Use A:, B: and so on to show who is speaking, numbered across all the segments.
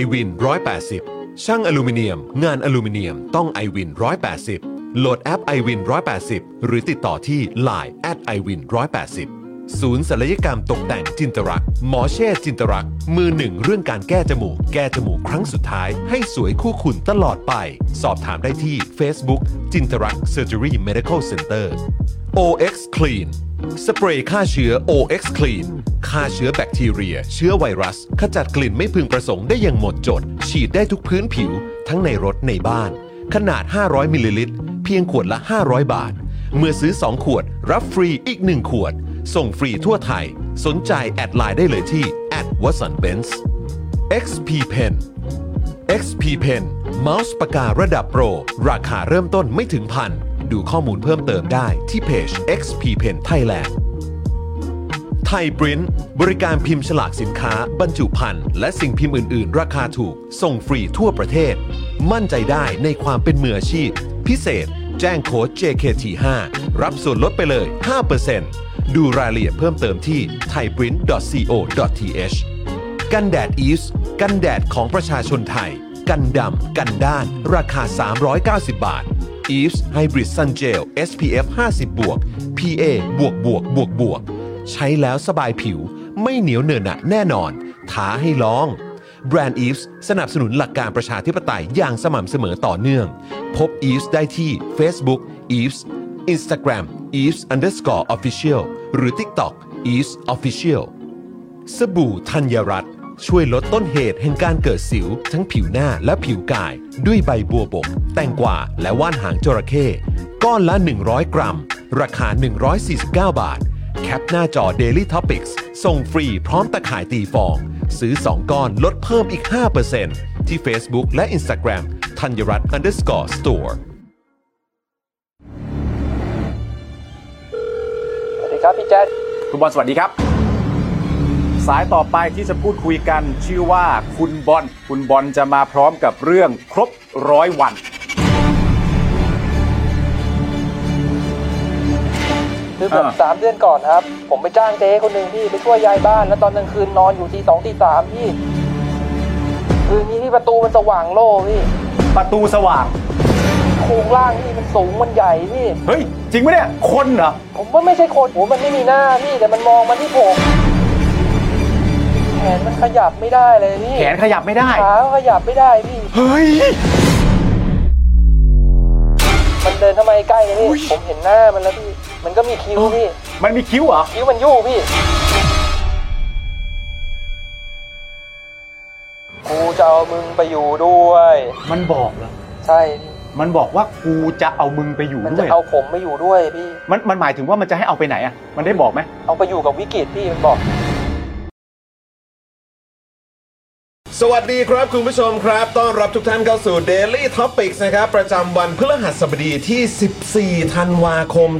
A: i w วิน180 ช่างอลูมิเนียม งานอลูมิเนียมต้อง i w วิน180 โหลดแอป i w วิน180 หรือติดต่อที่ Line at i w วิน180 ศูนย์ศัลยกรรมตกแต่งจินตรักษณ์หมอเช่จินตรักษณ์มือหนึ่งเรื่องการแก้จมูก แก้จมูกครั้งสุดท้าย ให้สวยคู่คุณตลอดไป สอบถามได้ที่ Facebook จินตรักเซอร์เจอรี่เมดิคอลเซ็นเตอร์ OX Clean สเปรย์ฆ่าเชื้อ OX Clean ฆ่าเชื้อแบคทีเรีย เชื้อไวรัส ขจัดกลิ่นไม่พึงประสงค์ได้อย่างหมดจด ฉีดได้ทุกพื้นผิว ทั้งในรถในบ้าน ขนาด 500มิลลิลิตร เพียงขวดละ 500 บาท เมื่อซื้อ 2 ขวด รับฟรีอีก 1 ขวด ส่งฟรีทั่วไทย สนใจแอดไลน์ได้เลยที่ w a t s o n b e n z XP Pen XP Pen เมาส์ปากการะดับโปร ราคาเริ่มต้นไม่ถึงพัน ดูข้อมูลเพิ่มเติมได้ที่เพจ XP Pen Thailand ไทยปริ้นบริการพิมพ์ฉลากสินค้า บรรจุภัณฑ์และสิ่งพิมพ์อื่น ๆ ราคาถูก ส่งฟรีทั่วประเทศ มั่นใจได้ในความเป็นมืออาชีพ พิเศษ แจ้งโค้ด JKT5 รับส่วนลดไปเลย 5%ดูรายละเอียดเพิ่มเติมที่ thaiprint.co.th กันแดดอีสกันแดดของประชาชนไทย กันดำ กันด้าน ราคา 390 บาท e v e s Hybrid Sun Gel SPF 50 บวก PA บวกบวกบวกบวก ใช้แล้วสบายผิว ไม่เหนียวเหนอะหนะแน่นอน ท้าให้ลอง แบรนด์ e v e s สนับสนุนหลักการประชาธิปไตยอย่างสม่ำเสมอต่อเนื่อง พบ e v e s ได้ที่ Facebook e v e s Instagram e v e s underscore official หรือ TikTok e v e s official สบู่ธัญรัตน์ช่วยลดต้นเหตุแห่งการเกิดสิว ทั้งผิวหน้าและผิวกาย ด้วยใบบัวบก แตงกวาและว่านหางจระเข้ก้อนละ 100 กรัม ราคา 149 บาท แคปหน้าจอ Daily Topics ส่งฟรีพร้อมตะข่ายตีฟอง ซื้อ 2 ก้อนลดเพิ่มอีก 5%ที่ Facebook และ Instagram ธัญรัตน์ underscore store
B: สวัสดีครับพี่แจ๊ด
C: คุณบอลสวัสดีครับ สายต่อไปที่จะพูดคุยกันชื่อว่าคุณบอลคุณบอลจะมาพร้อมกับเรื่องครบร้อยวัน
B: คือแบบ
C: อ่า
B: สามเดือนก่อนครับ ผมไปจ้างเจ๊คนหนึ่งพี่ไปช่วยยายบ้าน แล้วตอนกลางคืนนอนอยู่ทีสองตีสามพี่คืออย่างนี้พี่ประตูมันสว่างโล่พี่
C: ประตูสว่าง
B: โครงล่างพี่มันสูงมันใหญ่พี่
C: เฮ้ย จริงไหมเนี่ย คนเหรอ
B: ผมว่าไม่ใช่คนโหมันไม่มีหน้าพี่แต่มันมองมาที่ผมแขนมันขยับไม่ได้เลยพี่
C: แขนขยับไม่ได้
B: ขาก็ขยับไม่ได้พี่
C: เฮ้ย
B: มันเดินทำไมาใกล้ๆเลยพี่ผมเห็นหน้ามันแล้วพี่ มันก็มีคิ้วพี่
C: มันมีคิ้วเหรอ
B: คิ้วมันยู่พี่กูจะเอามึงไปอยู่ด้วย
C: มันบอกเหรอ
B: ใช่พี่
C: มันบอกว่ากูจะเอามึงไปอยู่
B: มัน
C: ด้
B: จะ
C: วย
B: เอาผมไปอยู่ด้วยพี่
C: มันมันหมายถึงว่ามันจะให้เอาไปไหนอ่ะ มันได้บอกไหม
B: เอาไปอยู่กับวิกฤตพี่มันบอก
D: สวัสดีครับคุณผู้ชมครับ ต้อนรับทุกท่านเข้าสู่ Daily Topics นะครับ ประจำวันพฤหัสบดีที่ 14 ธันวาคม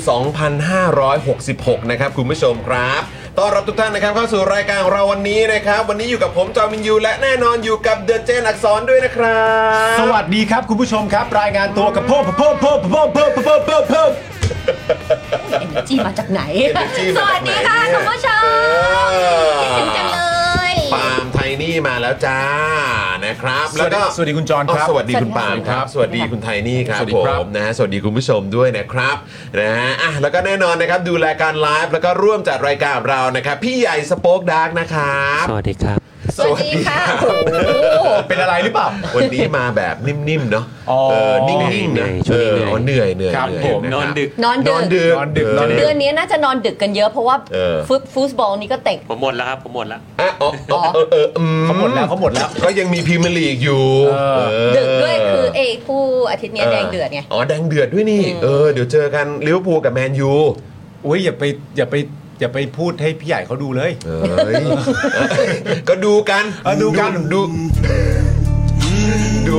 D: 2566 นะครับคุณผู้ชมครับ ต้อนรับทุกท่านนะครับเข้าสู่รายการของเราวันนี้นะครับ วันนี้อยู่กับผมจอมินยู และแน่นอนอยู่กับเดอะเจนอักษรด้วยนะครับ
E: สวัสดีครับคุณผู้ชมครับ รายงานตัวกับพ่อพ่อพ่อพ่อพ่อพ่อพ่อพ่อ
F: จีมาจากไหน
D: เอเนอร์จี้
F: ส
D: มา
F: วั
D: จาก
F: ส
D: ไหน
F: ดีค่ะ
D: เนี่ย
F: คุณผู้ชมคิดถึงจังเลย
D: ปาล์มไทนี่มาแล้วจ้านะครับแล้วก็
E: สวัสดีคุณจอห์นครับ
D: สวัสดีคุณปาล์มครับ สวัสดีคุณไทนี่ครับ
E: สวัสดี
D: ผ
E: ครับ
D: มนะฮะสวัสดีคุณผู้ชมด้วยนะครับนะฮะอ่ะแล้วก็แน่นอนนะครับดูรายการไลฟ์แล้วก็ร่วมจัดรายการกับเรานะครับพี่ใหญ่สป็อคดาร์กนะครับ
G: สวัสดีครับ
F: สวัสดีค่ะโอ้โห
E: เป็นอะไรหรือเปล่า
D: วันนี้มาแบบนิ่มๆเนาะ
E: อ๋อ
D: เออนิ่งๆนะ
G: ช่วงนี้เห
D: เอ
G: นื่อย
D: อเหนื่อยเหนื่อย
E: ครับ
D: เห
E: ผม
D: ยะครับ
F: นอน
D: น
F: ดึ
D: อน
F: ก
D: ดึก
E: นอนดึก
D: เ
F: เดือนนี้น่าจะนอนดึกกันเยอะเพราะว่า
D: เออ
F: ฟุตฟุตบอลนี่ก็เตะ
G: ผมหมดแล้วครับ ผมหมดแล้ว
D: อ่ะอ๋ออ๋อเออเอออืม
E: เขาหมดแล้วเขาหมดแล้ว
D: ก็ยังมีพรีเมียร์ลีกอยู่
E: เออ
D: เออ
F: ดึกด้วยคือเอผู้อาทิตย์เนี้ยแดงเดือดไง
D: อ๋อแดงเดือดด้วยนี่เออเดี๋ยวเจอกันลิเวอร์พูลกับแมนยู
E: โอ้ยอย่าไปอย่าไปอย่าไปพูดให้พี่ใหญ่เขาดูเลย
D: เอ้ย ก็ดูกัน
E: เออดูกัน
D: ดูดู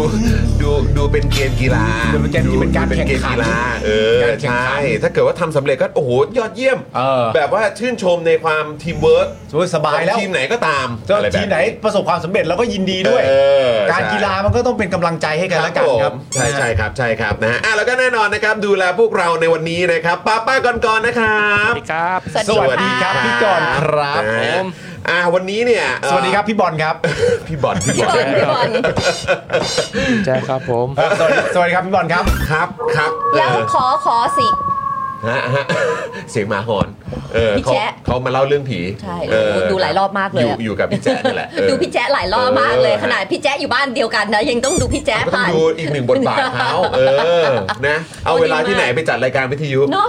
D: ดูดูเป็นเกมกีฬา
E: ดูเป็นเกม
D: ดู
E: เป็นการ
D: ดูเป็นเกม
E: แข่งขัน
D: กีฬาเออ
E: การแข่งขัน
D: ใช่ถ้าเกิดว่าทำสำเร็จก็โอ้โหยอดเยี่ยม
E: เออ
D: แบบว่าชื่นชมในความทีมเวิร์ก
E: โอ้ยสบายแล้ว
D: ทีมไหนก็ตาม
E: เจ้า
D: อะไรแบบ
E: ทีมไหนประสบความสำเร็จเราก็ยินดีด้วย
D: เออ
E: การ
D: ใช่
E: กีฬามันก็ต้องเป็นกำลังใจให้กันและกันครับ
D: ผมใช่ใช่ครับใช่ครับนะฮะอ่ะแล้วก็แน่นอนนะครับดูแลพวกเราในวันนี้นะครับป้าป้าก่อนๆนะครับ
G: สวัสดีครับ
F: สวัสดีค่ะ
E: สวัสดีครับพี่ก่อนครับ
D: นะฮะ
E: ผม
D: อ่ะวันนี้เนี่ยเอ่อ
E: สวัสดีครับพี่บอลครับ
D: พี่บอลพี่
F: พี่
D: บบ อล
F: อลพี่บอล
G: ใช่ครับผม
E: สวัสดีสวัสดีครับพี่บอลครับ
D: ครับครับ
F: แล้ว
D: เออ
F: ขอขอสิ
D: ฮะฮะเสียงหมาหอนเออ
F: พี่
D: เขา
F: แจ๊ะ
D: เขามาเล่าเรื่องผี
F: ใช่
D: เออ
F: ดูหลายรอบมากเลย
D: อยู่
F: อะ
D: อยู่กับพี่แจ๊ะนี่แหละเออ
F: ดูพี่แจ๊ะหลายรอบมากเลย ขนาดพี่แจ๊ะอยู่บ้านเดียวกันนะ ยังต้องดูพี่แจ๊ะ
D: ก็ต้อง
F: ผ่าน
D: ดูอีกหนึ่งบทบาทเขาเออ นะ เอาเวลาที่ไหนไปจัดรายการวิทยุ
F: เนาะ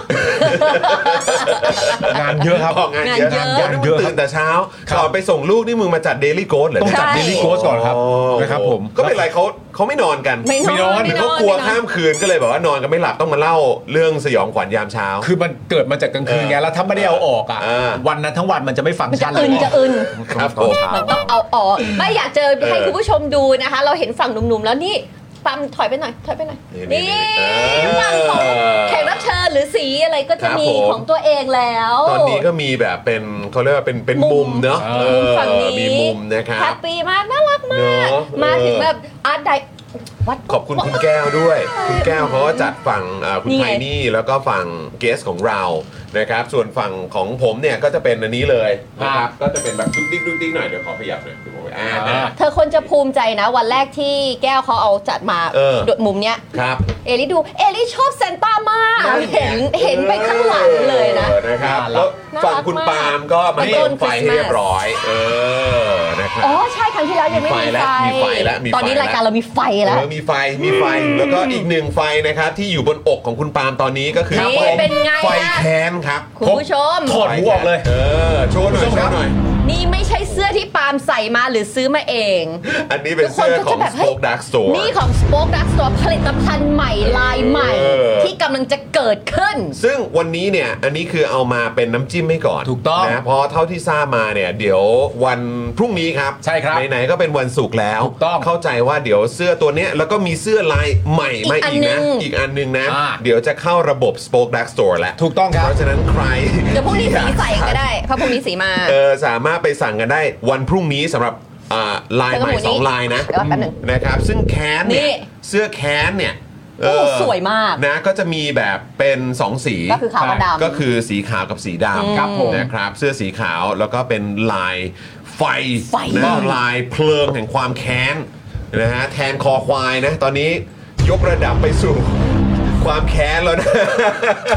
E: งานเยอะครับ
D: ออกงานเยอะ
F: งานเยอะ
D: งานเยอะตื่นแต่เช้าก่อนไปส่งลูกนี่มึงมาจัดเดลี่โกสเหรอ
E: ต้อง
D: เนี่ย
E: จัด
F: ใช่
E: เดลี่โกสก่อนครับ
D: อ๋อ
E: นะครับผม
D: ก็เป็นไรเขาเขาไม่นอนกัน
F: ไม่นอนไม่นอน
D: เขากลัว
F: ไม่นอน
D: ข้ามคืนก็เลยแบบว่านอนกันไม่หลับต้องมาเล่าเรื่องสยองขวัญยามเช้า
E: คือมันเกิดมาจากกลางคืนไง แล้วถ้าไม่ได้เอาออกอ่ะ
D: เออ
E: วันนั้นทั้งวันมันจะไม่ฟังก์
F: มัน
E: ชั
F: จะ
E: นเล
F: อึ
E: ย
F: นจะอึน
D: ครับผม
F: มันต้องเอาออกไม่อยากเจอ
D: เออ
F: ให้คุณผู้ชมดูนะคะ เราเห็นฝั่งหนุ่มๆแล้วนี่ปั๊มถอยไปหน่อยถอยไปหน่อย
D: นี่
F: นี่
D: เออ
F: ฝั่งของแขกรับเชิญหรือสีอะไรก็จะมี
D: ครับผม
F: ของตัวเองแล้ว
D: ตอนนี้ก็มีแบบเป็นเขาเรียกว่าเป็นเป็น
F: มุ
D: มุม
F: ม
D: เนาะเออ
F: ฝั่งนี้
D: มีมุมนะครับ
F: แฮปปี้มากน่ารักมาก
D: เนอะ
F: มาถึง
D: เออ
F: แบบอาร์ตไดวัด
D: ขอบคุณคุณแก้วด้วย คุณแก้วเขาก็จัดฝั่งเอ่อคุณ
F: นี่
D: ไท
F: ไง
D: นี่แล้วก็ฝั่งเกสของเรานะครับ ส่วนฝั่งของผมเนี่ยก็จะเป็นอันนี้เลยนะครับก็จะเป็นแบบดุ๊กดิ๊กดุ๊กดิ๊กหน่อยเดี๋ยวขอขยับหน่อยดูอ่านะ
F: เธอคนจะภูมิใจนะ วันแรกที่แก้วเขาเอาจัดมา
D: เออ
F: ดมุมเนี้ย
D: ครับ
F: เอลิดูเอลิชอบเซนต้ามาก เห็นเห็นไปข้างหลังเลยนะ
D: ออนะครับแล้ว
F: น่ารัก
D: ฝั่งคุณปาล์มก็มา
F: เป็น
D: เติ
F: ต้
D: ม
F: น
D: ไฟให้เรียบ
F: คริสต์มาส
D: ร้อย เออนะครับ
F: อ๋อใช่ครั้งที่แล้วยังไม่
D: มีไฟแล้วมีไฟแล้วมีไฟ
F: ตอนนี้
D: แล้ว
F: รายการเรามีไฟแล้ว
D: เออมีไฟมีไฟแล้วก็อีกหนึ่งไฟนะครับที่อยู่บนอกของคุณปาล์มตอนนี้ก็คือ
F: นี่
D: ไฟ
F: เป็นไงล่ะ
D: ไฟแคนครับ
F: คุณผู้ชม
E: ถอดหัวออกเลย
D: เออโชว์หน่อยโชว์หน่อย
F: นี่ไม่ใช่เสื้อที่ปาล์มใส่มาหรือซื้อมาเอง
D: อันนี้เป็นเสื้อของ Spoke Dark Store
F: นี่ของ Spoke Dark Store ผลิตภัณฑ์ใหม่ลายใหม่
D: เออ
F: ที่กำลังจะเกิดขึ้น
D: ซึ่งวันนี้เนี่ย อันนี้คือเอามาเป็นน้ำจิ้มให้ก่อน
E: ถูกต้อง
D: นะเพราะเท่าที่ทราบมาเนี่ย เดี๋ยววันพรุ่งนี้ครับ
E: ใช่ครับ
D: ไหนๆก็เป็นวันศุกร์แล้ว
E: ถูกต้อง
D: เข้าใจว่าเดี๋ยวเสื้อตัวเนี้ยแล้วก็มีเสื้อลายใหม่มา
F: อี
D: อีก
F: กอัน
D: นะ
F: หนึ่ง
D: อีกอันหนึงนะ
E: อ่า
D: เดี๋ยวจะเข้าระบบ Spoke Dark Store แล้ว
E: ถูกต้องครับ
D: เพราะฉะนั้นใคร
F: เดี๋ยวพรุ่งนี้
D: อ
F: สี
D: ยา
F: ใส่ก็ ได้เพราะพรุ่งนี้สีมา
D: เออสามารถไปสั่งกันได้วันพรุ่งนี้สำหรับอ่าลายใหม่
F: แล้วก็หมูนี้
D: สองลายนะ
F: เดี๋ยวแป๊บหนึง
D: นะครับซึ่งแคนเนี่
F: นี่
D: ยเสื้อแคนเนี่ย
F: โอ้สวยมาก
D: นะก็จะมีแบบเป็น 2 สี
F: ก็คือขาวกับดำ
D: ก็คือสีขาวกับสีดำ
E: ครับผม
D: นะครับเสื้อสีขาวแล้วก็เป็นลายไฟ
F: ไฟ
D: นะลายเพลิงแห่งความแค้นนะฮะแทนคอควายนะ ตอนนี้ยกระดับไปสู่ความแค้นแล้วนะ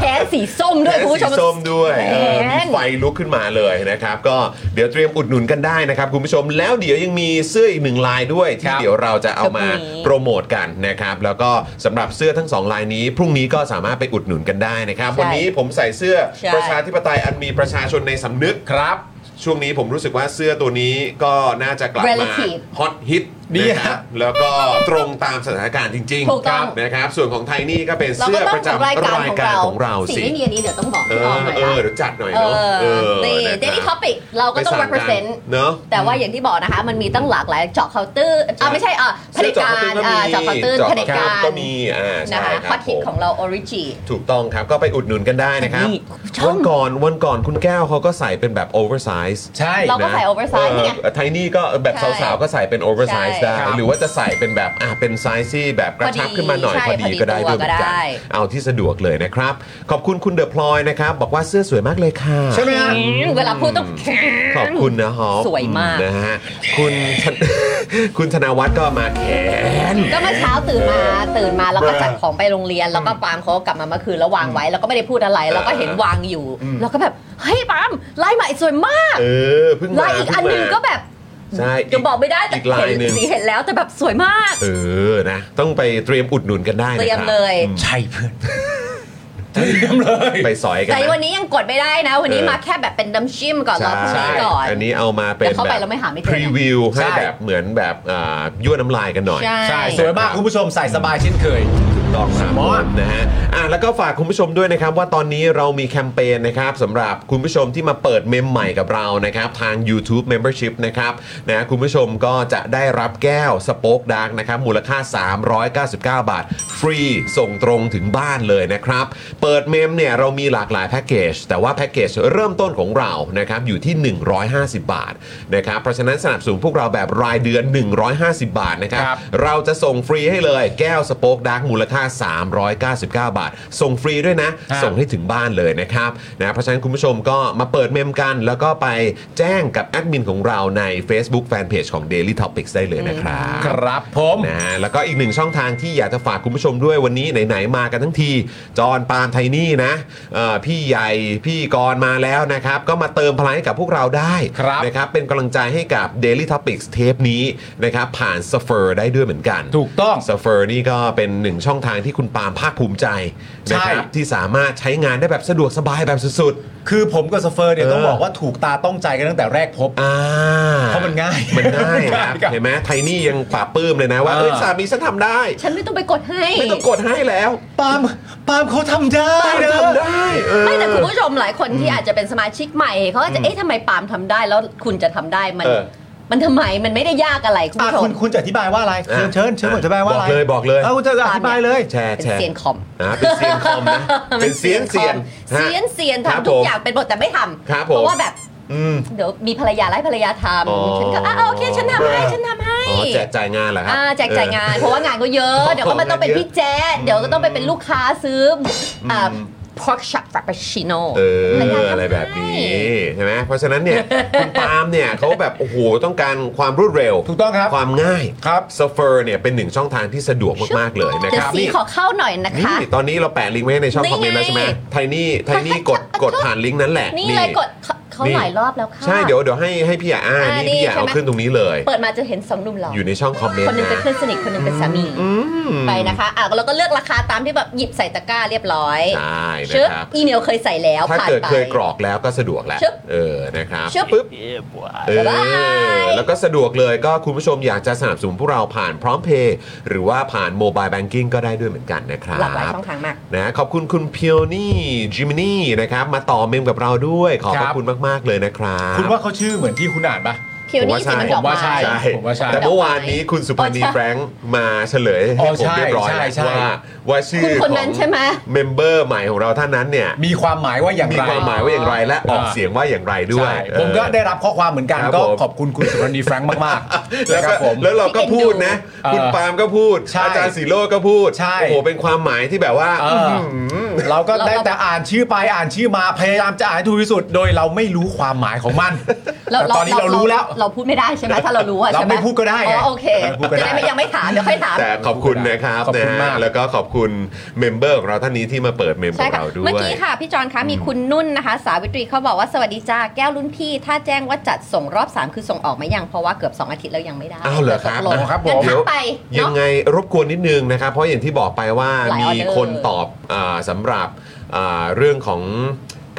F: แขนสีส้มด้วยคุณผู้ชม
D: แขนสีส้มด้วยเออ
F: แข
D: มี
F: น
D: ไฟลุกขึ้นมาเลยนะครับ ก็เดี๋ยวเตรียมอุดหนุนกันได้นะครับ คุณผู้ชมแล้วเดี๋ยวยังมีเสื้ออีกหนึ่งลายด้วย ที่เดี๋ยวเราจะเอามาโปรโมทกันนะครับ แล้วก็สำหรับเสื้อทั้งสองลายนี้ พรุ่งนี้ก็สามารถไปอุดหนุนกันได้นะครับ
F: ใช่
D: วันนี้ผมใส่เสื้อ
F: ใช่
D: ประชาธิปไตยอันมีประชาชนในสำนึกครับ ช่วงนี้ผมรู้สึกว่าเสื้อตัวนี้ก็น่าจะกลับมา
F: Relative
D: ฮอตฮิต
E: ดี
D: นะค
E: ฮะ
D: รับแล้วก็ตรงตามสถานการณ์จริง
F: ถูกต้อง
D: นะครับ ส่วนของไทยนี่ก็เป็น
F: เรา
D: เสื้
F: ก็
D: อประ
F: ต้องของ
D: จำ
F: รายการ
D: ราย
F: ของ
D: การ
F: เรา
D: ของเรา
F: สิ่ง
D: สิ
F: ไม่มีอันนี้เดี๋ยวต้องบอก
D: เอ
F: พี่
D: อ
F: ออมหน่อย
D: เออ
F: ละ
D: เดี๋ยวจัดหน่อย
F: เอ
D: เนาะเอ
F: อ
D: อ
F: นี่
D: ะ
F: daily
D: ครับ
F: topic เราก็ต้อง
D: ไปสาน
F: represent
D: เนาะ
F: แต่ว่าอย่างที่บอกนะคะ มันมีตั้งหลากหลายเจาะเคาน์เตอร์อ่ะ
D: ใช่
F: ไม่ใช่อ่ะเผด็จการอ่าเจาะเคาน์เตอร์เผด็จการ
D: ก็มีอ่า
F: นะ
D: ใช่
F: คะ
D: ค
F: ข้อ
D: รับผ
F: คิด
D: ม
F: ของเราออริจิ
D: ถูกต้องครับก็ไปอุดหนุนกันได้นะครับ
E: นี่
F: ช่อ
D: วั
F: ง
D: นก่อนวันก่อนคุณแก้วเขาก็ใส่เป็นแบบโอเวอร์ไซส์
E: ใช่
F: เราก็ใส่ oversize ไง
D: ไทนี่ก็แบบ
F: ใช่
D: สาวๆ ก็ใส่เป็นโอเวอร์ไซส์
F: ใช่
D: ได้
E: ครับ
D: หรือว่าจะใส่เป็นแบบอ่ะเป็นไซส์ที่แบบกระชับ
F: พอดี
D: ขึ้นมาหน่อย
F: ใช่
D: พอดีก็ได้
F: พ
D: ด้ว
F: อย ดีตัว
D: เหมือนกั
F: ก็
D: น
F: ได้
D: เอาที่สะดวกเลยนะครับ ขอบคุณคุณเดอะพลอยนะครับ บอกว่าเสื้อสวยมากเลยค่ะ
E: ใช่ไหมฮะ
F: เวลาพูดต้อง
D: ขอบคุณนะฮอป
F: สวยมาก
D: นะฮะคุณ ธน คุณธนวัฒน์ก็มาแขน
F: ก็เมื่อเช้าตื่นมาตื่นมาแล้วก็จัดของไปโรงเรียน แล้วก็ปาล์มเขาก็กลับมาเมื่อคืนแล้ววางไว้ แล้วก็ไม่ได้พูดอะไร แล้วก็เห็นวางอยู่ แล้วก็แบบเฮ้ยปาล์มลายใหม่สวยมาก
D: เออเพิ่งมา
F: ลายอีกอันหนึง
D: เพิ่มา
F: ก็แบบ
D: ใช่
F: ยังบอกไม่ได้แต่
D: อีกลายหนึ่
F: เห็
D: ง
F: นสีเห็นแล้วแต่แบบสวยมาก
D: เออนะ ต้องไปเตรียมอุดหนุนกันได้นะ
F: เตรียม
D: ครับ
F: เลย
E: ใช่เพื่อนเตรียมเลย
D: ไปสอยกัน
F: แต่
D: นะ
F: วันนี้ยังกดไม่ได้นะ วันนี้
D: เออ
F: มาแค่แบบเป็นน้ำจิ้มก่อนรอพรุ่ง
D: ใช่
F: นี้ก่อน
D: อันนี้เอามาเป็น
F: เดี๋ยวเข้าไป
D: แบบ
F: แล้วไม่หาไม่เจอ
D: พรีวิวให้
E: ใช่
D: แบบเหมือนแบบอ่ายั่วน้ำลายกันหน่อย
E: ใช่ สวยมากคุณผู้ชมใส่สบายเช่นเคย
D: ถูกต้องครับ
E: มอส
D: นะฮะอ่ะแล้วก็ฝากคุณผู้ชมด้วยนะครับว่าตอนนี้เรามีแคมเปญนะครับสำหรับคุณผู้ชมที่มาเปิดเมมใหม่กับเรานะครับทาง YouTube Membership นะครับนะคุณผู้ชมก็จะได้รับแก้วสป็อกดาร์กนะครับมูลค่า 399 บาท ฟรีส่งตรงถึงบ้านเลยนะครับ เปิดเมมเนี่ยเรามีหลากหลายแพ็กเกจแต่ว่าแพ็กเกจเริ่มต้นของเรานะครับอยู่ที่ 150 บาทนะครับเพราะฉะนั้นสนับสนุนพวกเราแบบรายเดือน 150 บาทนะครับ
E: ครับ
D: เราจะส่งฟรีให้เลยแก้วสโป๊กดาร์กมูลค่า 399 บาท ส่งฟรีด้วยนะ
E: ครับ
D: ส่งให้ถึงบ้านเลยนะครับนะเพราะฉะนั้นคุณผู้ชมก็มาเปิดเมมกัน แล้วก็ไปแจ้งกับแอดมินของเราใน Facebook Fanpage ของ Daily Topics ได้เลยนะครับ
E: ครับผม
D: นะฮะแล้วก็อีกหนึ่งช่องทางที่อยากจะฝากคุณผู้ชมด้วยวันนี้ไหนๆมากันทั้งที จอห์นปาล์มไทนี่นะเอ่อพี่ใหญ่พี่กรณ์มาแล้วนะครับ ก็มาเติมพลังให้กับพวกเราได้
E: ครับ
D: นะครับเป็นกำลังใจให้กับ Daily Topics เทปนี้นะครับผ่าน s เฟอร์ได้ด้วยเหมือนกัน
E: ถูกต้อง
D: สเฟอร์นี่ก็เป็นหนึ่งช่องทางที่คุณปาล์มภาคภูมิใจนะครับ
E: ใช่
D: ที่สามารถใช้งานได้แบบสะดวกสบายแบบสุด
E: คือผมกับสเฟอร์เนี่ย
D: เออ
E: ต้องบอกว่าถูกตาต้องใจกันตั้งแต่แรกพบ
D: ๆอ่า
E: เพราะมันง่าย
D: มันง่ายครับ
E: มันง่ายครับ
D: เห็นไหมไทนี่ยังปราบปลื้มเลยนะว่า
E: เออ
D: เอ้ยสามีฉันทำได้
F: ฉันไม่ต้องไปกดให้
D: ไม่ต้องกดให้แล้ว
E: ปาล์มปาล์มเขาทำได้นะ
D: ทำได้เออ
F: ไม่แต่คุณผู้ชมหลายคนที่อาจจะเป็นสมาชิกใหม่เขาก็จะเอ๊ะทำไมปาล์มทำได้แล้วคุณจะทำได้มัน
D: เออ
F: มันทำไมมันไม่ได้ยากอะไรคุณ
E: อ่ะ
F: ผู้ช
E: คุ
F: ม
E: ณคุณจะอธิบายว่าอะไร เชิญเชิญเชิญผมอธิบายว่าอะ
D: บอ
E: ไร
D: กเลยบอกเลย
E: เอาคุณจะอธิบายเลย
D: แชร์
F: เป็น
D: แชร์
F: เซียนคอม
D: อ่ะเป็นเซียนคอมนะ เป็นเซียนเซียน ฮะ
F: เซียนเซียน
D: ครับ
F: ทำทุ
D: ผ
F: ก
D: ม
F: อย่างเป็นหมดแต่ไม่ทำ
D: ครับผม
F: เพราะว่าแบบ
D: อืม
F: เดี๋ยวมีภรรยาไล่ภรรยาท
D: อ๋อ
F: ำฉันก็อ่ะโอเคฉันทำให้ฉันทำให้
D: อ๋อแจกจ่ายงานเหรอครับ
F: อ่าแจกจ่ายงาน เพราะว่างานก็เยอะ
D: อ๋อ
F: เดี๋ยวก็มันต้องเป็น
D: งานเยอะ
F: พี่แจ๊ดเดี๋ยวก็ต้องไปเป็นลูกค้าซื้ออ่าพอกชับฟรปปชิโน
D: เออ
F: ภรรยาทำให้
D: อะไรแบบนี้ใช่ไหมเพราะฉะนั้นเนี่ย คุณปาล์มเนี่ยเขาแบบโอ้โหต้องการความรวดเร็ว
E: ถูกต้องครับ
D: ความง่าย
E: ครับ
D: ซัฟเฟอร์เนี่ยเป็นหนึ่งช่องทางที่สะดวกมากๆเลยนะ
F: เดี๋
D: ค
F: ยว
D: รับ
F: ซี
D: นี่
F: ขอเข้าหน่อยนะคะ
D: นี่ตอนนี้เราแปะลิงก์ไว้ให้ในช่องคอมเมนต์แล้วใช่ไหม
F: นี่ไง
D: ไทนี่ไทนี่กดกดผ่านลิงก์นั้นแหละ
F: นี่เลยกดเขาเขานหลายรอบแล้วค่ะ
D: ใช่เดี๋ยวเดี๋ยวให้ให้พี่อ่ะอ่านี่
F: อ่านี่
D: พี่อ่ะ
F: ใช่
D: เอา
F: ไหม
D: ขึ้นตรงนี้เลย
F: เปิดมาจะเห็นสองหนุ่มหล่อ
D: อยู่ในช่องคอมเมน
F: คน
D: ต์
F: หนึงเป็น
D: นะ
F: เพื่อนสนิทคนหนึงเป็นสามีไปนะคะอ่ะแล้วก็เลือกราคาตามที่แบบหยิบใส่ตะกร้าเรียบร้อย
D: ใช่นะ
F: ชึบ
D: ครับ
F: อีเมลเคยใส่แล้ว
D: ถ้า
F: ผ่าน
D: เกิด
F: ไป
D: เคยกรอกแล้วก็สะดวกแล้ว
F: ชึบ
D: เออนะครับ
F: ชึบ
D: ปึ๊บเออ
F: บ๊ายบาย
D: แล้วก็สะดวกเลยก็คุณผู้ชมอยากจะสนับสนุนพวกเราผ่านพร้อมเพย์หรือว่าผ่านโมบายแบงกิ้งก็ได้ด้วยเหมือนกันนะครับ
F: หลากหลายช่องทางมาก
D: นะขอบคุณคุณเพียวนี่จิมนี่นะครับมาต่อเมมกับเราด้วย ขอบพ
E: ครั
D: ระ
E: บ
D: คุณมาก ๆ เลยนะครับ
E: คุณว่าเขาชื่อเหมือนที่คุณอ่านปะ
F: เพียวนี่สิมันดอก
E: ผมว่า
F: ไม้
E: ใช่
D: ใช่
E: ผมว่าใช่
D: แต่เมื่อวานนี้คุณสุภานี
F: อ๋อใช่
D: แฟรงค์มาเฉลยให้
E: อ๋อ
D: ผม
E: ใช่
D: เรียบร้อยแล้ว
E: ใช่ใช่
D: ว่าว่าชื่อ
F: คุณคนนั้น
D: ของ
F: ใช่ไหม
D: เมมเบอร์ใหม่ของเราท่านนั้นเนี่ย
E: มีความหมายว่าอย่าง
D: มี
E: ไร
D: ความหมายว่าอย่างไรและออก
E: อ่า
D: เสียงว่าอย่างไรด้วย
E: ใช่ผมก็ได้รับข้อความเหมือนกัน
D: ครับ
E: ก็
D: ผม
E: ขอบคุณคุณสุรณีแฟรงค์มากๆ
D: แล้ว
E: นะค
D: ก็
E: รับผม
D: แล้วเราก็พูดนะ
E: เออ
D: คุณปาล์มก็พูด
E: ใช่
D: อาจารย์สีโลก็พูด
E: ใช่
D: โอ้โหเป็นความหมายที่แบบว่า
E: เออ
D: อื้อหือ
E: เราก็ได้แต่อ่านชื่อไปอ่านชื่อมาพยายามจะอ่านให้ถูกที่สุด โดยเราไม่รู้ความหมายของมันแต่ตอนนี้เรารู้แล้ว
F: เราพูดไม่ได้ใช่ไหมถ้าเรารู้อะ
E: เรา
F: ใช่ไหม
E: ไม่พูดก็ได้ไง
F: อ๋อโอเค
E: เราพูดก็ได้
F: จะได้ไม่ยังไม่ถามเดี๋ยวค่อยถาม
D: แต่ขอบคุณนะครับ
E: ขอบ
D: นะ
E: คุณ
D: ฮะ
E: มาก
D: แล้วก็ขอบคุณเมมเบอร์ของเราท่านนี้ที่มาเปิดเมมข
F: ใช่
D: อง
F: ค่ะ
D: เราด้วย
F: เมื่อกี้ค่ะพี่จอนคะมีคุณนุ่นนะคะ สาวิตรีเขาบอกว่าสวัสดีจ้าแก้วรุ่นพี่ ถ้าแจ้งว่าจัดส่งรอบสามคือส่งออกไหมยังเพราะว่าเกือบสองอาทิตย์แล้วยังไม่ได้
D: อ้าวเหรอครับ
F: ตกลง
E: อ๋อครับผม
F: งั้นทักไป
D: ยั
F: เนาะ
D: งไงรบกวนนิดนึงนะครับ เพราะอย่างที่บอกไปว่า
F: หลาย
D: มี
F: ออเดอร์
D: คนตอบอาสำหรับอ่าเรื่องของ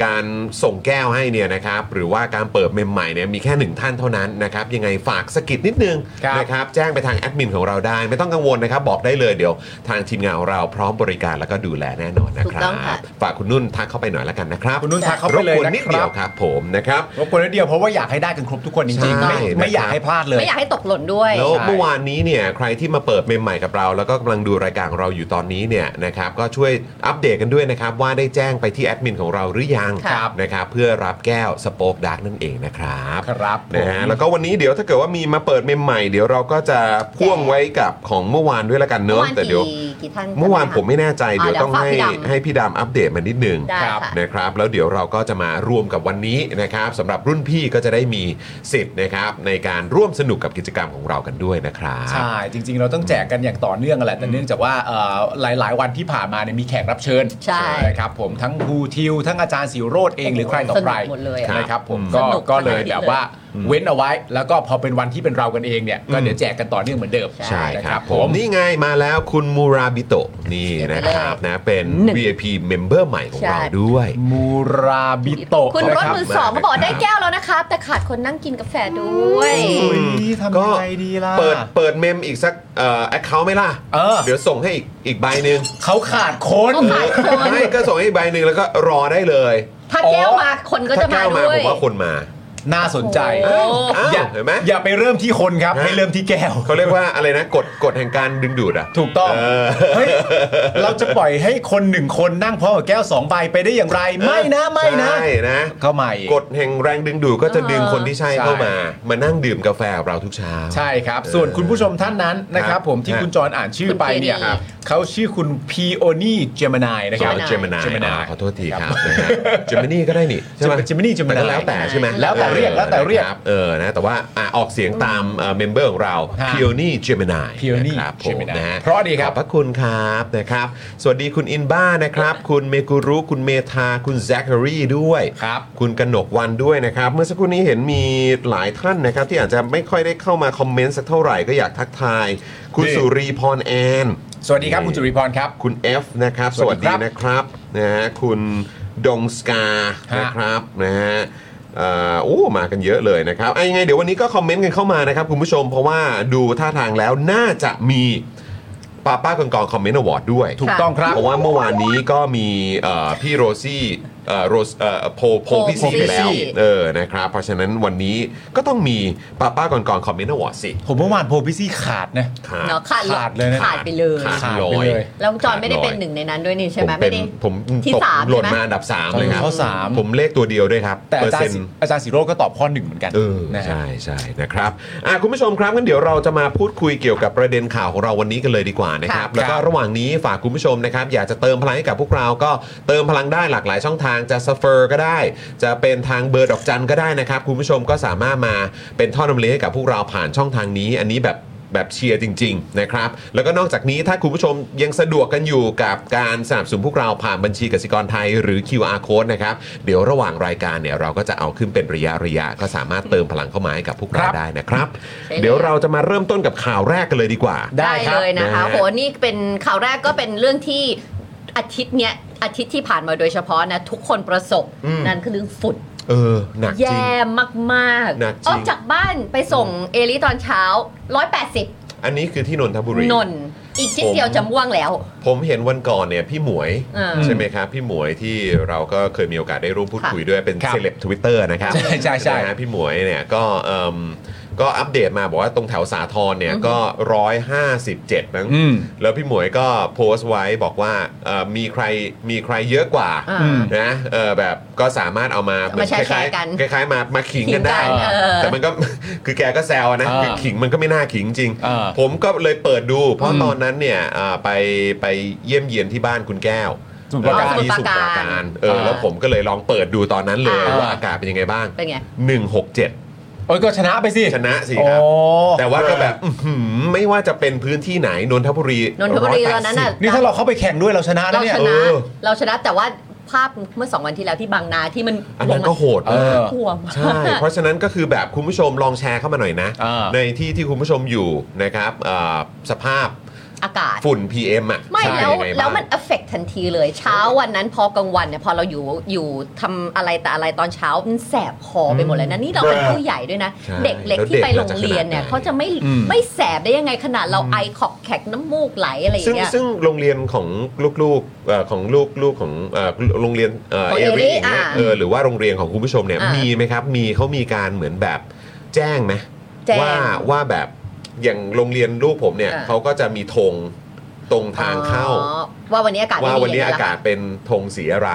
D: การส่งแก้วให้เนี่ยนะครับ หรือว่าการเปิดเมมใหม่เนี่ยมีแค่หนึ่งท่านเท่านั้นนะครับ ยังไงฝากสะกิดนิดนึง
E: ครับ
D: นะครับ แจ้งไปทางแอดมินของเราได้ ไม่ต้องกังวลนะครับ บอกได้เลยเดี๋ยวทางทีมงานของเราพร้อมบริการแล้วก็ดูแลแน่นอนนะ
F: ถู
D: ค
F: ก
D: รั
F: ต้องค่ะ
D: บ ฝากคุณนุ่นทักเข้าไปหน่อยละกันนะครับ
E: คุณนุ่นทักเข้าไปเลย
D: รบกวน
E: นะ
D: นิดเดียว
E: ครับ
D: ครับผมนะครับ
E: รบกวนนิดเดียวเพราะว่าอยากให้ได้กันครบทุกคนจริงๆ
D: ใช่
E: ไม่
D: นะครับ
E: ไม่อยากให้พลาดเลย
F: ไม่อยากให้ตกหล่นด้วย
D: แล้ว
E: ใช่
D: เมื่อวานนี้เนี่ยใครที่มาเปิดเมมใหม่กับเรา แล้วก็กำลังดูรายการของเราอยู่ตอนนี้เนี่ยนะครับก็ช่วยอัปเดตกันด้วยนะครับ ว่าได้แจ้งไปที่แอดมินของเราหรือยัง
F: ครับ
D: นะครับเพื่อรับแก้วสป o อ e ดาร์กนั่นเองนะครับ
E: ครับ
D: นะฮะ
E: ผม
D: แล้วก็วันนี้เดี๋ยวถ้าเกิดว่ามีมาเปิดเมมใหม่เดี๋ยวเราก็จะพ่วงไว้กับของเมื่อวานด้วยละกัน
F: เมื่อ
D: เนาะ
F: วาน
D: แต่เดี๋ยว
F: กี่กี่ท่าน
D: เมื่อวาน
F: จำด้
D: ผมไม่แน่ใจ
F: อ่า
D: เดี๋ยวต้องให้
F: เดี๋ยวฝากพี่ดำ
D: ให้พี่ดำอัปเดตมานิดนึง
F: ได้ค่ะ
D: นะครับแล้วเดี๋ยวเราก็จะมารวมกับวันนี้นะครับสำหรับรุ่นพี่ก็จะได้มีสิทธิ์นะครับในการร่วมสนุกกับกิจกรรมของเรากันด้วยนะครับ
E: ใช่ จริง ๆ เราต้องแจกกันอย่างต่อเนื่องอะแหละแต่เนื่องจากว่าเอ่อหลาย ๆ วันที่ผ่านมาเนี่ยมีแขกรับเชิญ
F: ใช่
E: นะครับผมทั้งครูทิว ทั้งอาจารย์สิโรธเองหรือใครต่อใคร
F: สนุกหมดเลยอะ
E: นะครับผม
F: ส
E: ก็
F: นุก
E: ก็เลย
F: ทั้งนั้น
E: แบบว่าเว้นเอาไว้ แล้วก็พอเป็นวันที่เป็นเรากันเองเนี่ยก็เดี๋ยวแจกกันต่อเนื่องเหมือนเดิม
D: ใช่
E: นะ
D: ครับผมนี่ไงมาแล้วคุณมูราบิโตะนี่นะครับนะเป็น
F: หนึ่ง
D: VIP member ใหม่ของ
F: ใช่
D: เราด้วย
E: มูราบิโตะ
F: คุณรถ
E: นะบ
F: มือสอง
D: มาก
F: มาบอกได้แก้วแล้วนะครับ แต่ขาดคนนั่งกินกาแฟด้วย
E: โอ้ยทำ
D: ก็
E: ยังไงดีล่ะ
D: เปิดเปิดเมมอีกสักเอ่อแอคเคาท์ไหม่ล่ะ
E: เออ
D: ยวส่งให้อีกอีกใบหนึ่ง
E: เขาขาดคน
F: เขาขาดคน
D: ไม่ก็ส่งให้อีกใบหนึ่งแล้วก็รอได้เลย
F: ถ้าแก้วมาคนก็จะ
D: ถ้า
F: มา
D: แก้วมา
F: ด้ว
D: ผ
F: ย
D: มว่าคนมา
E: น่าสนใจ
F: โอ้
D: อ้าว
E: อย่า
D: เห็นไหม
E: อย่าไปเริ่มที่คนครับ
D: ฮะ
E: ให้เริ่มที่แก้ว
D: เขาเรียกว่าอะไรนะกฎกฎแห่งการดึงดูดอ่ะ
E: ถูกต้อง
D: เออ
E: เฮ้ยเราจะปล่อยให้คนหนึ่งคนนั่งพร้อมกับแก้วสองใบไปได้อย่างไร ไม่นะไม่นะ
D: ใช่นะ
E: ก็ไม่อีก
D: กฎแห่งแรงดึงดูดก็จะดึงคนที่ใช่เข้ามา มานั่งดื่มกาแฟกับเราทุกเช้า
E: ใช่ครับ ส่วนคุณผู้ชมท่านนั้นนะค
D: ครั
E: รับบผมที่
D: ฮะ
E: คุณจรอ่านชื่อไปเนี่ย
F: ครับ
E: เขาชื่อคุณพีโอนี่เจมินายนะครับ
F: อ๋อ
D: เจมินาย
E: Gemini
D: อ๋อขอโทษทีครับนะฮะเจมินี่ก็ได้นี่ใช่ไหม
E: Gemini Gemini
D: แต่ก็แล้วแต่ใช่ไหม
E: แล้วแต่เรียกแล้วแต่เรียก
D: นะคบเออนะแต่ว่าอ่ะออกเสียงตามเมมเบอร์ของเรา
E: ฮะ
D: พิโอนี่เจมินาย
E: Peony
D: ครับผม
E: Gemini
D: นะฮะ
E: เพราะดีครับ
D: ขอบพระคุณครับนะครับ สวัสดีคุณอินบ้านะครับ คุณเมกุรุคุณเมธาคุณแซคเคอรี่ด้วย
E: ครับ
D: คุณกนกวันด้วยนะครับ เมื่อสักครู่นี้เห็นมีหลายท่านนะครับ ที่อาจจะไม่ค่อยได้เข้ามาคอมเมนต์สักเท่าไหร่ก็อยากทักทาย คุณ
E: นี่
D: สุรีพรแอน
E: สวัสดีครับคุณจุริพรครับ
D: คุณ F นะครับ ส
E: สวั
D: วัส
E: สดี
D: ดี
E: ครับ
D: นะครับนะฮะคุณดงสกา
E: ฮะ
D: นะครับนะฮะเอ่อโอ้มากันเยอะเลยนะครับไอ้ยังไงเดี๋ยววันนี้ก็คอมเมนต์กันเข้ามานะครับ คุณผู้ชมเพราะว่าดูท่าทางแล้วน่าจะมีป้าป้ากองกองคอมเมนต์อวอร์ดด้วย
E: ถูกต้องครับ
D: เพราะว่าเมื่อวานนี้ก็มีเอ่อพี่โรซี่เอ่อโรสเอ่อโพลโพลพี่ซี
F: โพลพี่
D: ไปแล้ว
F: ซี่
D: เออนะครับเพราะฉะนั้นวันนี้ก็ต้องมีป้าป้าก่อนก่อนคอมเมนต์อวอร์ดสิ
E: ผมเมื่อวานโพลพี่ซี่ขาดนะ
D: ครับ
F: เนาะขาด
E: ขาดเลยนะ
F: ขาดไปเลย
D: ขาด
E: ขาด
D: ล
E: ไป
D: อย
E: เลย
F: แล้วจอนไม่ได้เป็น
D: ขาลอย
F: หนึ่งในนั้นด้วยนี่ใช่ไหม
D: ผเป็
F: ไม่
D: น
F: ได้
D: ผม
F: ที่
D: ตก
F: สาม
D: หล่น
F: ใช่ไหม
D: มาอันดับสามเลยครับ
E: ข้อสาม
D: ผมเลขตัวเดียวด้วยครับ
E: แต่
D: เปอ
E: อา
D: ร์
E: จาร
D: เซ็น
E: ย์
D: ต์
E: อาจารย์สิโรจน์ก็ตอบข้อหนึ่งเหมือนกัน
D: เออ
E: นะฮะ
D: ใช่ใช่นะครับอ่ะคุณผู้ชมครับงั้นเดี๋ยวเราจะมาพูดคุยเกี่ยวกับประเด็นข่าวของเราวันนี้กันเลยดีกว่านะครับ
E: ค่ะ
D: แล้วก็
E: ครับ
D: ระหว่างนี้ฝากคุณผู้ชมนะครับ อยากจะเติมพลังให้กับพวกเราก็เติมพลังได้หลากหลายช่องทางจะสเฟอร์ก็ได้ จะเป็นทางเบอร์ดอกจันก็ได้นะครับ คุณผู้ชมก็สามารถมาเป็นท่อนำเลี้ยงให้กับพวกเราผ่านช่องทางนี้ อันนี้แบบแบบเชียร์จริง ๆ นะครับ แล้วก็นอกจากนี้ถ้าคุณผู้ชมยังสะดวกกันอยู่กับการสนับสนุนพวกเราผ่านบัญชีกสิกรไทยหรือ QR code นะครับเดี๋ยวระหว่างรายการเนี่ยเราก็จะเอาขึ้นเป็นระยะระยะก็สามารถเติมพลังเข้ามาให้กับพวกเรา
E: ครับ
D: ได้นะครับ
F: ใช่แล้ว
D: เดี๋ยวเราจะมาเริ่มต้นกับข่าวแรกกันเลยดีกว่า
E: ได้
F: ได้
E: ครับ
F: เลยนะ
D: นะ
F: คะ
D: ฮะ
F: โหนี่เป็นข่าวแรกก็เป็นเรื่องที่อาทิตย์เนี้ยอาทิตย์ที่ผ่านมาโดยเฉพาะนะ ทุกคนประสบนั่นคือเรื่องฝุ่น
D: เออหนักจริง
F: แย่มาก
D: หนักจริง
F: ๆออกจากบ้านไปส่งเอลิตอนเช้า 180
D: อันนี้คือที่นนทบุรี
F: นนท์อีกชิ้น
D: ผม
F: เดียวจะม่วงแล้ว
D: ผมเห็นวันก่อนเนี่ยพี่หมวย
F: อ่า
D: ใช่ไหมครับ พี่หมวยที่เราก็เคยมีโอกาสได้ร่วมพูด
F: ค่ะ
D: คุยด้วยเป็น
E: ครับ
D: เซเลบทวิตเตอร์นะครับ
E: ใช่ใช่ใช่
D: นะฮะพี่หมวยเนี่ยก็เอิ่มก็อัปเดตมาบอกว่าตรงแถวสาทรเนี่ยก็ร้อยห้าสิบเจ็ดมั้ง
E: อืม
D: แล้วพี่หมวยก็โพสต์ไว้บอกว่าเอ่อมีใครมีใครเยอะกว่า
F: อ่า
D: นะเออแบบก็สามารถเอามาเหมือน
F: มา
D: ค
F: แชร์
D: ล้าย
F: กัน
D: ๆคล้ายๆมามาขิงกันได้
F: ขิงกันเออ
D: แต่มันก็ คือแกก็แซวนะ
E: อ่า
D: คือขิงมันก็ไม่น่าขิงจริง
E: อ่า
D: ผมก็เลยเปิดดู เพราะตอนนั้นเนี่ยอ่าไปไปเยี่ยมเยียนที่บ้านคุณแก้ว
E: สมุทรปรา
D: เออ
E: การ
D: ที่
F: ส
D: ส
F: มุ
D: มุทร
F: ทร
D: ปรา
F: ปราการ
D: การเออ
E: เออ
D: แล้วผมก็เลยลองเปิดดูตอนนั้นเลย
F: อ่า
D: ว่าอากาศเป็นยังไงบ้าง
F: เป็นไง
D: 167
E: โอ้ยก็ชนะไปสิ
D: ชนะสิครับ
E: โอ้
D: แต่ว่าก็แบบอื้อหือไม่ว่าจะเป็นพื้นที่ไหนนนทบุรี
F: นนทบุรี
D: 180
F: ตอนนั้นน่ะ
E: นี่ถ้าเราเข้าไปแข่งด้วยเราชนะนะ
F: เรา
E: เนี่ย
F: ชนะ
D: เออ
F: เราชนะแต่ว่าภาพเมื่อสองวันที่แล้วที่บางนาที่มัน
D: อันนั้นก็โหด
E: เอ
D: มา
E: อ
D: ก
F: ห่วง
D: ใช่ เพราะฉะนั้นก็คือแบบคุณผู้ชมลองแชร์เข้ามาหน่อยนะ
E: อ่า
D: ในที่ที่คุณผู้ชมอยู่นะครับอ่าสภาพ
F: อากาศ
D: ฝุ่น PM อ่ะ
F: ไม่
D: ใช่
F: แล้ว
D: ยังไงบ้าง
F: แล้วมัน affect ทันทีเลย เช้าวันนั้นพอกลางวันเนี่ยพอเราอยู่อยู่ทำอะไรแต่อะไรตอนเช้ามันแสบคอไปหมดเลยนะนี่เราเป็นผู้ใหญ่ด้วยนะ
D: ใช่
F: เด็กเล็ก
D: แล้วเด็ก
F: ที่ไปโรงเรียนเนี่ย
D: เราจะขนาดไหน
F: เขาจะไม่ไม่แสบได้ยังไงขนาดเราไอขอบแขกน้ำมูกไหลอะไรอย่า
D: ซึ่ง
F: งเงี้ย
D: ซึ่งโรงเรียนของลูกๆเอ่อของลูกลูกของเอ่อโรงเรียนเอ่อ
F: ของ
D: เอ
F: เอริ
D: ริอย่างเงี้ย
F: อ่า
D: เออหรือว่าโรงเรียนของคุณผู้ชมเนี่ย
F: อ่ามี
D: มีไหมครับมีเขามีการเหมือนแบบแจ้งไหม
F: แจ้ง
D: ว่าว่าแบบอย่างโรงเรียนลูกผมเนี่ย
F: อ่า
D: เขาก็จะมีธงตรงทางเข้า
F: อ๋อว่าวันนี้อากาศ
D: ว่า
F: ไม่ดี
D: วันนี้
F: ยังไง
D: อา
F: ล่ะ
D: กาศ
F: คะ
D: เป็นธงสีอะไร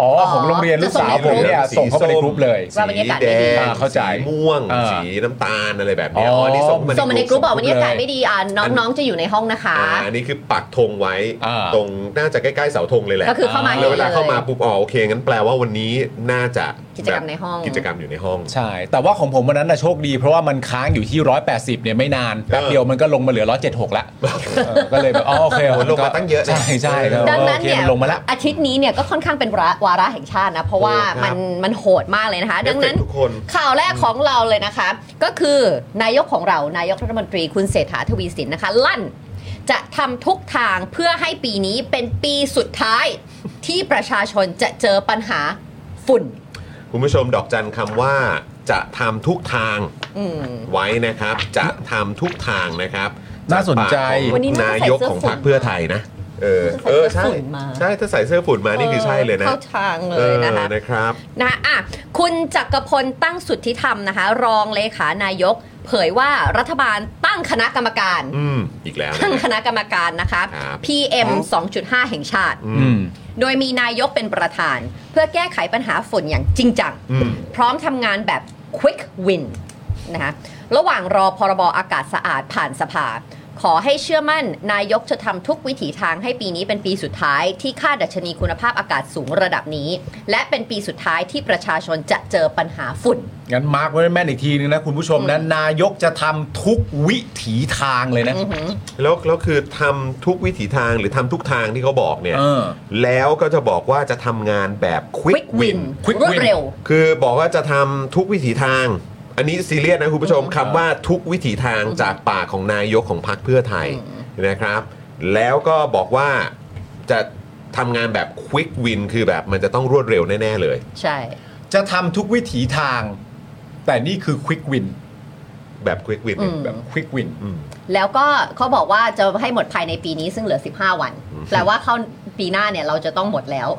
E: อ๋อของโรงเรียนลูกสาวผมเนี่ยส่งเข้าไปในกรุ๊ปเลย
F: ว่าวันนี้อากาศ
D: สีแด
F: ไม่ดี
D: ง
E: อ่าเข้าใจ
D: สีม่วง
E: อ่า
D: สีน้ำตาลอะไรแบบเนี้ยอ๋อ
E: อ๋ออั
D: อันนี้ส่งมา
F: ส่งมาในกรุ๊ปบอกวันนี้อากาศไม่ดีอ่ะน้องๆจะอยู่ในห้องนะคะ
D: อ่าอันนี้คือปักธงไว้
E: อ่า
D: ตรงน่าจะใกล้ๆเสาธงเลยแหละ
F: ก็คือเข้ามา
D: แล้วเวลา
F: ห็นย
D: เข้ามาปุ๊บอ๋อโอเคงั้นแปลว่าวันนี้น่าจะ
F: กิจกรรมในห้อง
D: แบบกิจกรรมอยู่ในห้อง
E: ใช่ แต่ว่าของผมวันนั้นนะโชคดี เพราะว่ามันค้างอยู่ที่ 180 เนี่ยไม่นานแป๊บเดียวมันก็ลงมาเหลือ 176 ละเออก็เลยแบบอ๋อโอ เค
D: โอ้โหลงมาตั้งเยอะนะ
E: ใช่ใช่ครับ
F: ดังนั้นเนี่ย
E: โอคมัลงมาละ
F: อาทิตย์นี้เนี่ยก็ค่อนข้างเป็นวาระวาระแห่งชาตินะ เพราะว่า
D: โอ้ครับ
F: มันมันโหดมากเลยนะคะ ดังนั้น
D: เอฟเฟกต์ทุกคน
F: ข่าวแรกของเราเลยนะคะ ก็คือนายกของเรานายกรัฐมนตรีคุณเศรษฐาทวีสินนะคะ ลั่น จะทำทุกทางเพื่อให้ปีนี้เป็นปีสุดท้าย ที่ประชาชนจะเจอปัญหาฝุ่น
D: คุณผู้ชมดอกจันคำว่าจะทำทุกทาง
F: อืม
D: ไว้นะครับ จะทำทุกทางนะครับ
E: น่าสนใจ
D: จากปากของ
F: วันนี้น่าจะ
D: นาย
F: ใส่เสื้
D: ก
F: อ
D: ของ
F: ฝุ่น
D: พรรคเพื่อไทยนะเออเออใช่
F: ใส่เสื้อฝุ่นมา
D: ใช่ถ้าใส่เสื้อฝุ่นมานี่คือใช่เลยนะ
F: เข้าทางเลยนะคะ
D: ออนะครับ
F: นะคะอ่ะคุณจักรพลตั้งสุทธิธรรมนะคะ รองเลขานายก เผยว่ารัฐบาลตั้งคณะกรรมการ
D: อืม อีกแล้วนะ
F: ตั้งคณะกรรมการนะคะ
D: ครับ
F: PM 2.5 แห่งชาติ
D: อื
E: อื
D: ม
E: ม
F: โดยมีนายกเป็นประธาน เพื่อแก้ไขปัญหาฝุ่นอย่างจริงจัง
D: อืม
F: พร้อมทำงานแบบ quick win นะคะระหว่างรอพรบอากาศสะอาดผ่านสภา ขอให้เชื่อมั่นนายกจะทำทุกวิถีทางให้ปีนี้เป็นปีสุดท้ายที่ค่าดัชนีคุณภาพอากาศสูงระดับนี้ และเป็นปีสุดท้ายที่ประชาชนจะเจอปัญหาฝุ่น
E: งั้นมาร์กไว้แม่นอีกทีนึงนะคุณผู้ชมนะนายกจะทำทุกวิถีทางเลยนะ
F: อือหือ
D: แล้วแล้วคือทำทุกวิถีทางหรือทำทุกทางที่เขาบอกเนี่ย
E: เออ
D: แล้วก็จะบอกว่าจะทำงานแบบ
F: quick
D: quick
F: win
D: win
E: quick
F: รวด
E: win
F: เร็ว
D: คือบอกว่าจะทำทุกวิถีทาง อันนี้ซีเรียสนะคุณผู้ชมคำว่าทุกวิถีทางจากปากของนายกของพรรคเพื่อไทยนะครับ แล้วก็บอกว่าจะทำงานแบบ quick win คือแบบมันจะต้องรวดเร็วแน่ ๆ เลย
F: ใช่
E: จะทำทุกวิถีทาง แต่นี่คือควิกวิน
D: แบบ quick win เนี่ย
F: อืม
E: แบบควิกวิน
D: อืม
F: แล้วก็เขาบอกว่าจะให้หมดภายในปีนี้ซึ่งเหลือ 15 วัน
D: อืม
F: แปลว่าเข้าปีหน้าเนี่ยเราจะต้องหมดแล้ว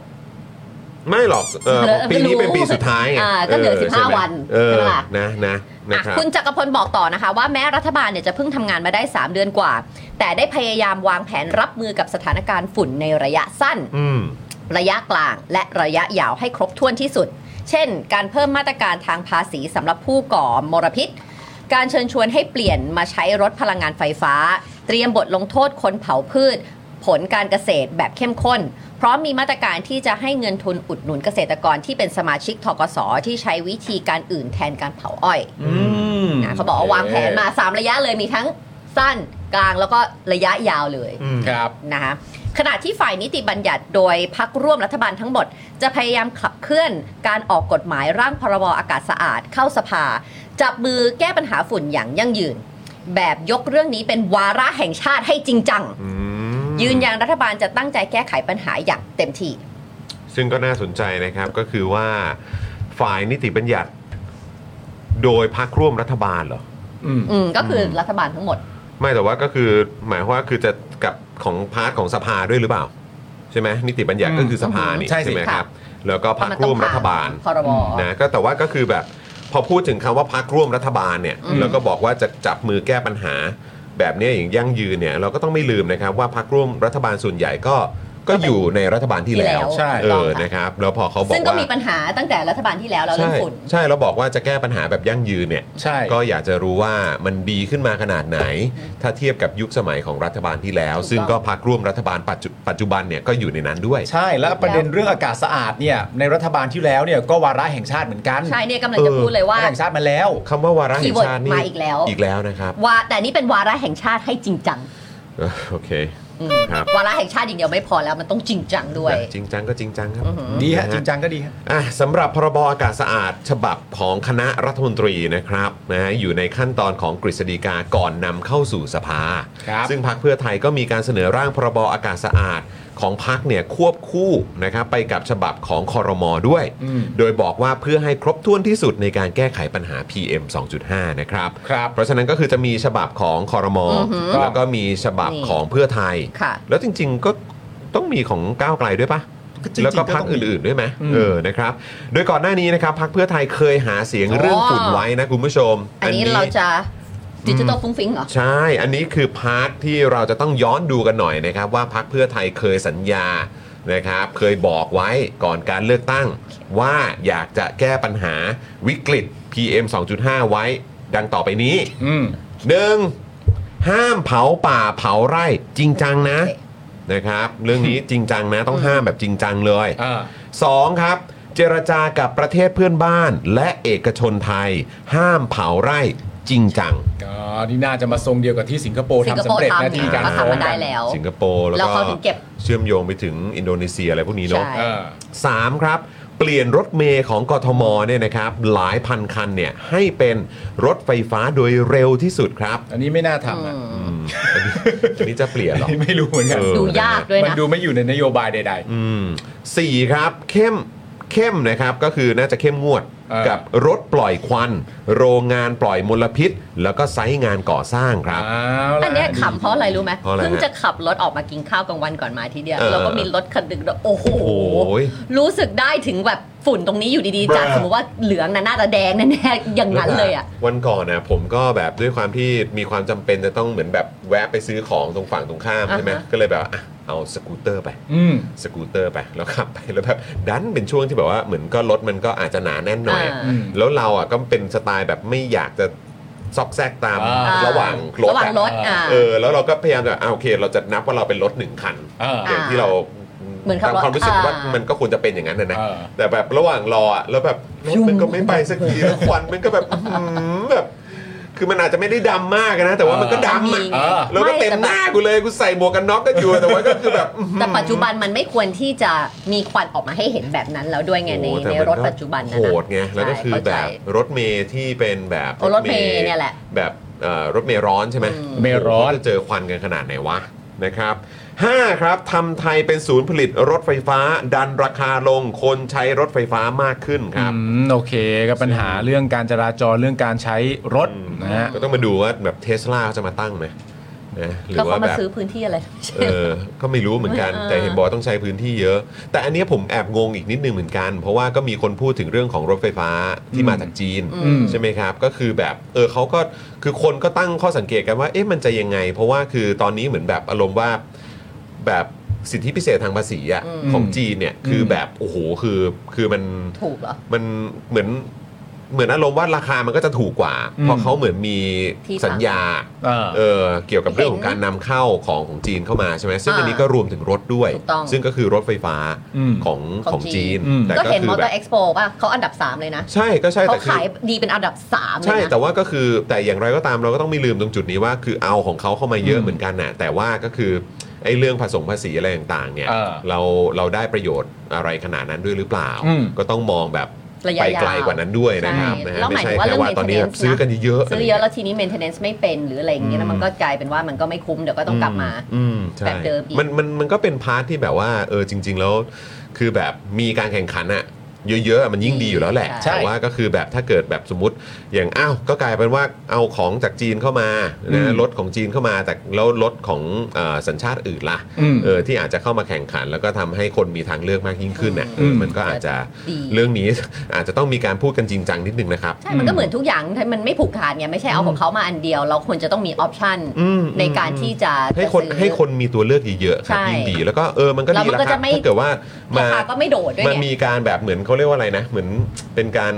D: ไม่หรอกเออ
F: เหลือ
D: ปีนี้เป็น
F: ไม่รู้
D: ปีสุดท้ายไง
F: อ่าก็เหลือสิบห้า
D: ใช่ไม
F: วัน
D: เออ
F: ใช่ปะล่ะ
D: นะนะนะ
F: อ่ะ
D: ครับ
F: คุณจักรพลบอกต่อนะคะ ว่าแม้รัฐบาลเนี่ยจะเพิ่งทำงานมาได้ 3 เดือนกว่า แต่ได้พยายามวางแผนรับมือกับสถานการณ์ฝุ่นในระยะสั้น
D: อืม
F: ระยะกลางและระยะยาวให้ครบถ้วนที่สุด เช่น การเพิ่มมาตรการทางภาษีสำหรับผู้ก่อมลพิษ การเชิญชวนให้เปลี่ยนมาใช้รถพลังงานไฟฟ้า เตรียมบทลงโทษคนเผาพืช ผลการเกษตรแบบเข้มข้น พร้อมมีมาตรการที่จะให้เงินทุนอุดหนุนเกษตรกรที่เป็นสมาชิกทกสที่ใช้วิธีการอื่นแทนการเผาอ้อย
E: อืม
F: นะเขาบอกว่าวางแผนมา 3 ระยะเลยมีทั้งสั้นกลางแล้วก็ระยะยาวเลย
E: ครับ
F: นะคะขณะที่ฝ่ายนิติบัญญัติโดยพักร่วมรัฐบาลทั้งหมด จะพยายามขับเคลื่อนการออกกฎหมายร่างพรบอากาศสะอาดเข้าสภา จับมือแก้ปัญหาฝุ่นอย่างยั่งยืน แบบยกเรื่องนี้เป็นวาระแห่งชาติให้จริงจัง
D: อืม
F: ยืนยันรัฐบาลจะตั้งใจแก้ไขปัญหาอย่างเต็มที่
D: ซึ่งก็น่าสนใจนะครับก็คือว่าฝ่ายนิติบัญญัติ โดยพักร่วมรัฐบาลเหรอ
E: อืม
F: อืมก็คือรัฐบาลทั้งหมด
D: ไม่แต่ว่าก็คือหมายความว่าคือจะกับของพาร์ทของสภาด้วยหรือเปล่า ใช่ไหมนิติบัญญัติ
E: อืม
D: ก็คือสภานี่
E: ใช่สิ
D: ไหม
F: ค่ะ
D: ครับ แล้วก็พักร่วมรัฐบาล
F: พรบ
D: นะก็แต่ว่าก็คือแบบพอพูดถึงคำว่าพักร่วมรัฐบาลเนี่ย
F: อืม
D: แล้วก็บอกว่าจะจับมือแก้ปัญหา แบบเนี้ยอย่างยั่งยืนเนี่ยเราก็ต้องไม่ลืมนะครับว่าพักร่วมรัฐบาลส่วนใหญ่ก็ก็อยู่ในรัฐบาลที่แล้ว
E: ใช่
D: เอ
F: ถูกต้
D: อ
F: งค่ะ
D: นะครับแล้วพอเขาบอก
F: ซึ่งก็
D: ว่า
F: มีปัญหาตั้งแต่รัฐบาลที่แล้วเราเรื่
D: ใช่
F: องฝุ่น
D: ใช่เราบอกว่าจะแก้ปัญหาแบบยั่งยืนเนี่ย
E: ใช่
D: ก็อยากจะรู้ว่ามันดีขึ้นมาขนาดไหน ถ้าเทียบกับยุคสมัยของรัฐบาลที่แล้ว
F: ถูกต้อง
D: ซึ่งก็พักร่วมรัฐบาลปัจจุปัจจุบันเนี่ยก็อยู่ในนั้นด้วย
E: ใช่แล้วประเด็นเรื่องอากาศสะอาดเนี่ยในรัฐบาลที่แล้วเนี่ยก็วาระแห่งชาติเหมือนกัน
F: ใช่เนี่ยกำลังจะพูดเลยว่า
E: วาระแห่งชาติมาแล้ว
D: คำว่าวาระแห่งชาตินี่
F: คีย์เวิร์ดมาอีกแล้ว
D: อีกแล้วนะครับ
F: ว่าแต่นี่เป็นวาระแห่งชาติให้จริงจัง
D: เออโอเค
F: อ อืม
D: ครับ
F: วาระแห่งชาติอย่างเดียวไม่พอแล้วมันต้องจริงจังด้วย
D: จริงจังก็จริงจังครับ
F: อือหือ
E: ดีฮะ
D: น
E: จริงจังก็ดีฮะ
D: อ่ะสำหรับพรบอากาศสะอาดฉบับของคณะรัฐมนตรีนะครับนะฮะอยู่ในขั้นตอนของกฤษฎีกาก่อนนำเข้าสู่สภา
E: ครับ
D: ซึ่งพักเพื่อไทยก็มีการเสนอร่างพรบอากาศสะอาดของพักเนี่ยควบคู่นะครับไปกับฉบับของคอรมอด้วย โดยบอกว่าเพื่อให้ครบถ้วนที่สุดในการแก้ไขปัญหา PM 2.5 นะครับ
E: ครับ
D: เพราะฉะนั้นก็คือจะมีฉบับของคอรมอ
F: อือหือ
D: แล้วก็มีฉบับ
F: นี่
D: ของเพื่อไทย
F: ค่ะ
D: แล้วจริงๆก็ต้องมีของก้าวไกลด้วยปะ
E: ก็จริงๆ
D: แล้วก็
E: ก็
D: พัก
E: ต้องมี
D: อื่นๆด้วยไหม
E: อืม
D: เออนะครับ โดยก่อนหน้านี้นะครับพักเพื่อไทยเคยหาเสียง
F: อ๋อ
D: เรื่องฝุ่นไว้นะคุณผู้ชม
F: อันนี้เราจะดิจิตอลฟุ้งฟิ้งเหรอ
D: ใช่ อันนี้คือพาร์ทที่เราจะต้องย้อนดูกันหน่อยนะครับ ว่าพักเพื่อไทยเคยสัญญานะครับ เคยบอกไว้ก่อนการเลือกตั้ง ว่าอยากจะแก้ปัญหาวิกฤต PM 2.5 ไว้ ดังต่อไปนี้
E: อืม
D: หนึ่งห้ามเผาป่าเผาไร่จริงจังนะ
F: โอเค
D: นะครับ เรื่องนี้จริงจังนะต้องห้ามแบบจริงจังเลย
E: อ่า
D: สองครับ เจรจากับประเทศเพื่อนบ้านและเอกชนไทย ห้ามเผาไร่จริงจัง
E: ก็นี่น่าจะมาทรงเดียวกับที่สิงคโปร์
F: สิงค
E: ทำ
F: โป
E: สำ
F: ร์
E: เร็จนะ
F: ทำ
E: ที่มีการ
F: เขา
E: ฟ้อ
F: ทำ
E: ง
F: มาได้
E: กัน
F: แล้ว
D: สิงคโปร์แล้ว
F: แล้ว
D: ก็
F: เขาถึงเก็บ
D: เชื่อมโยงไปถึงอินโดนีเซียอะไรพวกนี้เนาะ
F: ใช่
E: เออ
D: สามครับ เปลี่ยนรถเมย์ของกทมเนี่ยนะครับ หลายพันคันเนี่ยให้เป็นรถไฟฟ้าโดยเร็วที่สุดครับ
E: อันนี้ไม่น่าทำอะ
D: อืมอันนี้อันนี้จะเปลี่ยนเห รอ
E: ไม่รู้เหมือนกัน
D: เออ
F: ดูยากด้วย
E: มัน
F: นะ
E: ดูไม่อยู่ในนโยบายใด
D: อืมสี่ครับเข้มเข้มนะครับก็คือน่าจะเข้มงวด
E: เออ
D: กับรถปล่อยควัน โรงงานปล่อยมลพิษ แล้วก็ไซต์งานก่อสร้างค
E: ๆ
D: รับ
E: เอ้าว
F: อันเนี้ยขำเพราะอะไรรู้ไหม
D: เพราะอะไรฮะ
F: เพิ่งจะขับรถออกมากินข้าวกลางวันก่อนมาทีเดียว
D: เออ
F: แล้วก็มีรถคันหนึ่งโอ้โห
D: โอ้ย
F: รู้สึกได้ถึงแบบฝุ่นตรงนี้อยู่ดีๆจาก
D: เบลอ
F: สมมติว่าเหลืองนะน่าจะแดงแน่ๆอย่างนั้นเลยอ่ะ
D: วันก่อนนะผมก็แบบด้วยความที่มีความจำเป็นจะต้องเหมือนแบบแวะไปซื้อของตรงฝั่งตรงข้ามใช่ไหม
F: อ่าฮะ
D: ก็เลยแบบว่าอ่ะเอาสกูตเตอร์ไป
E: อืม
D: สกูตเตอร์ไปแล้วขับไปแล้วแบบดันเป็นช่วงที่แบบว่าเหมือนก็รถมันก็อาจจะหนาแน่นหน่อยอะ
E: อ่า
D: แล้วเราอ่ะก็เป็นสไตล์แบบไม่อยากจะซอกแซกตาม
E: อ่า
D: ระหว่างรถ
F: ระหว่างรถ
D: อะ
F: อ่า
D: เออแล้วเราก็พยายามจะอ่าโอเค เราจะนับว่าเราเป็นรถหนึ่งคัน
E: เออ
D: อย่างที่เรา
F: เหมือนขับ
D: ตาม
F: รถ
D: ความรู้สึก
F: อ่า
D: ว่ามันก็ควรจะเป็นอย่างนั้นนะนะ
E: เออ
D: แต่แบบระหว่างรออะแล้วแบบรถมันก็ไม่ไปสักทีแล้วควันมันก็แบบอื้อหือแบบ คือมันอาจจะไม่ได้ดำมากนะ แต่ว่ามันก็ดำอ่ะ
F: เออ
D: แล้วก็เต็มหน้ากูเลยกูใส่หมวกกันน็อกก็อยู่แต่ว่าก็คือแบบ
F: แต่ปัจจุบันมันไม่ควรที่จะมีควันออกมาให้เห็นแบบนั้นแล้วด้วยไงใน
D: โอ้โหแต่
F: ใน
D: มั
F: รถปัจจุบันนะ
D: โห
F: นะ
D: ดไงแล้วก็
F: ใช่
D: คือ
F: เข้าใจ
D: แบบรถเมย์ที่เป็นแบบ
F: โอ้รถเมย์เนี่ยแหละ
D: แบบเอ่อรถเมย์ร้อนใช่ไหม
F: อืม
E: เมย์ร้อน
D: โโหจะเจอควันกันขนาดไหนวะนะครับห้าครับทำไทยเป็นศูนย์ผลิตรถไฟฟ้า ดันราคาลงคนใช้รถไฟฟ้ามากขึ้นครับ
E: อืมโอเคก็ปัญหาเรื่องการจราจรเรื่องการใช้รถนะฮะ
D: ก็ต้องมาดูว่าแบบเทสลาเขาจะมาตั้งไหมนะหรื
F: แล้ว
D: อว่า
F: เขา
D: แบ
F: มา
D: บ
F: ซื้อพื้นที่อะไร
D: เออ ก็ไม่รู้เหมือนกัน
F: เออ
D: แต่เห็นบอกว่าต้องใช้พื้นที่เยอะ แต่อันเนี้ยผมแอบงงอีกนิดนึงเหมือนกัน เพราะว่าก็มีคนพูดถึงเรื่องของรถไฟฟ้าที่
E: อืม
D: มาจากจีน
E: อืม
D: ใช่ไหมครับ ก็คือแบบ เออเขาก็ คือคนก็ตั้งข้อสังเกตกันว่า เอ๊ะ มันจะยังไง เพราะว่าคือตอนนี้เหมือนแบบอารมณ์ว่า แบบสิทธิพิเศษทางภาษีอะของจีนเนี่ย คือแบบ โอ้โห คือ คือมัน
F: ถูกเหรอ
D: มันเหมือน เหมือนอารมณ์ว่าราคามันก็จะถูกกว่า
E: อืม
D: เพราะเขาเหมือนมี
F: ที่
D: สัญญา
E: เออ
D: เออเกี่ยวกับเรื่องของ
F: เห็น
D: การนำเข้าของของจีนเข้ามาใช่ไหมซึ่ง
F: อ่า
D: อันนี้ก็รวมถึงรถด้วย
F: ถูกต้อง
D: ซึ่งก็คือรถไฟฟ้า
E: อืม
D: ของ
F: ของ
D: ของจีน
E: จีน
D: แต่
F: ก็
D: ก็
F: เห็น
D: คื
F: มอ
D: อ
F: เต
D: แบ
F: อบ ร์เอ็กซ์โปป่ะเขาอันดับ 3 เลยนะ
D: ใช่ก็ใช่
F: เขา
D: แต่คือ
F: ขายดีเป็นอันดับ 3 เลย
D: ใช่
F: นะ
D: แต่ว่าก็คือแต่อย่างไรก็ตามเราก็ต้องไม่ลืมตรงจุดนี้ว่าคือเอาของเขาเข้ามาเยอะเหมือนกันน่ะแต่ว่าก็คือไอ้เรื่องผสมภาษีอะไรต่างๆเนี่ย
E: เออ
D: เราเราได้ประโยชน์อะไรขนาดนั้นด้วยหรือเปล่า
E: อืม
D: ก็ต้องมองแบบ
F: ระยะ
D: ไป
F: ยาว
D: ไกลกว่านั้นด้วยนะครับ
F: ใช่
D: นะฮะ
F: แล้วห
D: ไม่
F: มาย
D: ใช่
F: ถึงว่า
D: แค่
F: เรื่อง
D: ว่าตอนนี้แบบ
F: maintenance
D: ซื้อกันเยอะๆ
F: ซื้อเยอะแล้วทีนี้ maintenance ไม่เป็นหรืออะไรอย่างเงี้ยนะมันก็กลายเป็นว่ามันก็ไม่คุ้มเดี๋ยวก็ต้องกลับมา
D: อืมใช่
F: แบบเดิมอีก
D: มันมันมันก็เป็นพาร์ทที่แบบว่าเออจริง ๆ แล้วคือแบบมีการแข่งขันอะเยอะๆอะมันยิ่งดีอยู่แล้วแหละ
E: ใช่
D: แต่ว่าก็คือแบบถ้าเกิดแบบสมมติอย่างอ้าวก็กลายเป็นว่าเอาของจากจีนเข้ามานะรถของจีนเข้ามาแต่แล้วรถของเออสัญชาติอื่นล่ะ
E: อืม
D: เออที่อาจจะเข้ามาแข่งขัน แล้วก็ทำให้คนมีทางเลือกมากยิ่งขึ้นเนี่ย
E: อืม
D: มันก็อาจจะ
F: ดี
D: เรื่องนี้ อาจจะต้องมีการพูดกันจริงจังนิดนึงนะครับ
F: ใช่ มันก็เหมือนทุกอย่างที่มันไม่ผูกขาดไงไม่ใช่เอาของเขามาอันเดียว เราควรจะต้องมีออปชัน
D: อืม
F: ในการที่จะ
D: ให้คน
F: จะซื้อ
D: ให้คนมีตัวเลือกเยอะๆครับ
F: ใช่
D: ยิ่งดีแล้วก็เออมันก็
F: แล้ว
D: ดี
F: มัน
D: แล้ว
F: ก็
D: ครับ
F: จะไม่
D: ถ้าเกิดว่ามา
F: ราคาก็ไม่โดดด้วย
D: มัน
F: ไง
D: มีการแบบเหมือนเขาเรียกว่าอะไรนะ เหมือนเป็นการ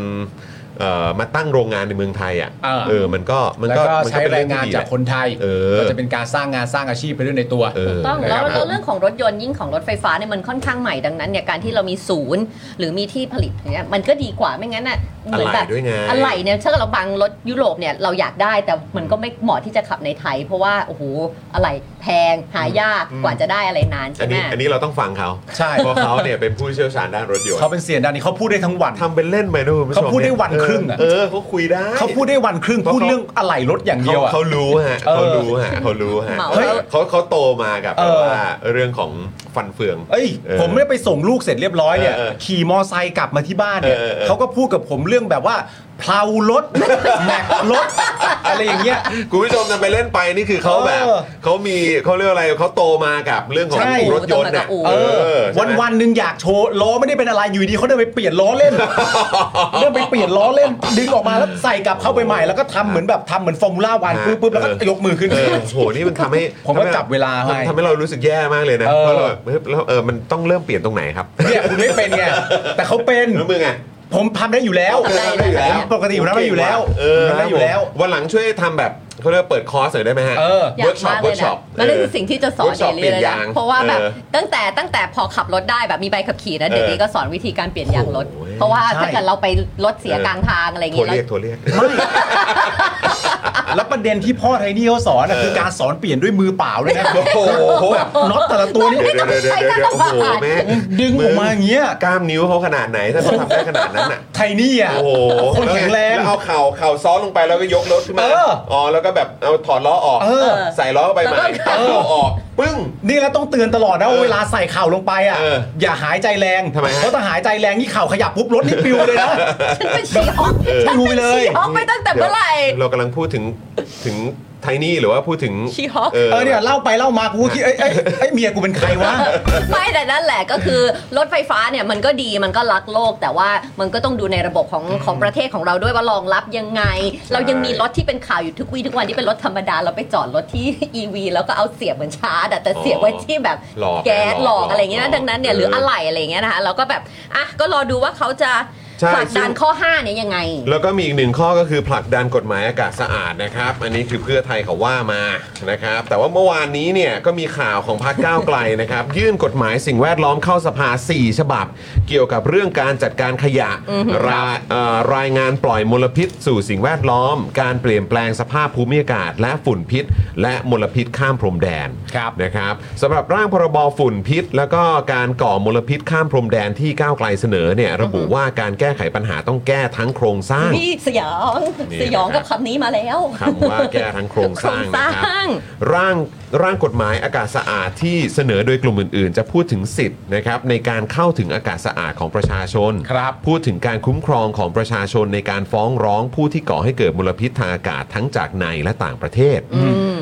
D: เอ่อมาตั้งโรงงานในเมืองไทยอ่ะ
E: อ่า
D: เออมันก็มัน
E: แล้ว
D: ก็
E: ก็
D: มั
E: ใช้
D: เป็
E: แร
D: เอง ที่
E: งาน
D: ดี
E: จาก
D: แหละ
E: คนไทย
D: เออ
E: ก็จะเป็นการสร้างงานสร้างอาชีพไปด้วยในตัว
D: เออ
F: ต้องแล้ว
D: นะครับ
F: แล้วเรื่องของรถยนต์ยิ่งของรถไฟฟ้าเนี่ยมันค่อนข้างใหม่ดังนั้นเนี่ยการที่เรามีศูนย์ หรือมีที่ผลิตอย่างเนี่ยมันก็ดีกว่าไม่งั้นน่ะ เหมือนแบบ
D: อะไหล่ด้วยไง
F: อะไหล่เนี่ยถ้าเกิดเราบังรถยุโรปเนี่ยเราอยากได้แต่มันก็ไม่เหมาะที่จะขับในไทย เพราะว่าโอ้โหอะไหล่แพงหายากกว่าจะได้อะไรนาน
D: อั
F: ใช่
D: น
F: ไหม
D: นี้อันนี้เราต้องฟังเขา
E: ใช่
D: เพราะเขาเนี่ยเป็นผู้เชี่ยวชาญด้านรถยนต์
E: เขาเป็นเสียงดังนี่เขาพูดได้ทั้งวัน
D: ทำเป็นเล่นไปนะคุณผู้ชม
E: เขาพูดได้วัน
D: เย
E: ครึ่งอะ
D: เออเขาคุยได้
E: เขาพูดได้วันครึ่งพูดเรื่องอะไหล่รถอย่างเดียว
D: เขา
E: อะ
D: เขารู้ฮะ
E: เออ
D: เขารู้ฮะเขารู้ฮะ
F: เหมา
D: เฮ้ยเขาเขาโตมากับ
E: เออ
D: แบบว่าเรื่องของฟันเฟือง
E: เอ้ย
D: เออ
E: ผมไม่ได้ไปส่งลูกเสร็จเรียบร้อยเนี่ย
D: เออเออ
E: ขี่มอไซค์กลับมาที่บ้านเนี่ย
D: เออเออเออ
E: เขาก็พูดกับผมเรื่องแบบว่าเพลารถ แม็กรถอะไรอย่างเงี้ย
D: คุณผู้ชมจะไปเล่นไปนี่คือเขาแบบ
E: เออ
D: เขามีเขาเรียกอะไรเขาโตมากับเรื่องของ
F: ใช่
D: รถยนต์
F: โตมากับอู่
D: เออใช่
E: วัน
D: ไหม
E: วันๆหนึ่งอยากโชว์ล้อไม่ได้เป็นอะไรอยู่ดีเขาเดินไปเปลี่ยนล้อเล่น เดินไปเปลี่ยนล้อเล่น ดึงออกมาแล้วใส่กลับเข้าไปใหม่แล้วก็ทำเหมือนแบบทำเหมือนฟอร์มูล่าวัน
D: ฮะ
E: ปุ๊บปุ๊บแล้วก็
D: เออ
E: ยกมือขึ้น
D: เออโหนี่มันทำให้
E: ผม
D: ทำ
E: ก็
D: ให้
E: จับเวลาให้
D: ทำให้เรารู้สึกแย่มากเลยนะ
E: เออ
D: เพราะเราแบบเฮ้ยแล้วเออมันต้องเริ่มเปลี่ยนตรงไหนครับ
E: เนี่ยคุณไม่เป็นไงแต่เขาเป็น
D: แล้วมึงไง
E: ผมทำได้อยู่แล้ว
F: ทำได้อยู่แล้ว
E: ปกติผมทำได้อยู่แล้ว
D: เออ
E: ผมทำได้อยู่แล้ว
D: วันหลังช่วยทำแบบเขาเรียกว่าเปิดคอร์สหน่อยได้ไหมฮะ
E: เออ
F: อยา
D: เวิร์
F: ก
D: กช็อ
F: มา
D: ป
F: กเล
D: เวิร์
F: ย
D: กช็อ
F: นะ
D: ป
F: นั่นคือสิ่งที่จะสอน
D: workshop
F: เรื่อย
D: เปลี่ยน
F: ๆ
D: ยา
F: นะ
D: ง
F: เพราะว่าแบบ
D: เออ
F: ตั้งแต่ตั้งแต่พอขับรถได้แบบมีใบขับขี่นะ
D: เออ
F: เด็กนี้ก็สอนวิธีการเปลี่ยนยางรถ
D: โอ้ย
F: เพราะว่า
E: ใช่
F: ถ้าเกิดเราไปรถเสียกลางทางอะไรอย่าง
D: โทร
F: งี้
D: เรียก
F: แล้ว
D: โทรเรียก
E: แล้วประเด็นที่พ่อไทนี่เขาสอนอะ
D: เออ
E: คือการสอนเปลี่ยนด้วยมือเปล่าเลยนะ
D: โอ้โห
E: แบบน็อตแต่ละตัวนี่
D: เดี๋ยวเดี๋ยวเดี๋ยวเดี๋ยวโอ้โหแม่
E: ดึงออกมาอย่างเงี้ย
D: กล้ามนิ้วเขาขนาดไหนถ้าเขาทำได้ขนาดนั้นอ่ะ
E: ไทนี่อะ
D: โอ้โห
E: คนแข็งแรง
D: ล้วเอาเข่าเข่าซ้อนลงไปแล้วก็ยกรถขึ้นมา
E: เออ
D: อ๋อแล้วก็แบบเอาถอดล้อออก
E: เออ
D: ใส่ล้อเข้าไปใหม่เอาล้อออกปึ้ง
E: นี่แล้วต้องเตือนตลอดนะว่า
D: เออ
E: เวลาใส่เข่าลงไปอ่ะ
D: เออ
E: อย่าหายใจแรง
D: ทำไมฮะ
E: เพราะถ้าหายใจแรงนี่เข่าขยับปุ๊บรถนี่ปิวเลยนะ
F: ฉันเป็นชีออก
D: เออ
F: ฉันเป็นชีออกไปตั้งแต่เมื่อไหร่
D: ดี๋ยวเรากำลังพูดถึงถึงไทนี่หรือว่าพูดถึง
F: She-Hulk
E: เออเนี่ยเล่าไปเล่ามากูก็คิดเอ้ยเอ้ยเอ้ยเมียกูเป็นใครวะ
F: ไม่แต่นั่นแหละก็คือรถไฟฟ้าเนี่ยมันก็ดีมันก็รักโลก แต่ว่ามันก็ต้องดูในระบบของของประเทศของเราด้วยว่ารองรับยังไง เรายังมีรถที่เป็นข่าวอยู่ทุกวี่ทุกวันที่เป็นรถธรรมดาเราไปจอดรถที่ EV แล้วก็เอาเสียบเหมือนชาร์จอะแต่เสียบไว้ที่แบบ
D: หลอก
F: แก๊สหลอกอะไรอย่างเงี้ย
D: หลอก
F: นะดังนั้นเนี่ยหรือ
D: เอออ
F: อะไหล่อะไรอย่างเงี้ยนะคะเราก็แบบอ่ะก็รอดูว่าเขาจะ
D: ใช่
F: ผลักดั
D: ซึ่
F: น
D: ง
F: ข้อ 5 เนี่ยยังไง
D: แล้วก็มีอีกหนึ่งข้อก็คือผลักดันกฎหมายอากาศสะอาดนะครับ อันนี้คือเพื่อไทยเขาว่ามานะครับ แต่ว่าเมื่อวานนี้เนี่ยก็มีข่าวของพรรคก้าวไกลนะครับ ยื่นกฎหมายสิ่งแวดล้อมเข้าสภา 4 ฉบับ เกี่ยวกับเรื่องการจัดการขยะรายเอ่อรายงานปล่อยมลพิษ สู่สิ่งแวดล้อม การเปลี่ยนแปลงสภาพภูมิอากาศ และฝุ่นพิษ และมลพิษข้ามพรมแดน
E: ครับ
D: นะครับสำหรับร่างพรบฝุ่นพิษ แล้วก็การก่อมลพิษข้ามพรมแดนที่ก้าวไกลเสนอเนี่ยระบุว่าการแก้ไขปัญหาต้องแก้ทั้งโครงสร้าง
F: นี่สยอง
D: นี่
F: สยอง
D: นะครั
F: กับบ คำนี้มาแล้ว
D: คำว่าแก้ทั้งโครงสร้างนะค
F: โครง
D: รับ
F: สร้าง
D: ร่างร่างกฎหมายอากาศสะอาดที่เสนอโดยกลุ่มอื่นๆ จะพูดถึงสิทธิ์นะครับในการเข้าถึงอากาศสะอาดของประชาชน
E: ครับ
D: พูดถึงการคุ้มครองของประชาชนในการฟ้องร้องผู้ที่ก่อให้เกิดมลพิษทางอากาศทั้งจากในและต่างประเทศ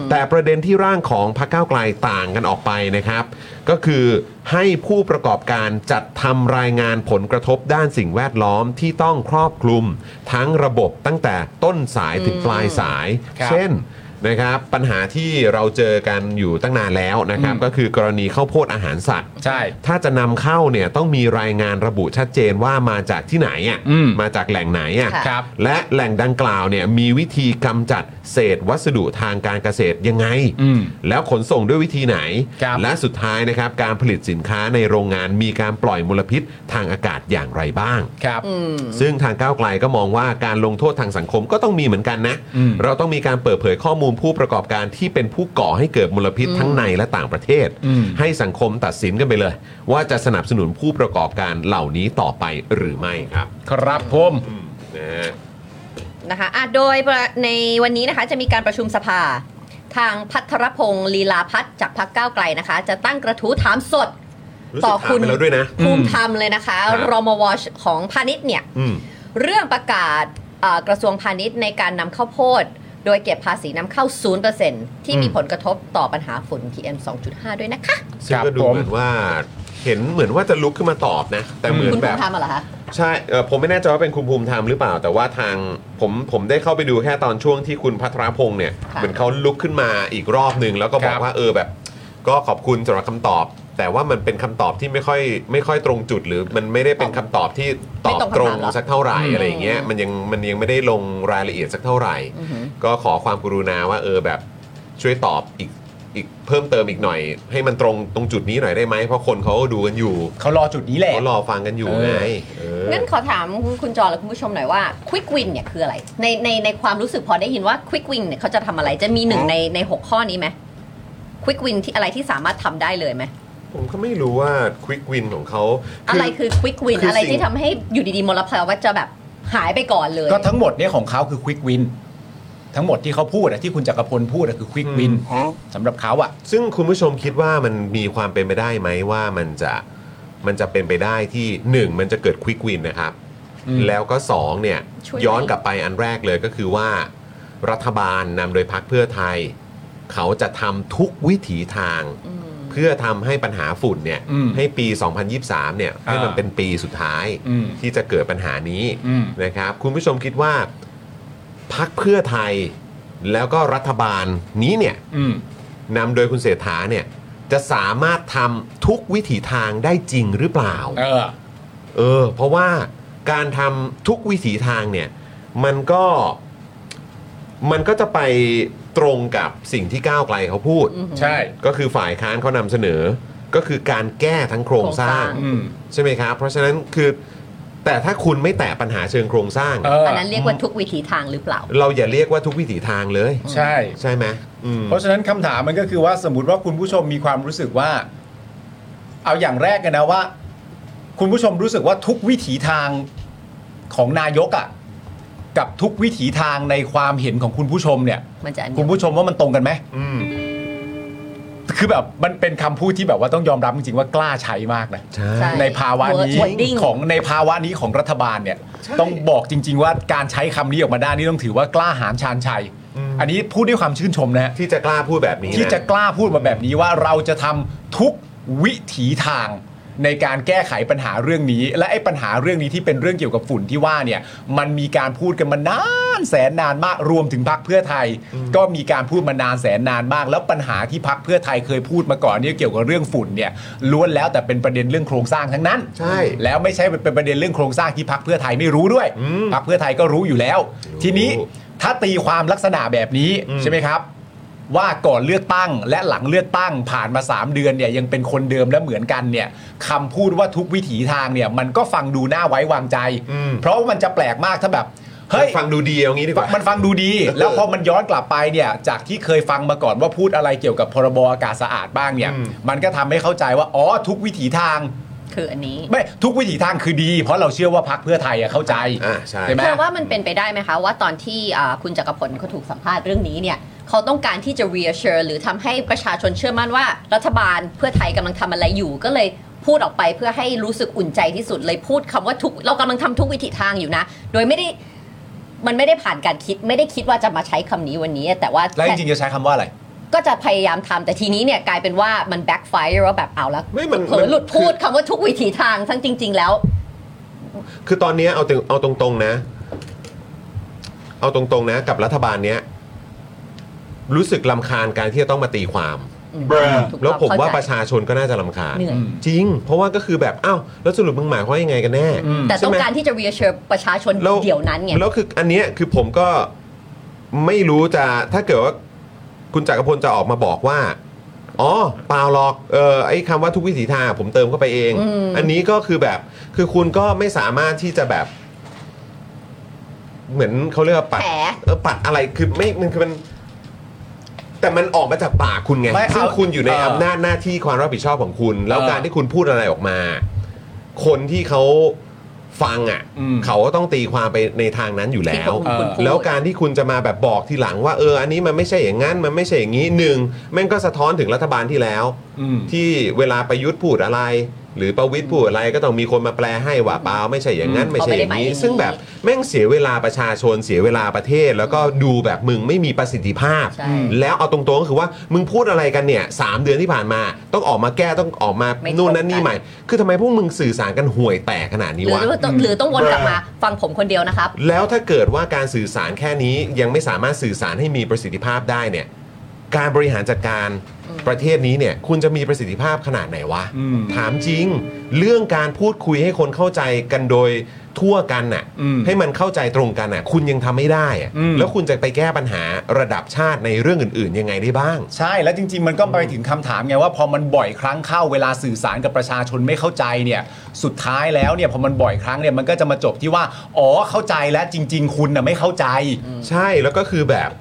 D: แต่ประเด็นที่ร่างของพรรคก้าวไกลต่างกันออกไปนะครับ ก็คือให้ผู้ประกอบการจัดทำรายงานผลกระทบด้านสิ่งแวดล้อมที่ต้องครอบคลุม ทั้งระบบตั้งแต่ต้นสายถึงปลายสาย
E: ครับ
D: เช่น นะครับปัญหาที่เราเจอกันอยู่ตั้งนานแล้วนะครับก็คือกรณีข้าวโพดอาหารสัตว์
E: ใช่
D: ถ้าจะนำเข้าเนี่ยต้องมีรายงานระบุชัดเจนว่ามาจากที่ไหนอ่ะ
E: อืม
D: มาจากแหล่งไหนอ่ะ
E: ครับ
D: และแหล่งดังกล่าวเนี่ยมีวิธีกำจัดเศษวัสดุทางการเกษตรยังไง
E: อืม
D: แล้วขนส่งด้วยวิธีไหน
E: ครับ
D: และสุดท้ายนะครับการผลิตสินค้าในโรงงานมีการปล่อยมลพิษทางอากาศอย่างไรบ้าง
E: ครับ
D: ซึ่งทางก้าวไกลก็มองว่าการลงโทษทางสังคมก็ต้องมีเหมือนกันนะ
E: อืม
D: เราต้องมีการเปิดเผยข้อมูลผู้ประกอบการที่เป็นผู้ก่อให้เกิดมลพิษทั้งในและต่างประเทศ ให้สังคมตัดสินกันไปเลย ว่าจะสนับสนุนผู้ประกอบการเหล่านี้ต่อไปหรือไม่ครับ
E: ครับผม
D: อืมนะฮะ
F: นะคะอ่ะโดยประในวันนี้นะคะจะมีการประชุมสภา ทางพัทรพงศ์ลีลาพัฒน์จากพักก้าวไกลนะคะ จะตั้งกระทู้ถามสด
D: รู้สึกถามไปแล้วด้วยนะ
F: ภูมิธรรมเลยนะคะ
D: ครับ
F: รมวชของพาณิชย์เนี่ย
D: อืม
F: เรื่องประกาศเอ่อกระทรวงพาณิชย์ในการนำข้าวโพด โดยเก็บภาษีนำเข้า 0%ที่มี
D: อืม
F: ผลกระทบต่อปัญหาฝุ่น PM 2.5 ด้วยนะคะ
D: ซึ่งก็ดู
E: ผม
D: เหมือนว่าเห็นเหมือนว่าจะลุกขึ้นมาตอบนะ แต่เหมือน
F: คุณ
D: แบ
F: ภู
D: บ
F: มิธรรมเหรอคะ
D: ใช่เอ่อผมไม่แน่ใจว่าเป็นคุณภูมิธรรมหรือเปล่า แต่ว่าทางผมผมได้เข้าไปดูแค่ตอนช่วงที่คุณพัทรพงศ์เนี่ย
F: ค่ะ
D: เหมือนเขาลุกขึ้นมาอีกรอบหนึ่งแล้วก็บอก
E: ครับ
D: ว่าเออแบบ ก็ขอบคุณสำหรับคำตอบ แต่ว่ามันเป็นคำตอบที่ไม่ค่อยไม่ค่อยตรงจุดหรือมันไม่ได้เป็นคำตอบที่ตอบตรงสักเท่าไหร่อะไรอย่างเงี้ยมันยังมันยังไม่ได้ลงรายละเอียดสักเท่าไหร่ ก็ขอความกรุณาว่าเออแบบช่วยตอบอีก อีกเพิ่มเติมอีกหน่อย ให้มันตรงตรงจุดนี้หน่อยได้ไหมเพราะคนเขาดูกันอยู่
E: เขารอจุดนี้แหละ
D: เขารอฟังกันอยู่ไงเออ
F: งั้นขอถามคุณจอและคุณผู้ชมหน่อยว่าควิกวินเนี่ยคืออะไร ในในในความรู้สึกพอได้ยินว่าควิกวินเนี่ยเขาจะทำอะไรจะมีหนึ่งในในหกข้อนี้ไหมควิกวินที่อะไรที่สามารถทำได้เลยไหม
D: ผมก็ไม่รู้ว่าควิกวินของเขา
F: อะไรคือควิกวิน
D: คื
F: อะไรที่
D: สิ่ง
F: ทำให้อยู่ดีๆมลภาวะจะแบบหายไปก่อนเลย
E: ก็ทั้งหมดเนี่ยของเขาคือควิกวินทั้งหมดที่เขาพูดอะที่คุณจักรพลพูดอะคือควิกวินสำหรับเขาอะ
D: ซึ่งคุณผู้ชมคิดว่ามันมีความเป็นไปได้ไหมว่ามันจะมันจะเป็นไปได้ที่หนึ่งมันจะเกิดควิกวินนะครับ แล้วก็สองเนี่ย
F: ช่ว
D: ย้อนกลับไปอันแรกเลยก็คือว่า รัฐบาลนำโดยพรรคเพื่อไทย เขาจะทำทุกวิถีทาง
F: อืม
D: เพื่อทำให้ปัญหาฝุ่นเนี่ยให้ปี 2023 เนี่ยให้มันเป็นปีสุดท้ายที่จะเกิดปัญหานี้นะครับ คุณผู้ชมคิดว่าพักเพื่อไทยแล้วก็รัฐบาลนี้เนี่ยนำโดยคุณเศรษฐาเนี่ยจะสามารถทำทุกวิถีทางได้จริงหรือเปล่า
E: เออ
D: เออ เพราะว่าการทำทุกวิถีทางเนี่ยมันก็มันก็จะไปตรงกับสิ่งที่ก้าวไกลเขาพูด
F: อืม
E: ใช่
D: ก็คือฝ่ายค้านเขานำเสนอ ก็คือการแก้ทั้งโครงสร้าง
F: โครงสร้าง
E: อืม
D: ใช่ไหมครับ เพราะฉะนั้นคือ แต่ถ้าคุณไม่แตะปัญหาเชิงโครงสร้าง
E: เออ
F: อันนั้นเรียกว่าทุกวิถีทางหรือเปล่า
D: เราอย่าเรียกว่าทุกวิถีทางเลย
E: ใช่
D: ใช่ไหมอืม
E: เพราะฉะนั้นคำถามมันก็คือว่าสมมติว่าคุณผู้ชมมีความรู้สึกว่า เอาอย่างแรกกันนะว่า คุณผู้ชมรู้สึกว่าทุกวิถีทางของนายกอะ่ะ กับทุกวิถีทางในความเห็นของคุณผู้ชมเนี่ย
F: มันจะอันเดี
E: คุ
F: ย
E: ณ
F: ว
E: ผู้ชมว่ามันตรงกันไหมคือแบบมันเป็นคำพูดที่แบบว่าต้องยอมรับจริงๆว่ากล้าใช้มากนะ
D: ใช่
F: ช่
E: ในภาวะนี้
F: Wording
E: ของในภาวะนี้ของรัฐบาลเนี่ย ต้องบอกจริง ๆ ว่าการใช้คำนี้ออกมาได้นี่ต้องถือว่ากล้าหาญชาญชัย อันนี้พูดด้วยความชื่นชมนะฮะ
D: ที่จะกล้าพูดแบบนี้น
E: ที่จะกล้าพูดมาแบบนี้ว่าเราจะทำทุกวิถีทางในการแก้ไขปัญหาเรื่องนี้ และไอ้ปัญหาเรื่องนี้ที่เป็นเรื่องเกี่ยวกับฝุ่นที่ว่าเนี่ย มันมีการพูดกันมานานแสนนานมากรวมถึงพักเพื่อไทย ก็มีการพูดมานานแสนนานมาก แล้วปัญหาที่พักเพื่อไทยเคยพูดมาก่อนเนี่ยเกี่ยวกับเรื่องฝุ่นเนี่ยล้วนแล้วแต่เป็นประเด็นเรื่องโครงสร้างทั้งนั้น
D: ใช่
E: แล้วไม่ใช่เป็นประเด็นเรื่องโครงสร้างที่พักเพื่อไทยไม่รู้ด้วย พักเพื่อไทยก็รู้อยู่แล้ว ทีนี้ถ้าตีความลักษณะแบบนี้ใช่ไหมครับ ว่าก่อนเลือกตั้งและหลังเลือกตั้งผ่านมา 3 เดือนเนี่ยยังเป็นคนเดิมและเหมือนกันเนี่ยคำพูดว่าทุกวิถีทางเนี่ยมันก็ฟังดูน่าไว้วางใจ
D: อืม
E: เพราะว่ามันจะแปลกมากถ้าแบบเฮ้ย
D: ฟังดูดีเอางี้ดีกว่า
E: มันฟังดูดี แล้วพอมันย้อนกลับไปเนี่ย จากที่เคยฟังมาก่อนว่าพูดอะไรเกี่ยวกับพรบอากาศสะอาดบ้างเนี่ย
D: อืม
E: มันก็ทำให้เข้าใจว่าอ๋อทุกวิถีทาง
F: คืออันนี้
E: ไม่ทุกวิถีทางคือดี เพราะเราเชื่อว่าพักเพื่อไทยอะเข้าใจ
D: อ่าใช่
E: ใช่ไหม
F: แปลว่ามันเป็นไปได้ไหมคะว่าตอนที่อ่าคุณจักรพลเขาถูกสัมภาษณ์เรื่องนี้เนี่ยเขาต้องการที่จะ reassure หรือทำให้ประชาชนเชื่อมั่นว่า รัฐบาลเพื่อไทยกำลังทำอะไรอยู่ ก็เลยพูดออกไปเพื่อให้รู้สึกอุ่นใจที่สุดเลยพูดคำว่าทุกเรากำลังทำทุกวิถีทางอยู่นะ โดยไม่ได้มันไม่ได้ผ่านการคิดไม่ได้คิดว่าจะมาใช้คำนี้วันนี้ แต่ว่า
E: แล้วจริงๆจะใช้คำว่าอะไร
F: ก็จะพยายามทำแต่ทีนี้เนี่ยกลายเป็นว่ามัน backfire ว่าแบบเอาละ
D: ไม่มัน
F: เผลอหลุด
D: มัน
F: พูดคำว่าทุกวิถีทางทั้งจริง ๆ แล้ว
D: คือตอนเนี้ยเอาตรงเอาตรงๆนะ เอาตรงๆนะ กับรัฐบาลเนี้ยรู้สึกลำคาญการที่จะต้องมาตีความ
F: อืมถูกต้อง
D: แล้วผมว่า
F: เข้ใจ
D: ประชาชนก็น่าจะลำคาญ
F: เหนื่อย
D: จริง เพราะว่าก็คือแบบอ้าวแล้วสรุปมึงหมายความว่ายังไงกันแน่
F: แต่ต้อง
D: ใช่ไหม
F: การที่จะ reassure ประชาชน
D: แล้ว
F: เดี๋ยวนั้นไง
D: แล้วคืออันเนี้ยคือผมก็ไม่รู้จะถ้าเกิดว่าคุณจักรพลจะออกมาบอกว่า อ๋อเปล่าหรอกเออไอ้คำว่าทุกวิถีทางผมเติมเข้าไปเอง
F: อืม
D: อันนี้ก็คือแบบคือคุณก็ไม่สามารถที่จะแบบ เหมือนเขาเรียกว่าปัด
F: แผล
D: เออปัดอะไรคือไม่มันคือมัน แต่มันออกมาจากปากคุณไง
E: ไม่เอา
D: ซึ่งคุณอยู่ใน
E: เอออ
D: อำนาจหน้าที่ความรับผิดชอบของคุณ แล้ว
E: เออ
D: การที่คุณพูดอะไรออกมา คนที่เขาฟังอ่ะ
E: อืม
D: เขาก็ต้องตีความไปในทางนั้นอยู่แล้
F: ที่
D: ว
F: คุณคุณพูด
D: แล้วการที่คุณจะมาแบบบอกทีหลังว่าเอออันนี้มันไม่ใช่อย่างนั้นมันไม่ใช่อย่างนี้หนึ่งแม่งก็สะท้อนถึงรัฐบาลที่แล้ว
E: อืม
D: ที่เวลาประยุทธ์พูดอะไร หรือประวิทย์พูดอะไรก็ต้องมีคนมาแปลให้ว่าเปล่าไม่ใช่อย่างนั้น ไม่ใช่อย่างนี้
F: เขาไม่ได้หมายอย่างนี้
D: ซึ่งแบบแม่งเสียเวลาประชาชนเสียเวลาประเทศ แล้วก็ดูแบบมึงไม่มีประสิทธิภาพ
F: ใช่
D: แล้วเอาตรงๆก็คือว่ามึงพูดอะไรกันเนี่ยสามเดือนที่ผ่านมา ต้องออกมาแก้ต้องออกมา
F: ไม่
D: นู่น
F: ตรงกัน
D: นั่นนี่ใหม่ คือทำไมพวกมึงสื่อสารกันห่วยแตกขนาดนี้
F: หรือ
D: วะ
F: หรือต้องหรือต้องวนกลับมาฟังผมคนเดียวนะครับ
D: แล้วถ้าเกิดว่าการสื่อสารแค่นี้ยังไม่สามารถสื่อสารให้มีประสิทธิภาพได้เนี่ย การบริหารจัดการประเทศนี้เนี่ย คุณจะมีประสิทธิภาพขนาดไหนวะ
E: อืม
D: ถามจริง เรื่องการพูดคุยให้คนเข้าใจกันโดย ทั่วกันน่ะ
E: อืม
D: ให้มันเข้าใจตรงกันน่ะ คุณยังทำไม่ได้อะ
E: อืม
D: แล้วคุณจะไปแก้ปัญหาระดับชาติในเรื่องอื่น ๆ ยังไงได้บ้าง
E: ใช่แล้วจริง ๆ มันก็ไปถึงคำถามไงว่าพอมันบ่อยครั้งเข้าเวลาสื่อสารกับประชาชนไม่เข้าใจเนี่ยสุดท้ายแล้วเนี่ยพอมันบ่อยครั้งเนี่ยมันก็จะมาจบที่ว่า อ๋อเข้าใจแล้วจริง ๆ คุณน่ะไม่เข้าใจ
D: ใช่แล้วก็คือแบบ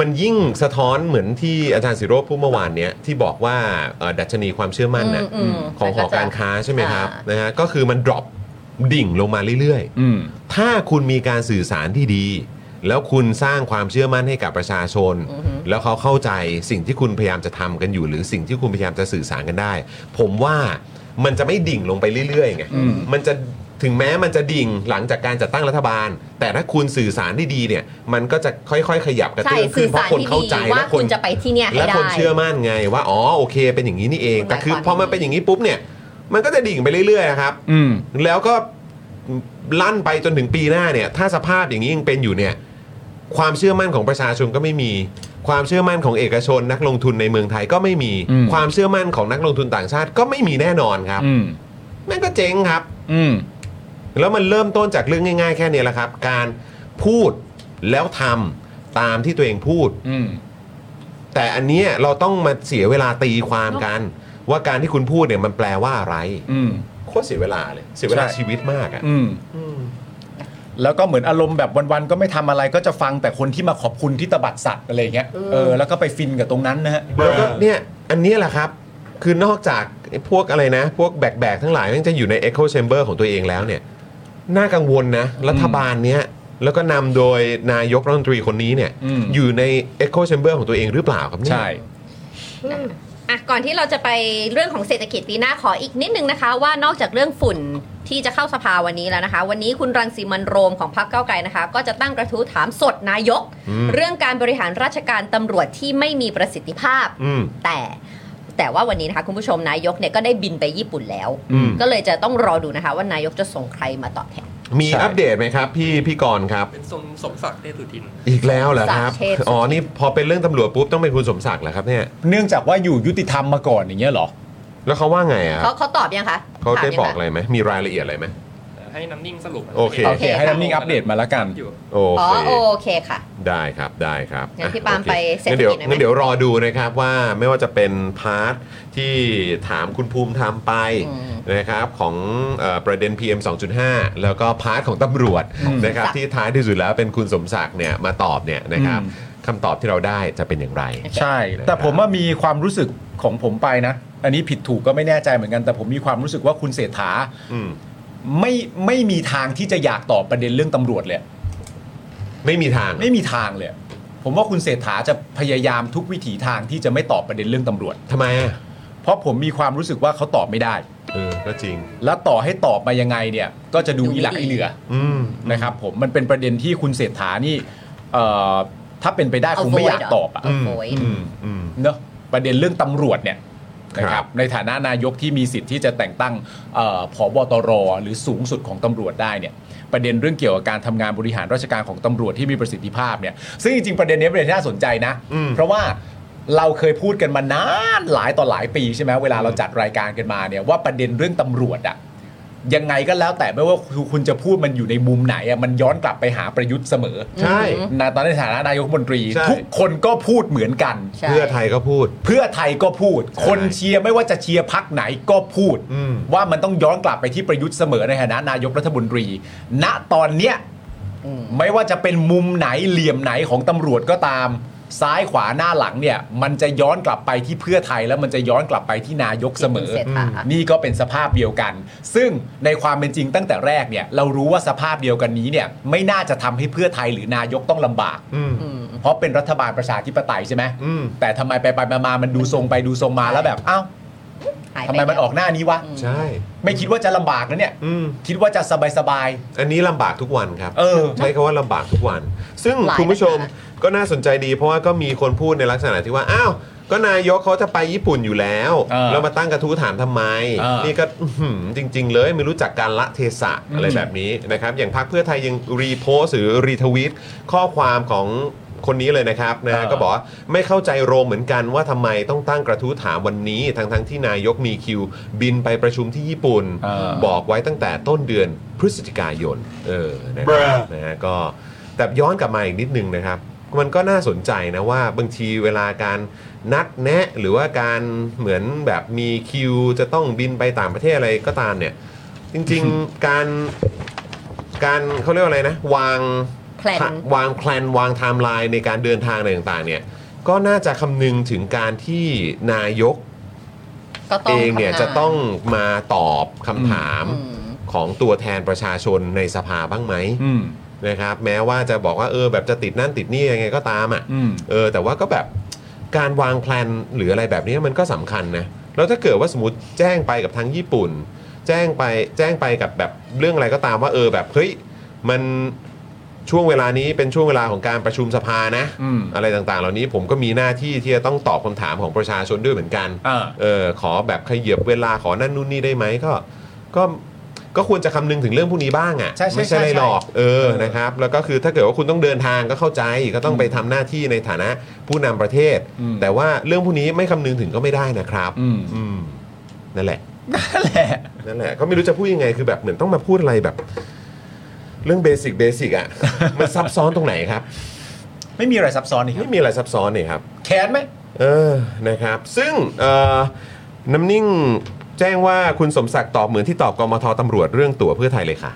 D: มันยิ่งสะท้อนเหมือนที่อาจารย์สิโรธพูดเมื่อวานเนี้ยที่บอกว่าเอ่อดัชนีความเชื่อมั่นน่ะ
F: อืมอืม
D: ของหอการค้าใช่ไหมครับ
F: อ่าน
D: นะฮะก็คือมันดรอปดิ่งลงมาเรื่อย
E: อืม
D: ๆ ถ้าคุณมีการสื่อสารที่ดี แล้วคุณสร้างความเชื่อมั่นให้กับประชาชน แล้วเขาเข้าใจสิ่งที่คุณพยายามจะทำกันอยู่ หรือสิ่งที่คุณพยายามจะสื่อสารกันได้ ผมว่ามันจะไม่ดิ่งลงไปเรื่อยๆไง
E: อืม
D: มันจะถึงแม้มันจะดิ่งหลังจากการจัดตั้งรัฐบาล แต่ถ้าคุณสื่อสารได้ดีเนี่ย มันก็จะค่อยๆ ขยับกระ
F: ใช่
D: เตื้องขึ้
F: สื่
D: น
F: อ
D: เพราะ
F: สาร
D: คน
F: ที่
D: เข้าใจ
F: ดี
D: และ
F: ว่า
D: ค
F: คุ
D: น
F: ณจะไปที่เนี่ยให้
D: และ
F: ได้
D: คนเชื่อมั่นไงว่าอ๋อโอเค เป็นอย่างนี้นี่เอง
F: คุณหมาย
D: แต่คือ
F: ความ
D: พอมัน
F: ว่า
D: เป็นอย่างนี้ปุ๊บเนี่ย มันก็จะดิ่งไปเรื่อยๆนะครับ
E: อืม
D: แล้วก็ลั่นไปจนถึงปีหน้าเนี่ย ถ้าสภาพอย่างนี้ยังเป็นอยู่เนี่ย ความเชื่อมั่นของประชาชนก็ไม่มี ความเชื่อมั่นของเอกชนนักลงทุนในเมืองไทยก็ไม่มี
E: อืม
D: ความเชื่อมั่นของนักลงทุนต่างชาติก็ไม่มีแน่นอนครับ
E: อืม
D: แม่งก็เจ๊งครับ
E: อืม
D: แล้วมันเริ่มต้นจากเรื่องง่ายๆ แค่เนี้แหละครับ การพูดแล้วทำตามที่ตัวเองพูด
E: อืม
D: แต่อันเนี้ยเราต้องมาเสียเวลาตีความกัน ว่าการที่คุณพูดเนี่ยมันแปลว่าอะไร
E: อืม
D: โคตรเสียเวลาเลยเสียเวลา
E: ใช่
D: ชีวิตมากอะ่ะ
E: อืม แล้วก็เหมือนอารมณ์แบบวันๆก็ไม่ทำอะไรก็จะฟังแต่คนที่มาขอบคุณที่ตบัดสัตว์อะไรอย่างเงี้ยเออแล้วก็ไปฟินกับตรงนั้นนะฮะ
D: แล้วก็เนี่ยอันเนี้ยแหละครับ คือนอกจากไอ้พวกอะไรนะ พวกแบกๆทั้งหลายแมันจะอยู่ใน Echo Chamber ของตัวเองแล้วเนี่ยน่ากังวลนะรัฐบาลเนี้ยแล้วก็นำโดยนายกรัฐมนตรีคนนี้เนี่ย
E: อืม
D: อยู่ใน Echo Chamber ของตัวเองหรือเปล่าครับเนี่ย
E: ใช่
F: อ่ะก่อนที่เราจะไปเรื่องของเศรษฐกิจปีหน้าขออีกนิดนึงนะคะ ว่านอกจากเรื่องฝุ่นที่จะเข้าสภาวันนี้แล้วนะคะ วันนี้คุณรังสีมันโรมของพรรคเก้าวไกลนะคะ ก็จะตั้งกระทู้ถามสดนายก
D: อืม
F: เรื่องการบริหารราชการตำรวจที่ไม่มีประสิทธิภาพ
D: อืม
F: แต่แต่ว่าวันนี้นะคะคุณผู้ชมนายกเนี่ยก็ได้บินไปญี่ปุ่นแล้ว
D: อืม
F: ก็เลยจะต้องรอดูนะคะ ว่านายกจะส่งใครมาตอบแทน
D: มีอัปเดตไหมครับ พี่พี่กรณ์ครับ
G: เป็นทรงสมศักดิ์เทพสุทิน
D: อีกแล้วเหรอครับ
F: สมศักดิ์เทพสุทิน
D: อ๋อ นี่พอเป็นเรื่องตำรวจปุ๊บ ต้องเป็นคุณสมศักดิ์เหรอครับเนี่ย
E: เนื่องจากว่าอยู่ยุติธรรมมาก่อนอย่างเงี้ยเหรอ
D: แล้วเขาว่าไงอ่ะค
F: เขา
D: รับ
F: เขาตอบยังคะ
D: เขาได้
F: ถมยัง
D: บอก
F: คะ
D: อะไรไหมมีรายละเอียดอะไรไหม
G: ให้น้ำนิ่งสรุป
D: โอเค
E: โอเค ให้น้ำนิ่งอัปเดตมาแล้วกัน
G: อยู่
D: โอ
F: อ๋อ
D: เค
F: โอเคค่ะ
D: ได้ครับได้ครับ
F: งั้น
D: อ่ะ
F: พี่ปาล์ม
D: โอเค
F: ไปเศรษฐ
D: งั้นเดี๋ยว
F: กิจหน่อยไหม
D: งั้นเดี๋ยวรอดูนะครับว่าไม่ว่าจะเป็นพาร์ทที่ถามคุณภูมิธรรมไป
F: อืม
D: นะครับของเออประเด็น PM 2.5 แล้วก็พาร์ทของตำรวจ
E: อืม
D: นะครับ
F: สมศักดิ์
D: ที่ท้ายที่สุดแล้วเป็นคุณสมศักดิ์เนี่ยมาตอบเนี่ยนะครับ
E: อืม
D: คำตอบที่เราได้จะเป็นอย่างไร
E: ใช่
D: นะครับ
E: แต่ผมว่ามีความรู้สึกของผมไปนะ อันนี้ผิดถูกก็ไม่แน่ใจเหมือนกัน แต่ผมมีความรู้สึกว่าคุณเศรษฐา
D: อืม
E: ไม่ไม่มีทางที่จะอยากตอบประเด็นเรื่องตำรวจเลย
D: ไม่มีทาง
E: ไม่มีทางเลย ผมว่าคุณเศรษฐาจะพยายามทุกวิถีทางที่จะไม่ตอบประเด็นเรื่องตำรวจ
D: ทำไมอ่ะ
E: เพราะผมมีความรู้สึกว่าเขาตอบไม่ได้
D: เออก็จริง
E: แล้วต่อให้ตอบมายังไงเนี่ย ก็จะดูอีหลักอีเหลือ
D: อืม
E: นะครับผมมันเป็นประเด็นที่คุณเศรษฐานี่เอ่อถ้าเป็นไปได้
F: เอา
E: คงไม่อยาก
F: void เหรอ
E: ตอบอะ
F: เาโพย
D: อืมอืม
E: เนอะประเด็นเรื่องตำรวจเนี่ยนะค
D: ครั
E: รั
D: บบ
E: ในฐานะนายกที่มีสิทธิ์ที่จะแต่งตั้งเอ่อผบตรหรือสูงสุดของตำรวจได้เนี่ยประเด็นเรื่องเกี่ยวกับการทำงานบริหารราชการของตำรวจที่มีประสิทธิภาพเนี่ยซึ่งจริงๆประเด็นนี้เป็นประเด็นที่น่าสนใจนะ
D: อืม
E: เพราะว่าเราเคยพูดกันมานานหลายต่อหลายปีใช่ไหมเวลาเราจัดรายการกันมาเนี่ยว่าประเด็นเรื่องตำรวจอะ ยังไงก็แล้วแต่ไม่ว่าคุณจะพูดมันอยู่ในมุมไหนอะมันย้อนกลับไปหาประยุทธ์เสมอ
D: ใช่
E: นะตอนในฐานะนายกรัฐมนตรี
D: ใช่
E: ทุกคนก็พูดเหมือนกัน
F: ใช่
D: เพื่อไทยก็พูด
E: เพื่อไทยก็พูด
D: ใช่
E: คนเชียร์ไม่ว่าจะเชียร์พักไหนก็พูด
D: อืม
E: ว่ามันต้องย้อนกลับไปที่ประยุทธ์เสมอในฐานะนายกรัฐมนตรี ณตอนเนี้ย
F: อืม
E: ไม่ว่าจะเป็นมุมไหนเหลี่ยมไหนของตำรวจก็ตาม ซ้ายขวาหน้าหลังเนี่ยมันจะย้อนกลับไปที่เพื่อไทยแล้วมันจะย้อนกลับไปที่นายกเสมอ
F: ที่คุณศรษฐา
E: นี่ก็เป็นสภาพเดียวกัน ซึ่งในความเป็นจริงตั้งแต่แรกเนี่ยเรารู้ว่าสภาพเดียวกันนี้เนี่ยไม่น่าจะทำให้เพื่อไทยหรือนายกต้องลำบาก
D: อืม
E: เพราะเป็นรัฐบาลประชาธิปไตยใช่ไหม
D: อืม
E: แต่ทำไมไปไปมามามันดูทรงไปดูทรงมาแล้วแบบอ้าว
F: หายป
E: ทำไมมันออกหน้านี้วะ
D: ใช่
E: ไม่คิดว่าจะลำบากนะเนี่ย
D: อืม
E: คิดว่าจะสบายสบาย
D: อันนี้ลำบากทุกวันครับ
E: เออ
D: ใช้คำว่าลำบากทุกวัน ซึ่ง
F: หลาย
D: คุณผู้ชม
F: ปัญห
D: ก็น่าสนใจดี เพราะว่าก็มีคนพูดในลักษณะที่ว่า อ้าว ก็นายกเขาจะไปญี่ปุ่นอยู่แล้ว
E: เออ
D: แล้วมาตั้งกระทู้ถามทำไม
E: เออ
D: นี่ก็อื้อหือจริง ๆ เลยไม่รู้จักการละเทศะอะไร
E: อืม
D: แบบนี้นะครับ อย่างพรรคเพื่อไทยยังรีโพสต์หรือรีทวีตข้อความของ คนนี้เลยนะครับนะฮะ
E: เออ
D: ก็บอกว่าไม่เข้าใจโรมเหมือนกันว่าทำไมต้องตั้งกระทู้ถามวันนี้ทั้งทั้งๆที่นายกมีคิว บินไปประชุมที่ญี่ปุ่น
E: เออ
D: บอกไว้ตั้งแต่ต้นเดือนพฤศจิกายน เออนะครับนะฮะก็แต่ย้อนกลับมาอีกนิดนึงนะครับ มันก็น่าสนใจนะว่าบางทีเวลาการนัดแนะหรือว่าการเหมือนแบบมีคิว จะต้องบินไปต่างประเทศอะไรก็ตามเนี่ย จริงๆ การการเขาเรียกว่าอะไรนะ วาง
F: แพลน
D: วางแพลนวางไทม์ไลน์ในการเดินทางอะไรต่างๆเนี่ยก็น่าจะคำนึงถึงการที่นายก
F: ก็ต้
D: เอ
F: อง
D: งเนี่ย
F: ทำา
D: จะต้องมาตอบคำถาม
F: อืม
D: ของตัวแทนประชาชนในสภาบ้างไหม
E: อืม
D: นะครับแม้ว่าจะบอกว่าเออแบบจะติดนั่นติดนี่ยังไงก็ตามอ่ะ
E: อืม
D: เออแต่ว่าก็แบบการวางแพลนหรืออะไรแบบนี้มันก็สำคัญนะแล้วถ้าเกิดว่าสมมติแจ้งไปกับทางญี่ปุ่น แจ้งไปแจ้งไปกับแบบเรื่องอะไรก็ตามว่าเออแบบเฮ้ยมันช่วงเวลานี้เป็นช่วงเวลาของการประชุมสภานะ
E: อืม
D: อะไรต่างๆ เหล่านี้ผมก็มีหน้าที่ที่จะต้องตอบคำถามของประชาชนด้วยเหมือนกัน
E: เออ
D: เออขอแบบขยับเวลาขอนั่นนู่นนี่ได้ไหมก็ ก็ก็ควรจะคำนึงถึงเรื่องพวกนี้บ้าง
E: ใช่
D: อะ่ะ
E: ใช่
D: ไม่ใช่
E: ใช่
D: ไรหรอกเออ
E: เออ
D: นะครับ แล้วก็คือถ้าเกิดว่าคุณต้องเดินทางก็เข้าใจก็ต้องไปทำหน้าที่ในฐานะผู้นำประเทศ แต่ว่าเรื่องพวกนี้ไม่คำนึงถึงก็ไม่ได้นะครับ
E: อืม
D: อืมนั่นแหละ
E: นั่นแหละ
D: นั่นแหละก็ไม่รู้จะพูดยังไงคือแบบเหมือนต้องมาพูดอะไรแบบ เรื่องเบสิกเบสิกอ่ะ มันซับซ้อนตรงไหนครับ
E: ไม่มีอะไรซับซ้อนนี่ครั
D: ไม่
E: บ
D: มีอะไรซับซ้อนนี่ครับ
E: แค้นไหม
D: เออ นะครับ ซึ่งเอ่อน้ำนิ่งแจ้งว่าคุณสมศักดิ์ตอบเหมือนที่ตอบกมทตำรวจเรื่องตั๋วเพื่อไทยเลยค่ะ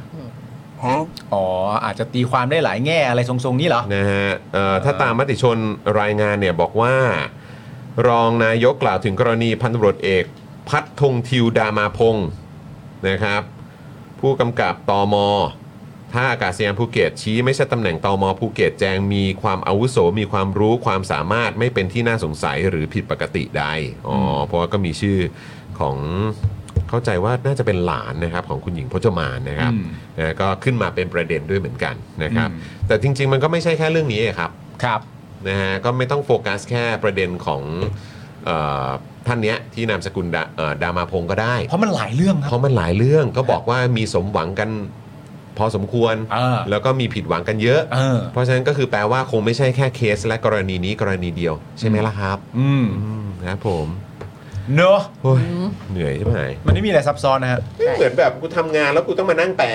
E: อ๋อ อาจจะตีความได้หลายแง่อะไรทรงๆนี้เหรอ
D: นะฮะเอ่อถ้าตามมติชนรายงานเนี่ยบอกว่า รองนายกกล่าวถึงกรณีพันตำรวจเอก พัฒทงทิวดามาพงศ์นะครับ ผู้กำกับตมท่าอากาศยานภูเก็ตชี้ไม่ใช่ตำแหน่งตมภูเก็ตแจงมีความอาวุโสมีความรู้ความสามารถไม่เป็นที่น่าสงสัยหรือผิดปกติใดอ๋ออเพราะว่าก็มีชื่อของเข้าใจว่าน่าจะเป็นหลานนะครับของคุณหญิงพจมานนะครับ
E: อืม
D: นะก็ขึ้นมาเป็นประเด็นด้วยเหมือนกันนะครับ
E: อืม
D: แต่จริง ๆ มันก็ไม่ใช่แค่เรื่องนี้ครับ
E: ครับ
D: นะฮะก็ไม่ต้องโฟกัสแค่ประเด็นของเออท่านเนี้ยที่นามสกุลดาเอ่อดามาพงศ์ก็ได้
E: เพราะมันหลายเรื่องค
D: เพ
E: รับ
D: ราะมันหลายเรื่องก็บอกว่ามีสมหวังกันพอสมควร
E: เออ
D: แล้วก็มีผิดหวังกันเยอะ
E: เออ
D: เพราะฉะนั้นก็คือแปลว่าคงไม่ใช่แค่เคสและกรณีนี้กรณีเดียว ใช่ไหมล่ะครับ
E: อืม
D: อืมครับผม
E: เนอะ
D: โอ้ยเหนื่อยใช่ไหม
E: มันไม่มีอะไรซับซ้อนนะฮะ
D: นี่เหมือนแบบกูทำงานแล้วกูต้องมานั่งแปล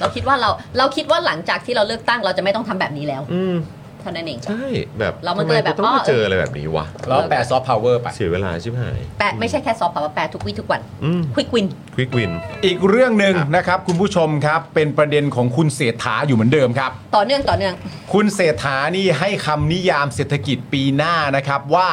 F: เราคิดว่าเราเราคิดว่าหลังจากที่เราเลือกตั้งเราจะไม่ต้องทำแบบนี้แล้ว
D: อืม
F: เท่านั้นเอง
D: ใช่แบบ
F: แล้วมันก็เลยแบบ
D: ทำไต้อง
F: อ้
D: มา
F: อ
D: เจออะไรแบบนี้วะ
E: แล้วแปะซอฟต์พาวเวอร์ไป
D: เสียเวลาใช่ไหม
F: แปะไม่ใช่แค่ซอฟต์พาวเวอร์แปะทุกวี่ทุกวัน
D: อืม
F: ควิกวิน
D: ควิกวิน
E: อีกเรื่องหนึ่ง
D: ครับ
E: นะครับ คุณผู้ชมครับ เป็นประเด็นของคุณเศรษฐาอยู่เหมือนเดิมครับ
F: ต่อเนื่องต่อเนื่อง
E: คุณเศรษฐานี่ให้คำนิยามเศรษฐกิจปีหน้านะครับว่า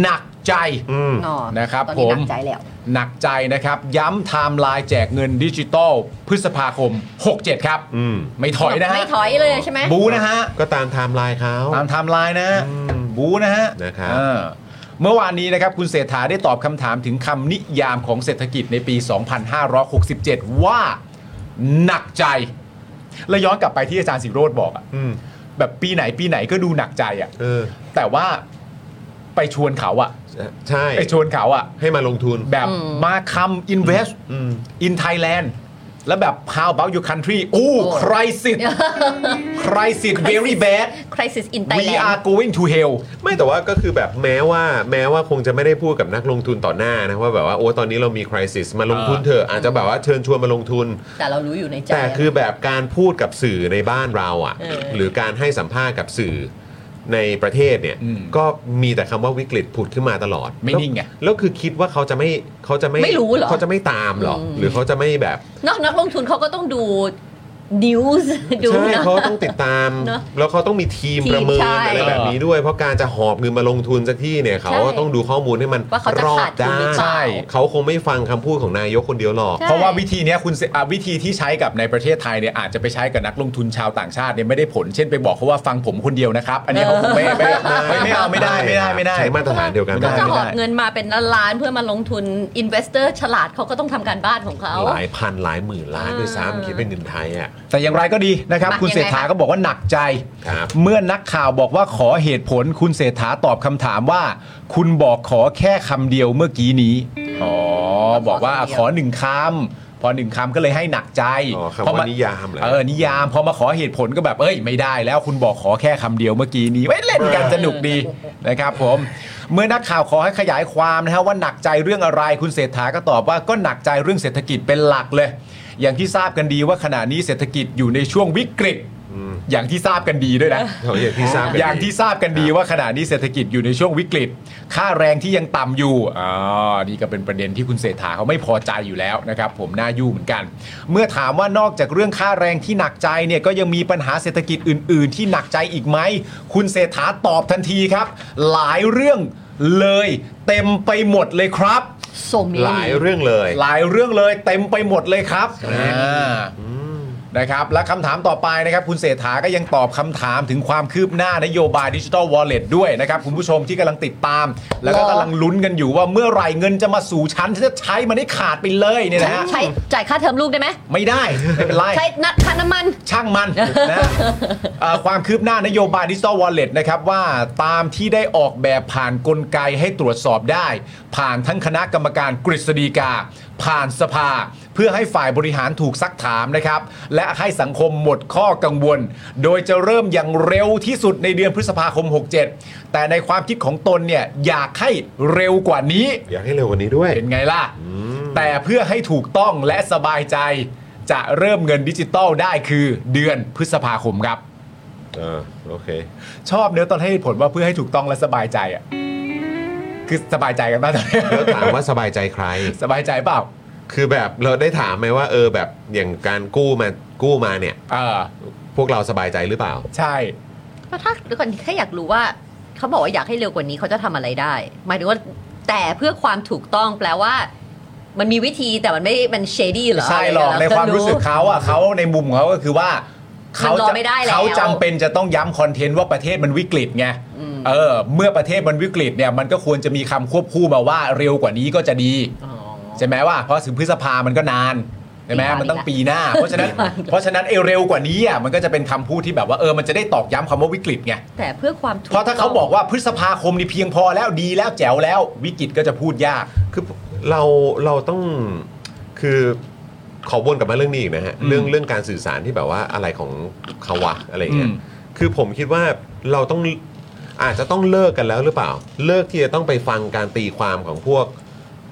E: หนักใจ
D: อืม
F: อ๋อ
E: นะครับ
F: ตอนนี้หนั
E: ผม
F: กใจแล้ว
E: หนักใจนะครับ ย้ำไทม์ไลน์แจกเงินดิจิตอลพฤษภาคม 67 ครับ
D: อืม
E: ไม่ถอยนะฮะ
F: ไม่ถอยเลยใช่ไหม
E: บูนะฮะ
D: ก็ตามไทม์ไลน์เขา
E: ตามไทม์ไลน์นะฮะ
D: อืม
E: บูนะฮะ
D: นะครับ
E: เออเมื่อวานนี้นะครับ คุณเศรษฐาได้ตอบคำถามถึงคำนิยามของเศรษฐกิจในปี 2567 ว่าหนักใจ และย้อนกลับไปที่อาจารย์สิโรธบอกอะ
D: อืม
E: แบบปีไหนปีไหนก็ดูหนักใจอะ
D: เออ
E: แต่ว่าไปชวนเขาอะ
D: ใช่
E: ไปชวนเขาอะ
D: ให้มาลงทุน
E: แบบ
F: อืม
E: มาคำ invest
D: อืม
E: in Thailand แล้วแบบ how about your country อู้ crisis crisis very bad
F: คริสิสอินไต
E: we
F: แลน
E: are
F: ด์
E: going to hell
D: ไม่แต่ว่าก็คือแบบแม้ว่าแม้ว่าคงจะไม่ได้พูดกับนักลงทุนต่อหน้านะว่าแบบว่าโอ้ตอนนี้เรามีคริสิสมาลงทุนเถอะอาจจะแบบว่าเชิญชวนมาลงทุน
F: แต่เรารู้อยู่ในใจ
D: แต่คือแบบการพูดกับสื่อในบ้านเราอ่ะ
F: เออ
D: หรือการให้สัมภาษณ์กับสื่อในประเทศเนี่ย
E: อืม
D: ก็มีแต่คำว่าวิกฤตผุดขึ้นมาตลอด
E: ไม่นิ่งไง
D: แล้วแล้วคือคิดว่าเขาจะไม่เขาจะไม่
F: ไม่รู้เหรอ
D: เขาจะไม่ตามเหรออหรือเขาจะไม่แบบ
F: เนอกนักลงทุนเขาก็ต้องดูนิว ส์ดู
D: ใช่
F: นะ
D: เขาต้องติดตาม
F: เนอะ
D: แล้วเขาต้องมีทีม
F: ทีม
D: ประเมิน
F: ใช่
D: อะไรแบบนี้ด้วย เพราะการจะหอบเงินมาลงทุนสักที่เนี่ยเขา
F: ใช่
D: ก็ต้องดูข้อมูลให้มัน
F: ว่าเขาจะ
D: รอ
F: ขา
D: บ
F: ดทุนหรือเปล่า
E: ใช่
D: เขาคงไม่ฟังคำพูดของนายกคนเดียวหรอก
F: ใช่
E: เพราะว่าวิธีเนี้ยคุณเสอ่าวิธีที่ใช้กับในประเทศไทยเนี่ยอาจจะไปใช้กับนักลงทุนชาวต่างชาติเนี่ยไม่ได้ผล เช่นไปบอกเขาว่าฟังผมคนเดียวนะครับ อันนี้เขาคงไม่ไม่ไม่ไม่เอาไม่ได้ไม่ได้ไม่ได้
D: ใช้มาตรฐานเดียวกัน
E: ไม่
F: ก็
E: ได้
F: จะหอบเงินมาเป็นล้านๆเพื่อมาลงทุนอินเวสเตอร์ฉลาดเขาก็ต้องทำการบ้านของเขา
D: หลายพันหลายหมื่นล้านด้วยซ้ำคิดเป็นเงินไทยอ่ะ
E: แต่อย่างไรก็ดีนะครับ
F: หนัก
E: คุณเศรษฐา
F: ยังไงคะ
E: ก็บอกว่าหนักใจ
D: ครับ
E: เมื่อนักข่าวบอกว่าขอเหตุผล คุณเศรษฐาตอบคำถามว่า คุณบอกขอแค่คำเดียวเมื่อกี้นี้อ๋อบอกว่าขอหนึ่งคำ พอหนึ่งคำก็เลยให้หนักใจ
D: อ๋อคำ
E: เพระ
D: ว่านิยามเหรอ
E: เออนิยามพอมาขอเหตุผลก็แบบเอ้ยไม่ได้แล้วคุณบอกขอแค่คำเดียวเมื่อกี้นี้ไว้เล่นกันสนุกดีนะครับผมเมื่อนักข่าวขอให้ขยายความนะฮะว่าหนักใจเรื่องอะไรคุณเศรษฐาก็ตอบว่าก็หนักใจเรื่องเศรษฐกิจเป็นหลักเลย อย่างที่ทราบกันดีว่าขณะนี้เศรษฐกิจอยู่ในช่วงวิกฤต อย่างที่ทราบกันดีด้วยนะ
D: โอ้ยอย่างที่ทราบกัน
E: อย่างที่ทราบกันดีว่าขณะนี้เศรษฐกิจอยู่ในช่วงวิกฤต ค่าแรงที่ยังต่ำอยู่อ๋อนี่ก็เป็นประเด็นที่คุณเศรษฐาเขาไม่พอใจอยู่แล้วนะครับ ผมน่ายุ่งเหมือนกัน เมื่อถามว่านอกจากเรื่องค่าแรงที่หนักใจเนี่ยก็ยังมีปัญหาเศรษฐกิจอื่น ๆ ที่หนักใจอีกไหม คุณเศรษฐาตอบทันทีครับ หลายเรื่องเลยเต็มไปหมดเลยครับ
F: โซเม
D: หลายเรื่องเลย
E: หลายเรื่องเลยเต็มไปหมดเลยครับอ่านะครับ และคำถามต่อไปนะครับ คุณเศรษฐาก็ยังตอบคำถามถึงความคืบหน้านโยบายดิจิ t a ลวอลเล็ตด้วยนะครับ คุณผู้ชมที่กำลังติดตาม แล้วก็กำลังลุ้นกันอยู่ว่าเมื่อไหร่เงินจะมาสู่ชั้นฉันจะใช้มันได้ขาดไปเลยเนี่ยนะฮะ
F: ใช้จ่ายค่าเทอมลูกได้ไหม
E: ไม่ได้ ไม่เป็นไร
F: ใช้นัดค่าน้ำมัน
E: ช่างมัน นะเอ่อความคืบหน้านโยบายดิจิ t a ลวอลเล็ตนะครับว่าตามที่ได้ออกแบบผ่านกลไกให้ตรวจสอบได้ ผ่านทั้งคณะกรรมการกฤษฎีกา ผ่านสภา เพื่อให้ฝ่ายบริหารถูกซักถามนะครับ และให้สังคมหมดข้อกังวล โดยจะเริ่มอย่างเร็วที่สุดในเดือนพฤษภาคม 67 แต่ในความคิดของตนเนี่ยอยากให้เร็วกว่านี้
D: อยากให้เร็วกว่านี้ด้วย
E: เป็นไงล่ะ แต่เพื่อให้ถูกต้องและสบายใจ จะเริ่มเงินดิจิตอลได้คือเดือนพฤษภาคมครับ
D: เออ โอเค
E: ชอบเนื้อะตอนให้เหตุผลว่าเพื่อให้ถูกต้องและสบายใจอ่ะ คือสบายใจกันบ้างตอนนี้
D: แล้วถามว่าสบายใจใคร
E: สบายใจเปล่า
D: คือแบบเราได้ถามไหมว่าเออแบบอย่างการกู้มากู้มาเนี่ย
E: เออ
D: พวกเราสบายใจหรือเปล่า
E: ใช่
F: ก็ถ้าเดี๋ยวก่อนแค่อยากรู้ว่า เขาบอกว่าอยากให้เร็วกว่านี้เขาจะทำอะไรได้ หมายถึงว่าแต่เพื่อความถูกต้องแปลว่า มันมีวิธีแต่มันไม่มันเชดี้เหรอ
E: ใช่หรอก
F: ะ
E: ใน
F: ไเย
E: ความรู้สึก
F: เ
E: เขาอ่ะเขาในมุมของเขาก็คือว่าเขา
F: มันรอ
E: จะ
F: ไม่ได้แล้ว
E: เขาจำเป็นจะต้องย้ำคอนเทนต์ว่าประเทศมันวิกฤตไง
F: อืม
E: เออ เมื่อประเทศมันวิกฤตเนี่ยมันก็ควรจะมีคำควบคู่มาว่าเร็วกว่านี้ก็จะดี
F: อ๋อ
E: ใช่ไหมว่าเพราะถึงพฤษภามันก็นานใช่ไหม
F: ปีหน้า
E: มันต้องปีหน้า เพราะฉะนั้น
F: ปีหน้า
E: เพราะฉะนั้นไอ้เร็วกว่านี้อ่ะมันก็จะเป็นคำพูดที่แบบว่าเออมันจะได้ตอกย้ำคำว่าวิกฤตไง
F: แต่เพื่อความถูก
E: เพราะถ้าเขาบอกว่าพฤษภาคมนี่เพียงพอแล้วดีแล้วแจ๋วแล้ววิกฤตก็จะพูดยาก
D: คือเราเราต้องคือขอวนกลับมาเรื่องนี้อีกนะฮะ
E: อืม
D: เรื่องเรื่องการสื่อสารที่แบบว่าอะไรของเขาวะอะไรอย่างเงี้ย
E: อืม
D: คือผมคิดว่าเราต้องอาจจะต้องเลิกกันแล้วหรือเปล่า เลิกที่จะต้องไปฟังการตีความของพวก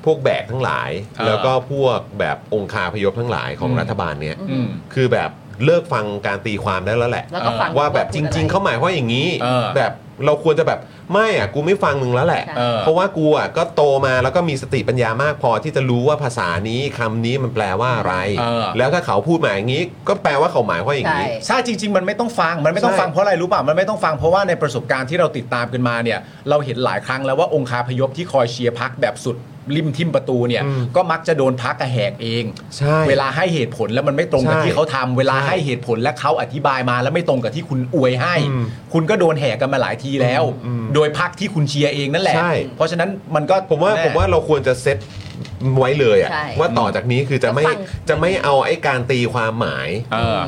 D: พวกแบกทั้งหลาย แล้วก็พวกแบบองคาพยพทั้งหลายของรัฐบาลเนี้ย
E: อืม
D: คือแบบเลิกฟังการตีความได้แล้วแหละ
F: แล้วก็ฟัง
D: ว่าแบบจริง ๆ เขาหมายว่าอย่างนี้
E: เออ
D: แบบเราควรจะแบบไม่อ่ะกูไม่ฟังมึงแล้วแหละ
F: ใช่
E: เออ
D: เพราะว่ากูอ่ะก็โตมาแล้วก็มีสติปัญญามากพอที่จะรู้ว่าภาษานี้คำนี้มันแปลว่าอะไร
E: เออ
D: แล้วถ้าเขาพูดมาอย่างนี้ ก็แปลว่าเขาหมายว่าอย่าง
F: ใช่
D: นี้
E: ใช่จริง ๆ มันไม่ต้องฟังมันไม่ต้อง
D: ใช่
E: ฟังเพราะอะไรรู้ป่ะมันไม่ต้องฟังเพราะว่าในประสบการณ์ที่เราติดตามกันมาเนี่ย เราเห็นหลายครั้งแล้วว่าองคาพยพที่คอยเชียร์พักแบบสุดริมทิมประตูเนี่ย ก็มักจะโดนพักแหกเอง
D: ใช่
E: เวลาให้เหตุผลแล้วมันไม่ตรงกับ
D: ใช่
E: ที่เขาทำเวลา
D: ใช่
E: ให้เหตุผลและเขาอธิบายมาแล้วไม่ตรงกับที่คุณอวยให้
D: อืม
E: คุณก็โดนแหกกันมาหลายทีแล้ว
D: อืมอืม
E: โดยพักที่คุณเชียร์เองนั่นแหละ
D: ใช่
E: เพราะฉะนั้นมันก็
D: ผมว่า
E: แน่
D: ผมว่าเราควรจะเซตไว้เลยอ่ะ
F: ใช่
D: ว่าต่อจากนี้คือจะไม่
F: จะฟัง
D: จะไม่เอาไอ้การตีความหมาย
E: เออ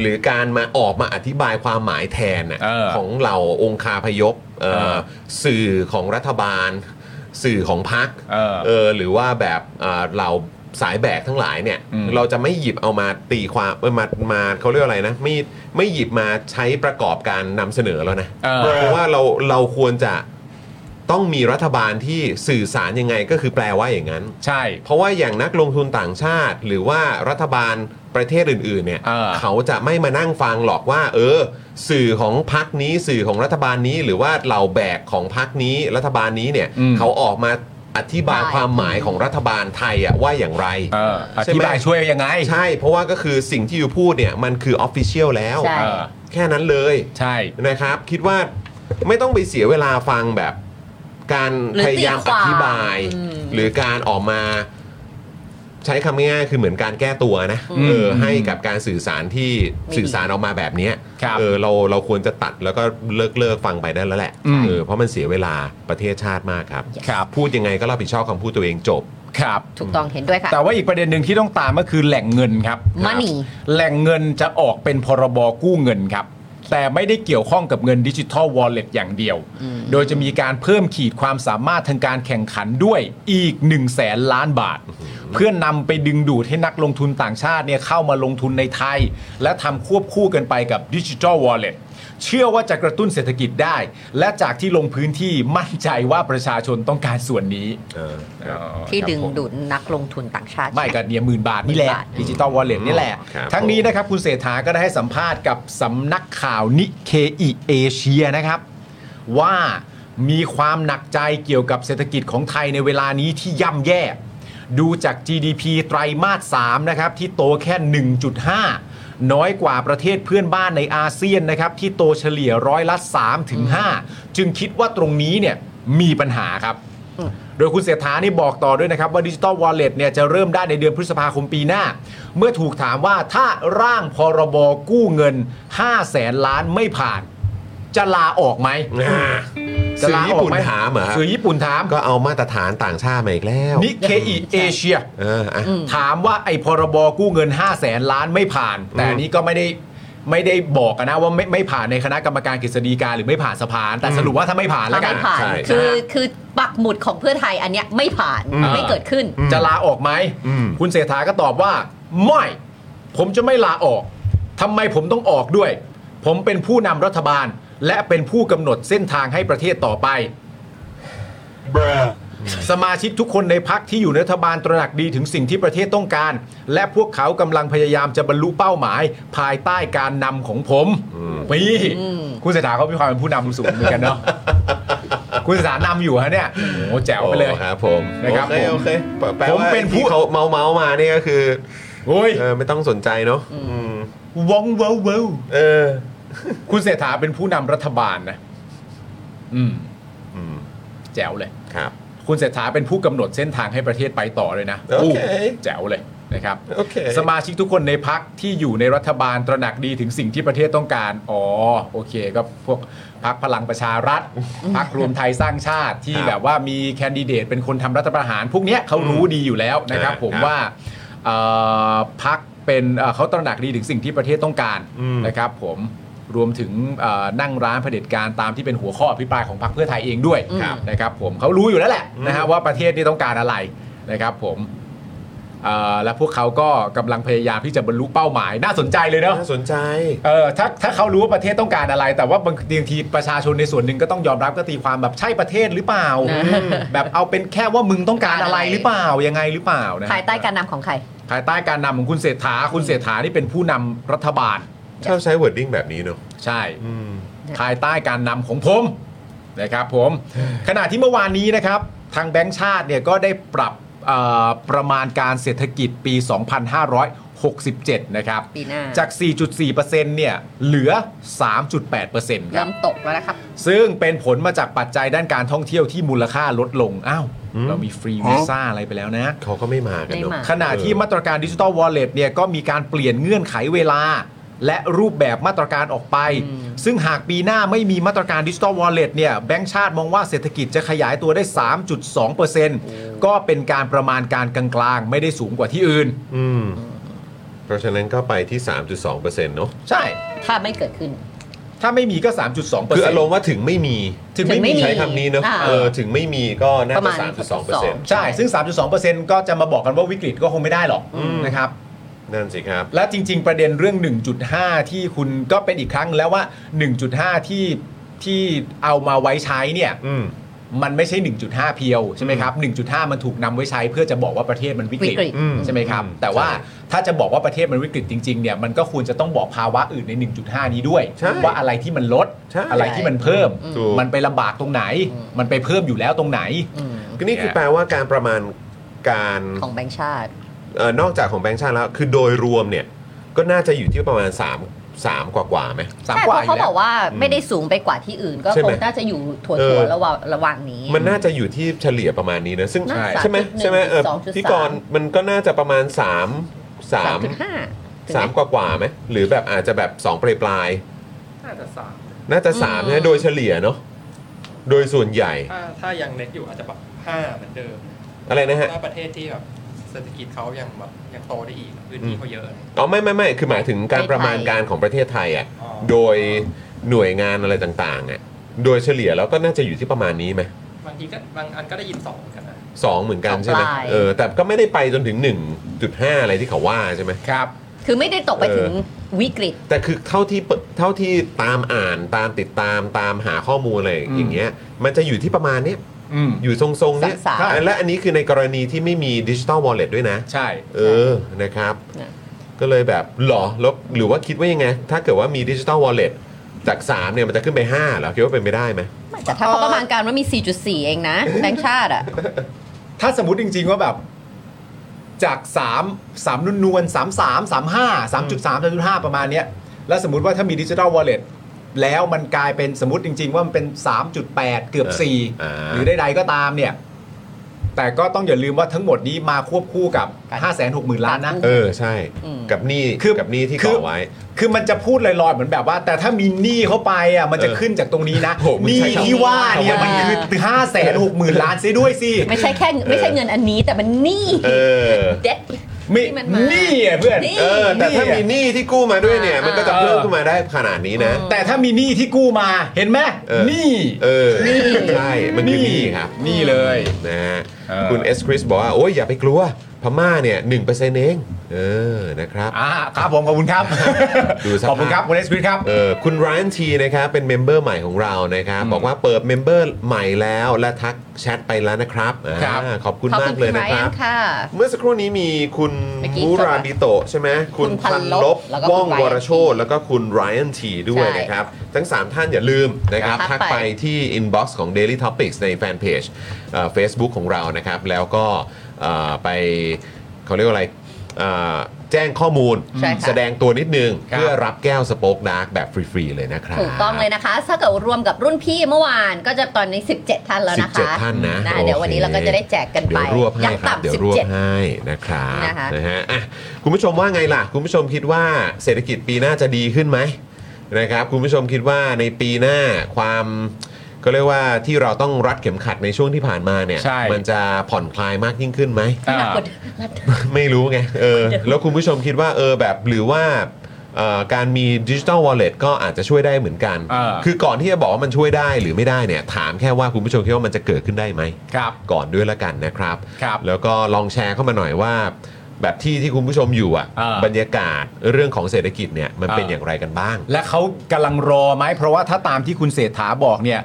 D: หรือการมาออกมาอธิบายความหมายแทนน่ะ
E: เออ
D: ของเหล่าองคาพยพเอ่อ
E: เออ
D: สื่อของรัฐบาล สื่อของพัก
E: เออ
D: หรือว่าแบบเอ่อเหล่าสายแบกทั้งหลายเนี่ย
E: อืม
D: เราจะไม่หยิบเอามาตีความเอ้ยมามาเขาเรียกอะไรนะไม่ไม่หยิบมาใช้ประกอบการนำเสนอแล้วนะ
E: เออ
D: เพราะว่าเราเราควรจะต้องมีรัฐบาลที่สื่อสารยังไงก็คือแปลว่าอย่างนั้น
E: ใช่
D: เพราะว่าอย่างนักลงทุนต่างชาติ หรือว่ารัฐบาลประเทศอื่นๆเนี่ย
E: เออ
D: เขาจะไม่มานั่งฟังหรอกว่า เออ สื่อของพักนี้สื่อของรัฐบาลนี้ หรือว่าเหล่าแบกของพักนี้รัฐบาลนี้เนี่ย
E: อืม
D: เขาออกมาอธิบาย
F: ใช่
D: ความหมายของรัฐบาลไทยอะว่าอย่างไร
E: เอออ
D: ใช่ไหม
E: ธิบายช่วยยังไง
D: ใช่ เพราะว่าก็คือสิ่งที่อยู่พูดเนี่ยมันคือออฟฟิเชียลแล้ว
F: ใช่
E: เออ
D: แค่นั้นเลย
E: ใช่
D: นะครับ คิดว่าไม่ต้องไปเสียเวลาฟังแบบการ
F: หรือ
D: พยายาม
F: ตี
D: อ
F: ความ
D: ธิบาย
F: อืม
D: หรือการออกมา ใช้คำง่ายๆคือเหมือนการแก้ตัวนะเออ
E: อืม
D: ให้กับการสื่อสารที่สื่อสารออกมาแบบเนี้ย
E: ครับ
D: เออเราเราควรจะตัดแล้วก็เลิกเลิกฟังไปได้แล้วแหละเออเพราะมันเสียเวลาประเทศชาติมากครับ
E: ครับ
D: พูดยังไงก็รับผิดชอบคำพูดตัวเองจบ
E: ครับ
F: ถูกต้องเห็นด้วยค่ะ
E: แต่ว่าอีกประเด็นหนึ่งที่ต้องตามก็คือแหล่งเงินครับ
F: Money
E: แหล่งเงินจะออกเป็นพรบกู้เงินครับ แต่ไม่ได้เกี่ยวข้องกับเงินดิจิทัลวอลเล็ตอย่างเดียว โดยจะมีการเพิ่มขีดความสามารถทางการแข่งขันด้วยอีก1นึ่งแสนล้านบาท เพื่อนำไปดึงดูดให้นักลงทุนต่างชาติเนี่ยเข้ามาลงทุนในไทย และทำควบคู่กันไปกับดิจิทัลวอลเล็ตเชื่อว่าจะกระตุ้นเศรษฐกิจได้ และจากที่ลงพื้นที่มั่นใจว่าประชาชนต้องการส่วนนี้
A: เออ
E: อ๋อ
F: ที่
E: ครับ
F: ดึง
E: ผม
F: ดูดนักลงทุนต่างชาติ
E: ไม่ก็เนี่ยหมื่นบาทนี่
F: ห
E: แห
F: มื่น
E: ละ
F: บาท
E: ดิจิตอลวอลเล็ตนี่แหละ
D: ครับ
E: ทั้งนี้นะครับ คุณเศรษฐาก็ได้ให้สัมภาษณ์กับสำนักข่าวนิเคอิเอเชียนะครับ ว่ามีความหนักใจเกี่ยวกับเศรษฐกิจของไทยในเวลานี้ที่ย่ำแย่ ดูจาก GDP ไตรมาส3นะครับ ที่โตแค่ 1.5 น้อยกว่าประเทศเพื่อนบ้านในอาเซียนนะครับ ที่โตเฉลี่ยร้อยละ3ถึง5จึงคิดว่าตรงนี้เนี่ยมีปัญหาครับ โดยคุณเศรษฐานี่บอกต่อด้วยนะครับ ว่าดิจิ t a ลวอลเล็ตเนี่ยจะเริ่มได้ในเดือนพฤษภาคมปีหน้า เมื่อถูกถามว่าถ้าร่างพรบกู้เงิน 5 แสนล้านไม่ผ่าน จะลาออกไหม จะ
D: สื่อ
E: ลา
D: ญี่
E: ออก
D: ปุ่น
E: ไหม
D: ถามเหรอครับ
E: สื่อญี่ปุ่นถาม
D: ก็เอามาตรฐานต่างชาติมาอีกแล้ว
E: นิเคอีเอเชีย
D: เอออ่ะ
E: ถามว่าไอ้พรบกู้เงิน 5 0 0แสนล้านไม่ผ่าน แต่อันนี้ก็ไม่ได้ไม่ได้บอกอะนะว่าไม่ไม่ผ่านในคณะกรรมการกฤษฎีกาหรือไม่ผ่านสภาแต่สรุปว่าถ้าไม่ผ่าน
F: ถ้า
E: แล้วกั
F: ไม่
E: น
F: ผ่าน
D: ใช่
F: คือคือปักหมุดของเพื่อไทยอันเนี้ยไม่ผ่าน
E: อืม
F: ไม่เกิดขึ้น
E: จะลาออกไหม
A: อืม
E: คุณเศรษฐาก็ตอบว่า ไม่ ผมจะไม่ลาออก ทำไมผมต้องออกด้วย ผมเป็นผู้นำรัฐบาล และเป็นผู้กำหนดเส้นทางให้ประเทศต่อไป สมาชิกทุกคนในพักที่อยู่ในรัฐบาลตระหนักดีถึงสิ่งที่ประเทศต้องการ และพวกเขากำลังพยายามจะบรรลุเป้าหมาย ภายใต้การนำของผมนี่คุณเศรษฐาเขามีความเป็นผู้นำสูงเหมือนกันเนาะ คุณเศรษฐานำอยู่ฮะเนี่ย โอ้โหแจ๋วไปเลย
D: โอ้ครับผม
E: นะครับ
D: โอเค
E: ผม
D: โอเคแปล
E: ผม
D: ว่า
E: เป็นผู้
D: ที่เขาเมาเมาๆมาเนี่ยก็คือ
E: โอ้ย
D: เออไม่ต้องสนใจเนาะอืม
E: ว่องเว้าเว้า
D: เออ
E: คุณเศรษฐาเป็นผู้นำรัฐบาลนะ อืม
D: อืม
E: แจ๋วเลย
D: ครับ
E: คุณเศรษฐาเป็นผู้กำหนดเส้นทางให้ประเทศไปต่อเลยนะ
D: โอเค
E: แจ๋วเลยนะครับ
D: โอเค
E: สมาชิกทุกคนในพักที่อยู่ในรัฐบาลตระหนักดีถึงสิ่งที่ประเทศต้องการ อ๋อ โอเค ก็พวกพักพลังประชารัฐ พักรวมไทยสร้างชาติที่
D: ครับ
E: แบบว่ามีแคนดิเดตเป็นคนทำรัฐประหาร พวกเนี้ยเขารู้ดีอยู่แล้วนะครับ
D: อ่า
E: ผม
D: ครับ
E: ว่าเอ่อพักเป็นเอ่อเขาตระหนักดีถึงสิ่งที่ประเทศต้องการ
D: อืม
E: นะครับผมรวมถึงเอ่อนั่งร้านเผด็จการตามที่เป็นหัวข้ออภิปรายของพรรคเพื่อไทยเองด้วย
F: ครับ
E: นะครับผมเขารู้อยู่แล้วแหละนะฮะว่าประเทศนี่ต้องการอะไรนะครับผม เอ่อและพวกเขาก็กำลังพยายามที่จะบรรลุเป้าหมายน่าสนใจเลยเนาะ
D: น่าสนใจ
E: เออถ้าถ้าเขารู้ว่าประเทศต้องการอะไร แต่ว่าบางบางทีประชาชนในส่วนหนึ่งก็ต้องยอมรับก็ตีความแบบใช่ประเทศหรือเปล่า แบบเอาเป็นแค่ว่ามึงต้องการอะไรหรือเปล่ายังไงหรือเปล่านะ
F: ภายใต้การนำของใคร
E: ภายใต้การนำของคุณเศรษฐาคุณเศรษฐานี่เป็นผู้นำรัฐบาล
D: ชอบใช้วอร์ดดิ้งแบบนี้เนาะ
E: ใช่
D: อืม
E: ภายใต้การนำของผมนะครับผมขณะที่เมื่อวานนี้นะครับ ทางแบงค์ชาติเนี่ยก็ได้ปรับเอ่อประมาณการเศรษฐกิจปี 2567 นะครับ
F: ปีหน้า
E: จาก 4.4%เนี่ยเหลือ 3.8%ครั
F: เริ่
E: บ
F: มตกแล้วนะครับ
E: ซึ่งเป็นผลมาจากปัจจัยด้านการท่องเที่ยวที่มูลค่าลดลง อ้าว เรามีฟรีวีซ่าอะไรไปแล้วนะ
D: เขาก็ไม่มากันเนาะ
F: ไม่ม
E: ขณะที่มาตรการดิจิ t a ลวอลเล็ตเนี่ยก็มีการเปลี่ยนเงื่อนไขเวลา และรูปแบบมาตรการออกไป ซึ่งหากปีหน้าไม่มีมาตรการดิจิ t a ลวอลเล็ตเนี่ยแบงก์ชาติมองว่าเศรษฐกิจจะขยายตัวได้ 3.2%ก็เป็นการประมาณการกลางๆ ไม่ได้สูงกว่าที่อื่น
D: อืม เพราะฉะนั้นก็ไปที่ 3.2%เนาะ
E: ใช่
F: ถ้าไม่เกิดขึ้น
E: ถ้าไม่มีก็ 3.2%
D: คืออารมณ์ว่าถึงไม่มี
F: ถึงไม่มี
D: ใช้คำนี้เนาะ
F: อ่า
D: เออถึงไม่มีก็น่า
F: ป
D: จะ
F: ระมาณ
D: 3.2%
E: ใช่ ซึ่ง 3.2%ก็จะมาบอกกันว่าวิกฤตก็คงไม่ได้หรอกนะครับ
D: นั่นสิครับ
E: และจริง ๆ ประเด็นเรื่อง 1.5 ที่คุณก็เป็นอีกครั้งแล้วว่า 1.5 ที่ที่เอามาไว้ใช้เนี่ย
D: อืม
E: มันไม่ใช่ 1.5 เพียวใช่ไหมครับ 1.5 มันถูกนำไว้ใช้เพื่อจะบอกว่าประเทศมันวิกฤต
F: วิกฤต
D: อืม
E: ใช่ไหมครับ
D: อืม
E: แต่ว่า
D: ใช่
E: ถ้าจะบอกว่าประเทศมันวิกฤตจริง ๆ เนี่ย มันก็ควรจะต้องบอกภาวะอื่นใน 1.5 นี้ด้วย
D: ใช่
E: ว่าอะไรที่มันลด
D: ใช่
E: อะไรที่มันเพิ่ม
D: ถูก
E: มันไปลำบากตรงไหน มันไปเพิ่มอยู่แล้วตรงไหน
F: อืม
D: ก็นี่คือแปลว่าการประมาณการ
F: ของแบงค์ชาติ
D: เอ่อนอกจากของแบงค์ชาติแล้ว คือโดยรวมเนี่ย ก็น่าจะอยู่ที่ประมาณ 3 3 กว่ากว่าๆไหม
E: สาม
F: ใช่
E: ก
F: เพ
E: ว่า
F: ราะ
E: อ
F: เขา
E: ยู่
F: บ
E: แล้
F: อ
E: ว
F: กว่าไม่ได้สูงไปกว่าที่อื่น ก็
D: ใช่ไห
F: ค
D: ม
F: งน่าจะอยู่ถั่ว
D: เอ
F: ถัว
D: อ
F: ระหว่างระหว่างนี้
D: มันน่าจะอยู่ที่เฉลี่ยประมาณนี้นะซึ่ง
F: น่าจะ
D: ใช่ไหม
F: 3.1
D: ใช่ไหมเออ
F: 2.3
D: พี่กรณ์มันก็น่าจะประมาณ 3
F: สามจุด
D: 3
F: ห้าถึงไหม
D: 3กว่ากว่าๆไหมหรือแบบอาจจะแบบ 2 ปลายปลายๆ
G: น่าจะสาม
D: น่าจะสาม
F: อืม
D: นะโดยเฉลี่ยเนาะโดยส่วนใหญ่
G: ถ้าถ้ายังเล็กอยู่อาจจะแบบห้าเหมือนเดิม
D: อะไรนะฮะ
G: ถ้าประเทศที่แบบเศรษฐกิจเขายังแบบยังโตได้อีกพื้นที่เขาเยอะอะไร
D: อ๋อไม่ไม่ไม่คือหมายถึงการประมาณการของประเทศไทยอ่ะ
G: อ๋อ
D: โดยหน่วยงานอะไรต่างๆอ่ะโดยเฉลี่ยแล้วก็น่าจะอยู่ที่ประมาณนี้ไหม
G: บางทีก็บางอันก็ได้ยินสองเหมือนกันนะ
D: 2 เหมือนกันใช่ไหม
F: สองปลาย
D: เออแต่ก็ไม่ได้ไปจนถึง 1.5 อะไรที่เขาว่าใช่ไหม
E: ครับ
F: คือไม่ได้ตกไปถึงวิกฤต
D: แต่คือเท่าที่เปิดเท่าที่ตามอ่านตามติดตามตามหาข้อมูลอะไรอย่างเงี้ยมันจะอยู่ที่ประมาณเนี้ย
E: อืม
D: อยู่ทรงๆเนี้ย
F: สามสาม
D: และอันนี้คือในกรณีที่ไม่มีดิจิ t a ลวอลเล็ตด้วยนะ
E: ใช่
D: เออ นะครับ
F: เนี่ย
D: ก็เลยแบบหรอแล้วหรือว่าคิดว่ายังไง ถ้าเกิดว่ามีดิจิตอลวอลเล็ตจาก 3 เนี่ย มันจะขึ้นไป 5 เหรอ คิดว่าเป็นไปได้ไหม
F: แต่ถ้าเขาประมาณการว่ามี 4.4 เอง นะแบงค์ชาติอ่ะ
E: ถ้าสมมติจริง ๆ ว่าแบบ จากสามสามนวลสามสามสามห้าสามจุดสามสามจุดห้าประมาณเนี้ย แล้วสมมติว่าถ้ามีดิจิ t a ลวอลเล็ตแล้วมันกลายเป็นสมมติจริง ๆ ว่ามันเป็น 3.8 เกือบ
D: เอออ่า
E: 4 หรือใดๆก็ตามเนี่ย แต่ก็ต้องอย่าลืมว่าทั้งหมดนี้มาควบคู่กับ 560,000 ล้านนะ
D: เออ ใช่
F: อืม
D: กับหนี้
E: คือ
D: กับหนี้ที่ก่อไว้
E: คือมันจะพูดลอยๆเหมือนแบบว่า แต่ถ้ามีหนี้เข้าไปอ่ะมันจะขึ้นจากตรงนี้นะ
D: โหมึ
E: ห
D: ง
E: นี้
D: ใช้คำ
E: ที่ว่าเนี่ยมันคือ560,000 ล้านซิด้วยสิ
F: ไม่ใช่แค่ไม่ใช่เงินอันนี้แต่มันหนี้
D: เออ
F: เด็ด
E: ไม่
F: ที่มันมานี่
E: นี่อ่ะเพื่อน
F: หนี้
D: เออ แต่ถ้ามีหนี้ที่กู้มาด้วยเนี่ย
F: อ่ามั
D: มันก็จะ
E: อ่า
D: เพิ่มขึ้นมาได้ขนาดนี้นะ
E: แต่ถ้ามีหนี้ที่กู้มาเห็นไหม
D: เออ
E: หนี้
D: เออ ใช่ มันคือหนี้ครับ
E: หนี่เลย
D: นะฮะ
E: เออ
D: คุณเอสคริสบอกว่า โอ้ยอย่าไปกลัว พม่าเนี่ยหนึ่งเปอร์เซ็นต์เอง เออ นะครับ
E: อ่าครับผมขอบคุณครับ
D: ดูสภาพ
E: ขอบคุณครับคุณเอสควิดครับ
D: เออคุณร้านทีนะครับเป็นเมมเบอร์ใหม่ของเรานะครับ
E: อืม
D: บอกว่าเปิดเมมเบอร์ใหม่แล้วและทักแชทไปแล้วนะครับ
E: ครับ
D: อ่าขอบคุณ
F: ขอบ
D: มา
F: คุ
D: ก
F: ณ
D: เลย
F: คุณไร
D: นะค
F: อั
D: รับ
F: นค่ะ
D: เมื่อสักครู่นี้มีคุณ
F: เมื่อกี้
D: มูราบิโตะใช่ไหมคุณ
F: คุณพั
D: พัน
F: น
D: ล
F: ล
D: บบ
F: แล้วก็
D: ว่อง
F: คุณ
D: ว
F: Ryan
D: รโชตแล้วก็คุณไรอันทีด้วย
F: ใช่
D: นะครับ ทั้ง 3 ท่านอย่าลืมนะครับ
F: ทั
D: ทัก
F: กไป
D: ไปที่ inbox ของ Daily Topics ในแฟนเพจเอ่อ Facebook ของเรานะครับ แล้วก็เอ่อไปเขาเรียกว่าอะไรเอ่อแจ้งข้อมูล
F: ใช่ค่ะ
D: แสดงตัวนิดนึง
E: ครับ
D: เพื่อรับแก้วสป็อกดาร์กแบบฟรี ๆ เลยนะครับ
F: ถูกต้องเลยนะคะ ถ้าเกิดรวมกับรุ่นพี่เมื่อวานก็จะตอนนี้ 17 ท่านแล้วนะคะ
D: 17ท่านนะ
F: เดี๋ยว
D: โอเค
F: วันนี้เราก็จะได้แจกกันไป
D: เดี๋ยวรวบให้
F: ยัง
D: ครับ เดี๋ยว
F: ต่ำ
D: รวบ
F: 17
D: ให้นะครับ
F: นะคะ
D: นะฮะอ่ะคุณผู้ชมว่าไงล่ะ คุณผู้ชมคิดว่าเศรษฐกิจปีหน้าจะดีขึ้นไหมนะครับคุณผู้ชมคิดว่าในปีหน้าความก็เรียกว่าที่เราต้องรัดเข็มขัดในช่วงที่ผ่านมาเนี่ย
E: ใช่
D: มันจะผ่อนคลายมากยิ่งขึ้นไหม
F: หนักกว่ารัฐ
D: ไม่รู้ไงเอ อแล้วคุณผู้ชมคิดว่าเออแบบหรือว่าเอ่อการมีดิจิ t a ลวอลเล็ตก็อาจจะช่วยได้เหมือนกัน
E: อ่า
D: คือก่อนที่จะบอกว่ามันช่วยได้หรือไม่ได้เนี่ย ถามแค่ว่าคุณผู้ชมคิดว่ามันจะเกิดขึ้นได้ไหม
E: ครับ
D: ก่อนด้วยละกันนะครับ
E: ครับ
D: แล้วก็ลองแชร์เข้ามาหน่อยว่า แบบที่ที่คุณผู้ชมอยู่อ่ะ
E: อ่า
D: บรรยากาศเรื่องของเศรษฐกิจเนี่ยมันเป็น
E: อ่า
D: อย่างไรกันบ้าง
E: และเขากำลังรอไหม เพราะว่าถ้าตามที่คุณเศรษฐาบอกเนี่ย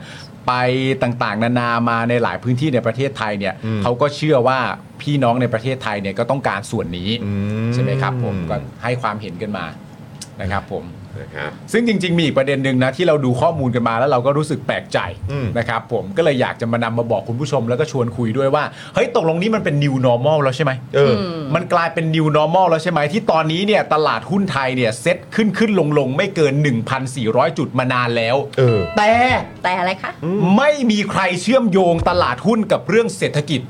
E: ไปต่างๆ นานามาในหลายพื้นที่ในประเทศไทยเนี่ย
D: อืม
E: เขาก็เชื่อว่าพี่น้องในประเทศไทยเนี่ยก็ต้องการส่วนนี้
D: อื
E: ใช่ไหมครับผมก็ให้ความเห็นกันมานะครับผม
D: นะครับ
E: ซึ่งจริง ๆ มีอีกประเด็นหนึ่งนะที่เราดูข้อมูลกันมาแล้วเราก็รู้สึกแปลกใจ
D: อืม
E: นะครับผมก็เลยอยากจะมานำมาบอกคุณผู้ชมแล้วก็ชวนคุยด้วยว่า เฮ้ยตกลงนี้มันเป็น new normal แล้วใช่ไหม
D: เออ
E: มันกลายเป็น new normal แล้วใช่ไหมที่ตอนนี้เนี่ยตลาดหุ้นไทยเนี่ยเซ็ตขึ้นขึ้นลงลงไม่เกิน 1,400 จุดมานานแล้ว
D: เออ
E: แต่
F: แต่อะไรคะ
E: ไม่มีใครเชื่อมโยงตลาดหุ้นกับเรื่องเศรษฐกิจ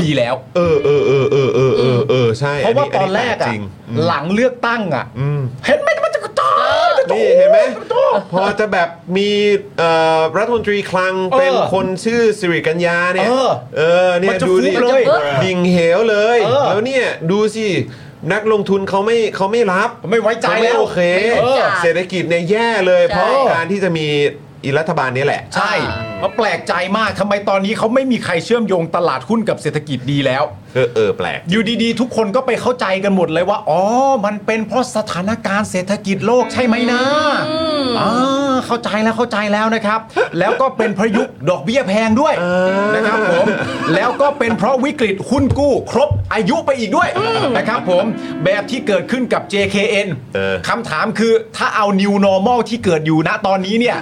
E: ดีแล้ว
D: เออเออเออเออเออเออเออใช่
E: เพราะว่าตอนแรก
D: ปล
E: อะ
D: จริงอืม
E: หลังเลือกตั้งอะ
D: อืม
E: เห็นไหมมันจะกระจอก
D: นี่เห็นไหมพอจะแบบมีเอ่อรัฐมนตรีคลัง
E: เออ
D: เป็นคนชื่อสิริกัญญาเนี่ย
E: เออ
D: เออเนี่ย
E: มันจะ
D: ดูดิ
E: ฟุบเลย
D: ดิ่งเหวเลย
E: เออ
D: แล้วเนี่ยดูสินักลงทุนเขาไม่เขาไม่รับ
E: ไม่ไว้ใจ
D: เขาไม่
E: แล้ว
D: โอเค
E: เออ
D: เศรษฐกิจเนี่ยแย่เลย
F: ใช่
D: เพราะการที่จะมีอีรัฐบาลนี้แหละ
E: ใช่
F: อ่า
E: มาแปลกใจมากทำไมตอนนี้เขาไม่มีใครเชื่อมโยงตลาดหุ้นกับเศรษฐกิจดีแล้ว
D: เออเออแปลก
E: อยู่ดีๆ ทุกคนก็ไปเข้าใจกันหมดเลยว่า อ๋อ มันเป็นเพราะสถานการณ์เศรษฐกิจโลกใช่ไหมนะอ่าเข้าใจแล้วเข้าใจแล้วนะครับ แล้วก็เป็นเพราะยุคดอกเบี้ยแพงด้วยนะครับผม แล้วก็เป็นเพราะวิกฤตหุ้นกู้ ครบอายุไปอีกด้วยนะครับผมแบบที่เกิดขึ้นกับ JKN
D: เออ
E: คำถามคือถ้าเอา new normal ที่เกิดอยู่ณตอนนี้เนี่ย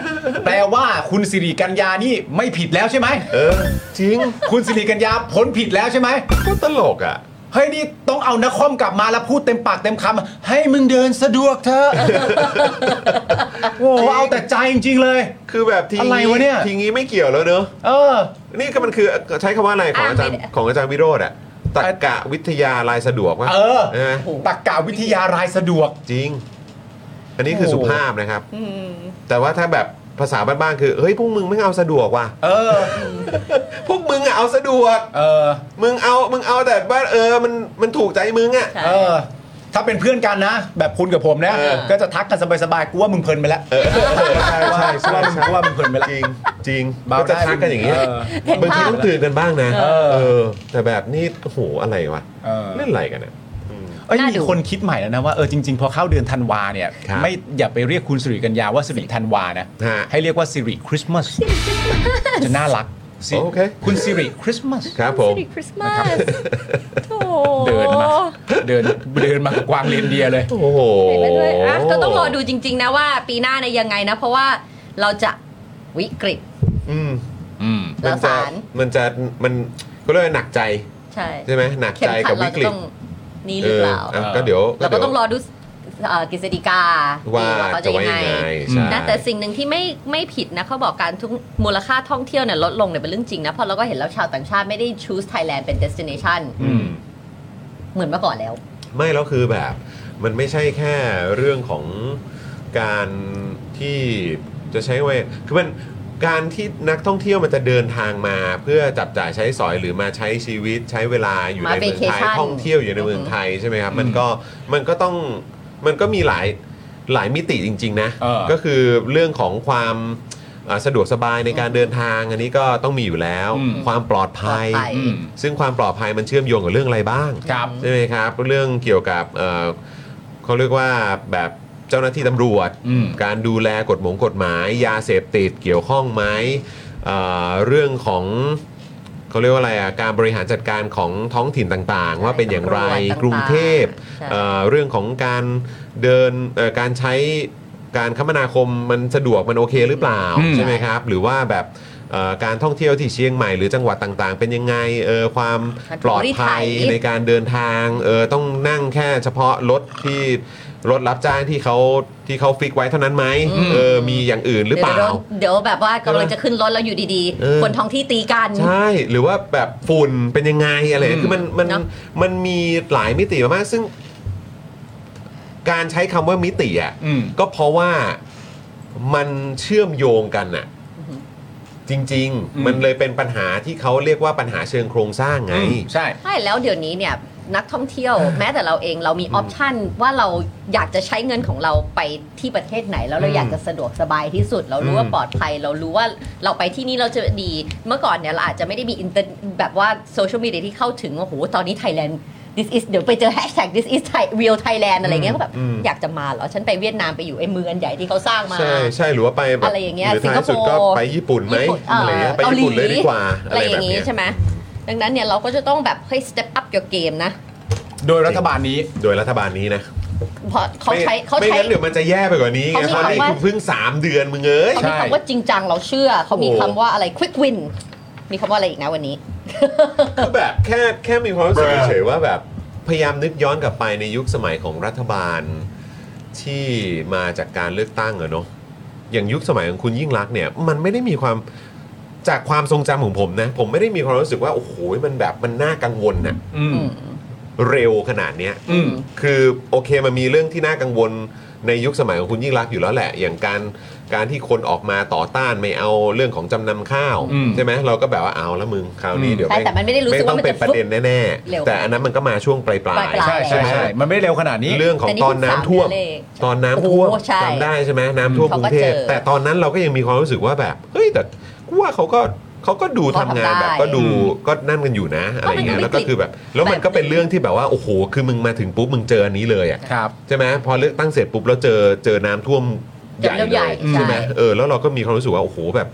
E: แปลว่าคุณสิริกัญญานี่ไม่ผิดแล้วใช่ไหม
D: เออจริง
E: คุณสิริกัญญาพ้นผิดแล้วใช่ไหม
D: ก็ตลกอ่ะ
E: เฮ้ยนี่ต้องเอานักคอมกลับมาแล้วพูดเต็มปากเต็มคำให้มึงเดินสะดวกเถ อะ โอ้โหเอาแต่ใจจริง ๆ เลย
D: คือแบบที
E: อะไรวะเนี่ย
D: ทีงี้ไม่เกี่ยวแล้วเนอะ
E: เออ
D: นี่ก็มันคือใช้คำว่าอะไรของอาจารย์
F: อ่ะไม่ได้
D: ของอาจารย์วิโรธอะตักกะวิทยาลายสะดวกว่า
E: เออ
D: ใช่ไหม
E: ตักกะวิทยารายสะดวก
D: จริง อันนี้คือ
E: โอ้
D: สุภาพนะครับ แต่ว่าถ้าแบบภาษาบ้านๆคือ เฮ้ย พวกมึงไม่เอาสะดวกว่ะ
E: เออ
D: พวกมึงอะเอาสะดวก
E: เออ
D: มึงเอามึงเอาแต่ว่าเออมันมันถูกใจมึงอะ
F: ใช่
E: เออ ถ้าเป็นเพื่อนกันนะ แบบคุณกับผมนะ ก็จะทักกันสบายๆกูว่ามึงเพลินไปแล้วใช่ใช่กูว่ามึงกูว่ามึงเพลินไปแล้ว
D: จริงจริง
E: เบา
D: ก็จะ
E: ได้
D: ทักกันอย่างนี้
E: เออ
D: บางทีต้องเตือนกันบ้างนะเออ แต่แบบนี้โอ้โหอะไรวะ
E: เออ
D: เล่นอะไรกันเนี่ย
E: เอ้ย
F: น่าดู
E: มีคนคิดใหม่แล้วนะว่าเออจริงๆ พอเข้าเดือนธันวาเนี่ย
D: ครับ
E: ไม่อย่าไปเรียกคุณสิริกัญญาว่าสิริธันวานะ
D: ฮะ
E: ให้เรียกว่าสิริคริสต์ มาสจะน่ารักสิ
D: โอเค
E: คุณสิริคริสต์มาส
D: ครับผม
F: คริสต์มาสโถ
E: เดินมาเดินเดินมากับกวางเรนเดียร์เลย
D: โอ้โห
F: เห็นไหมด้วยอ่ะก็ต้องรอดูจริง ๆ นะว่าปีหน้าในยยังไงนะ เพราะว่าเราจะวิกฤต
D: อืม
E: อืม
D: มั
F: ละ
D: นจะ
F: สาร
D: มันจะมันก็เรียกว่าหนักใจ
F: ใช่
D: ใช่ไหมหนัก
F: เข็ม
D: ใจ
F: ขั
D: กั
F: ด
D: บ
F: เรา
D: วิก
F: จะ
D: ฤต
F: ต้องนี้หรือเปล่า
D: เอออ่ะก็เดี๋ยว
F: เราก็ต้องร
D: ดี๋ย
F: อดูเอ่อกฤษฎีกา
D: ว่า
F: ว่าเขา
D: จะ
F: จะ
D: ว่า
F: ยัง
D: ยั
F: ไง
D: งไง
E: อืม
D: ใช่
F: นะแต่สิ่งหนึ่งที่ไม่ไม่ผิดนะเขาบอกการทุกมูลค่าท่องเที่ยวเนี่ยลดลงเนี่ยเป็นเรื่องจริงนะเพราะเราก็เห็นแล้วชาวต่างชาติไม่ได้ choose Thailand เป็น destination
E: อืม
F: เหมือนเมื่อก่อนแล้ว
D: ไม่แล้วคือแบบมันไม่ใช่แค่เรื่องของการที่จะใช้เวาคือมันการที่นักท่องเที่ยวมันจะเดินทางมา เพื่อจับจ่ายใช้สอยหรือมาใช้ชีวิตใช้เวลาอยู่
F: มา
D: ในเมืองไทย
F: vacation
D: ท่องเที่ยวอยู่ในเมืองไทยใช่ไหมครับมันก็มันก็ต้องมันก็มีหลายหลายมิติจริง ๆ นะ
E: เออ
D: ก็คือเรื่องของความอ่าสะดวกสบายในการเดินทางอันนี้ก็ต้องมีอยู่แล้ว
E: อืม
D: ความปลอดภัย
F: ปลอดภัย
E: อืม
D: ซึ่งความปลอดภัยมันเชื่อมโยงกับเรื่องอะไรบ้าง
E: ครับ
D: ใช่ไหมครับเรื่องเกี่ยวกับเอ่อเขาเรียกว่าแบบเจ้าหน้าที่ตำรวจ
E: อืม
D: การดูแลกฎหมงกฎหมาย ยาเสพติดเกี่ยวข้องไหมเอ่อเรื่องของเขาเรียกว่าอะไรอ่ะการบริหารจัดการของท้องถิ่นต่างๆ ว่าเป็นอย่างไร
F: ตำวจต่างๆ
D: กรุงเทพ
F: ใช่
D: เอ่อเรื่องของการเดินเอ่อการใช้การคมนาคมมันสะดวกมันโอเคหรือเปล่า
E: อืม
D: ใช่ไหมครับ หรือว่าแบบเอ่อการท่องเที่ยวที่เชียงใหม่หรือจังหวัดต่างๆ เป็นยังไงเออความปลอดภัยใน ในการเดินทางเออต้องนั่งแค่เฉพาะรถที่รถรับจ้างที่เขาที่เขาฟิกไว้เท่านั้นไหมเออมีอย่างอื่นหรือเปล่า
F: ดี๋ยวเดี๋ยวแบบว่ากำลังจะขึ้นรถแล้วอยู่ดี
D: เออ
F: ๆ คนท้องที่ตีกัน
D: ใช่หรือว่าแบบฝุ่นเป็นยังไงอะไร
E: อืม
D: คือมันมัน
F: เนอะ
D: มันมีหลายมิติมากๆซึ่ง การใช้คำว่ามิติอ่ะ
E: อืม
D: ก็เพราะว่ามันเชื่อมโยงกันอ่ะ จริง
E: อืม
D: ๆ มันเลยเป็นปัญหาที่เขาเรียกว่าปัญหาเชิงโครงสร้างไง
E: อืมใช่
F: ใช่แล้วเดี๋ยวนี้เนี่ยนักท่องเที่ยว แม้แต่เราเองเรามีออปชันว่าเราอยากจะใช้เงินของเราไปที่ประเทศไหน แล้วเรา
D: อืม
F: อยากจะสะดวกสบายที่สุด เรารู้ว่า
D: อืม
F: ปลอดภัย เรารู้ว่าเราไปที่นี่เราจะดี เมื่อก่อนเนี่ยเราอาจจะไม่ได้มีอินเตอร์แบบว่าโซเชียลมีเดียที่เข้าถึงโอ้โหตอนนี้ไทยแลนด์ this is เดี๋ยวไปเจอแฮชแท็ก this is Thai real Thailand อะไรเงี้ยก็แบบ
D: อืม
F: อยากจะมาเหรอฉันไปเวียดนามไปอยู่ไอ้เมืองอันใหญ่ที่เขาสร้างมา
D: ใช่ใช่หรือว่าไปแบบ
F: อะไรอย่างเงี้ย
D: หรือท้าย
F: สิ
D: สุด
F: งคโป
D: ก็
F: ร์
D: ไปญี่ปุ่นไหม
F: ญี่ปุ่นเอออ
D: อะไรเงี้ยไปญี่ปุ่น
F: เกาหลี
D: เลยดีกว่าอะ
F: อะไร
D: ไร
F: อ
D: แบ
F: ย่า
D: บ
F: งงี้
D: เนี้ย
F: ใช่ไหมดังนั้นเนี่ยเราก็จะต้องแบบเฮ้ย step up your game นะ
E: โดยรัฐบาลนี้
D: โดยรัฐบาลนี้นะ
F: เพราะเขาใช้
D: ไม่
F: เขา
D: ไม่
F: ใช้
D: งั้นเดี๋ยวมันจะแย่ไปกว่านี้ไง
F: เขามี
D: เพราะนี่
F: คำว่า
D: คือเพิ่ง 3 เดือนมึงเอ้ย
F: เขามี
E: ใช่
F: คำว่าจริงจังเราเชื่อ เขามี
D: โอ้
F: คำว่าอะไร quick win มีคำว่าอะไรอีกนะวันนี้
D: คือแบบแค่แค่มีความรู้สึกเฉยๆว่าแบบพยายามนึกย้อนกลับไปในยุคสมัยของรัฐบาลที่มาจากการเลือกตั้งอะเนาะอย่างยุคสมัยของคุณยิ่งรักษณ์เนี่ย มันไม่ได้มีความจากความทรงจำของผมนะ ผมไม่ได้มีความรู้สึกว่าโอ้โหมันแบบมันน่ากังวลน่ะ
E: อืม
D: เร็วขนาดเนี้ย
E: อืม
D: คือโอเคมันมีเรื่องที่น่ากังวลในยุคสมัยของคุณยิ่งรักษณ์อยู่แล้วแหละ อย่างการการที่คนออกมาต่อต้านไม่เอาเรื่องของจำนำข้าว
E: อืม
D: ใช่ไหมเราก็แบบว่าเอาละมึงคราวนี้
E: อืม
D: เดี๋ยว
F: ใช่แต่มันไม่ได้รู้สึก
D: ต้อง
F: ว่ามัน
D: เป็น
F: จะ
D: ประเด็นแน่
F: เร็ว
D: ๆแต่อันนั้นมันก็มาช่วงปลายๆ
F: ปลายๆ
E: ใช่ใช่ใช่มันไม่ได้เร็วขนาดนี้
D: เรื่องของ
F: แต่นี่
D: ตอนน้ำท่วม
F: เพิ่งสามเดือนเอง
D: ตอนน้ำท่วม
F: โอ้โหใช่
D: จำได้ใช่ไหมน้ำท่วมก
F: เขา
D: รุ
F: ก็
D: งเทพ
F: เจอ
D: แต่ตอนนั้นเราก็ยังมีความรู้สึกว่าแบบเฮ้ยแต่กูว่าเขาก็เขาก็ดู
F: ก็
D: ทำ
F: ทำ
D: งานแบบ
F: ได้
D: ก็ดูก็นั่นกันอยู่นะอะไรอย่างเงี้ย
F: ก็มัน
D: แล้ว
F: ก็
D: ก็
F: วิกฤต
D: คือแบบ แล้วมันก็เป็น
F: แบบหนึ่ง
D: เรื่องที่แบบว่าโอ้โหคือมึงมาถึงปุ๊บมึงเจออันนี้เลยอ่ะ
E: ครับ
D: ใช่ไหมพอเลือกตั้งเสร็จปุ๊บแล้วเจอเจอน้ำท่วมใหญ่
F: เจอ
D: เล
F: เรื่องใหญ่
D: ย
F: ใช่
D: ใช่ไหมเออแล้วเราก็มีความรู้สึกว่าโอ้โหแบบ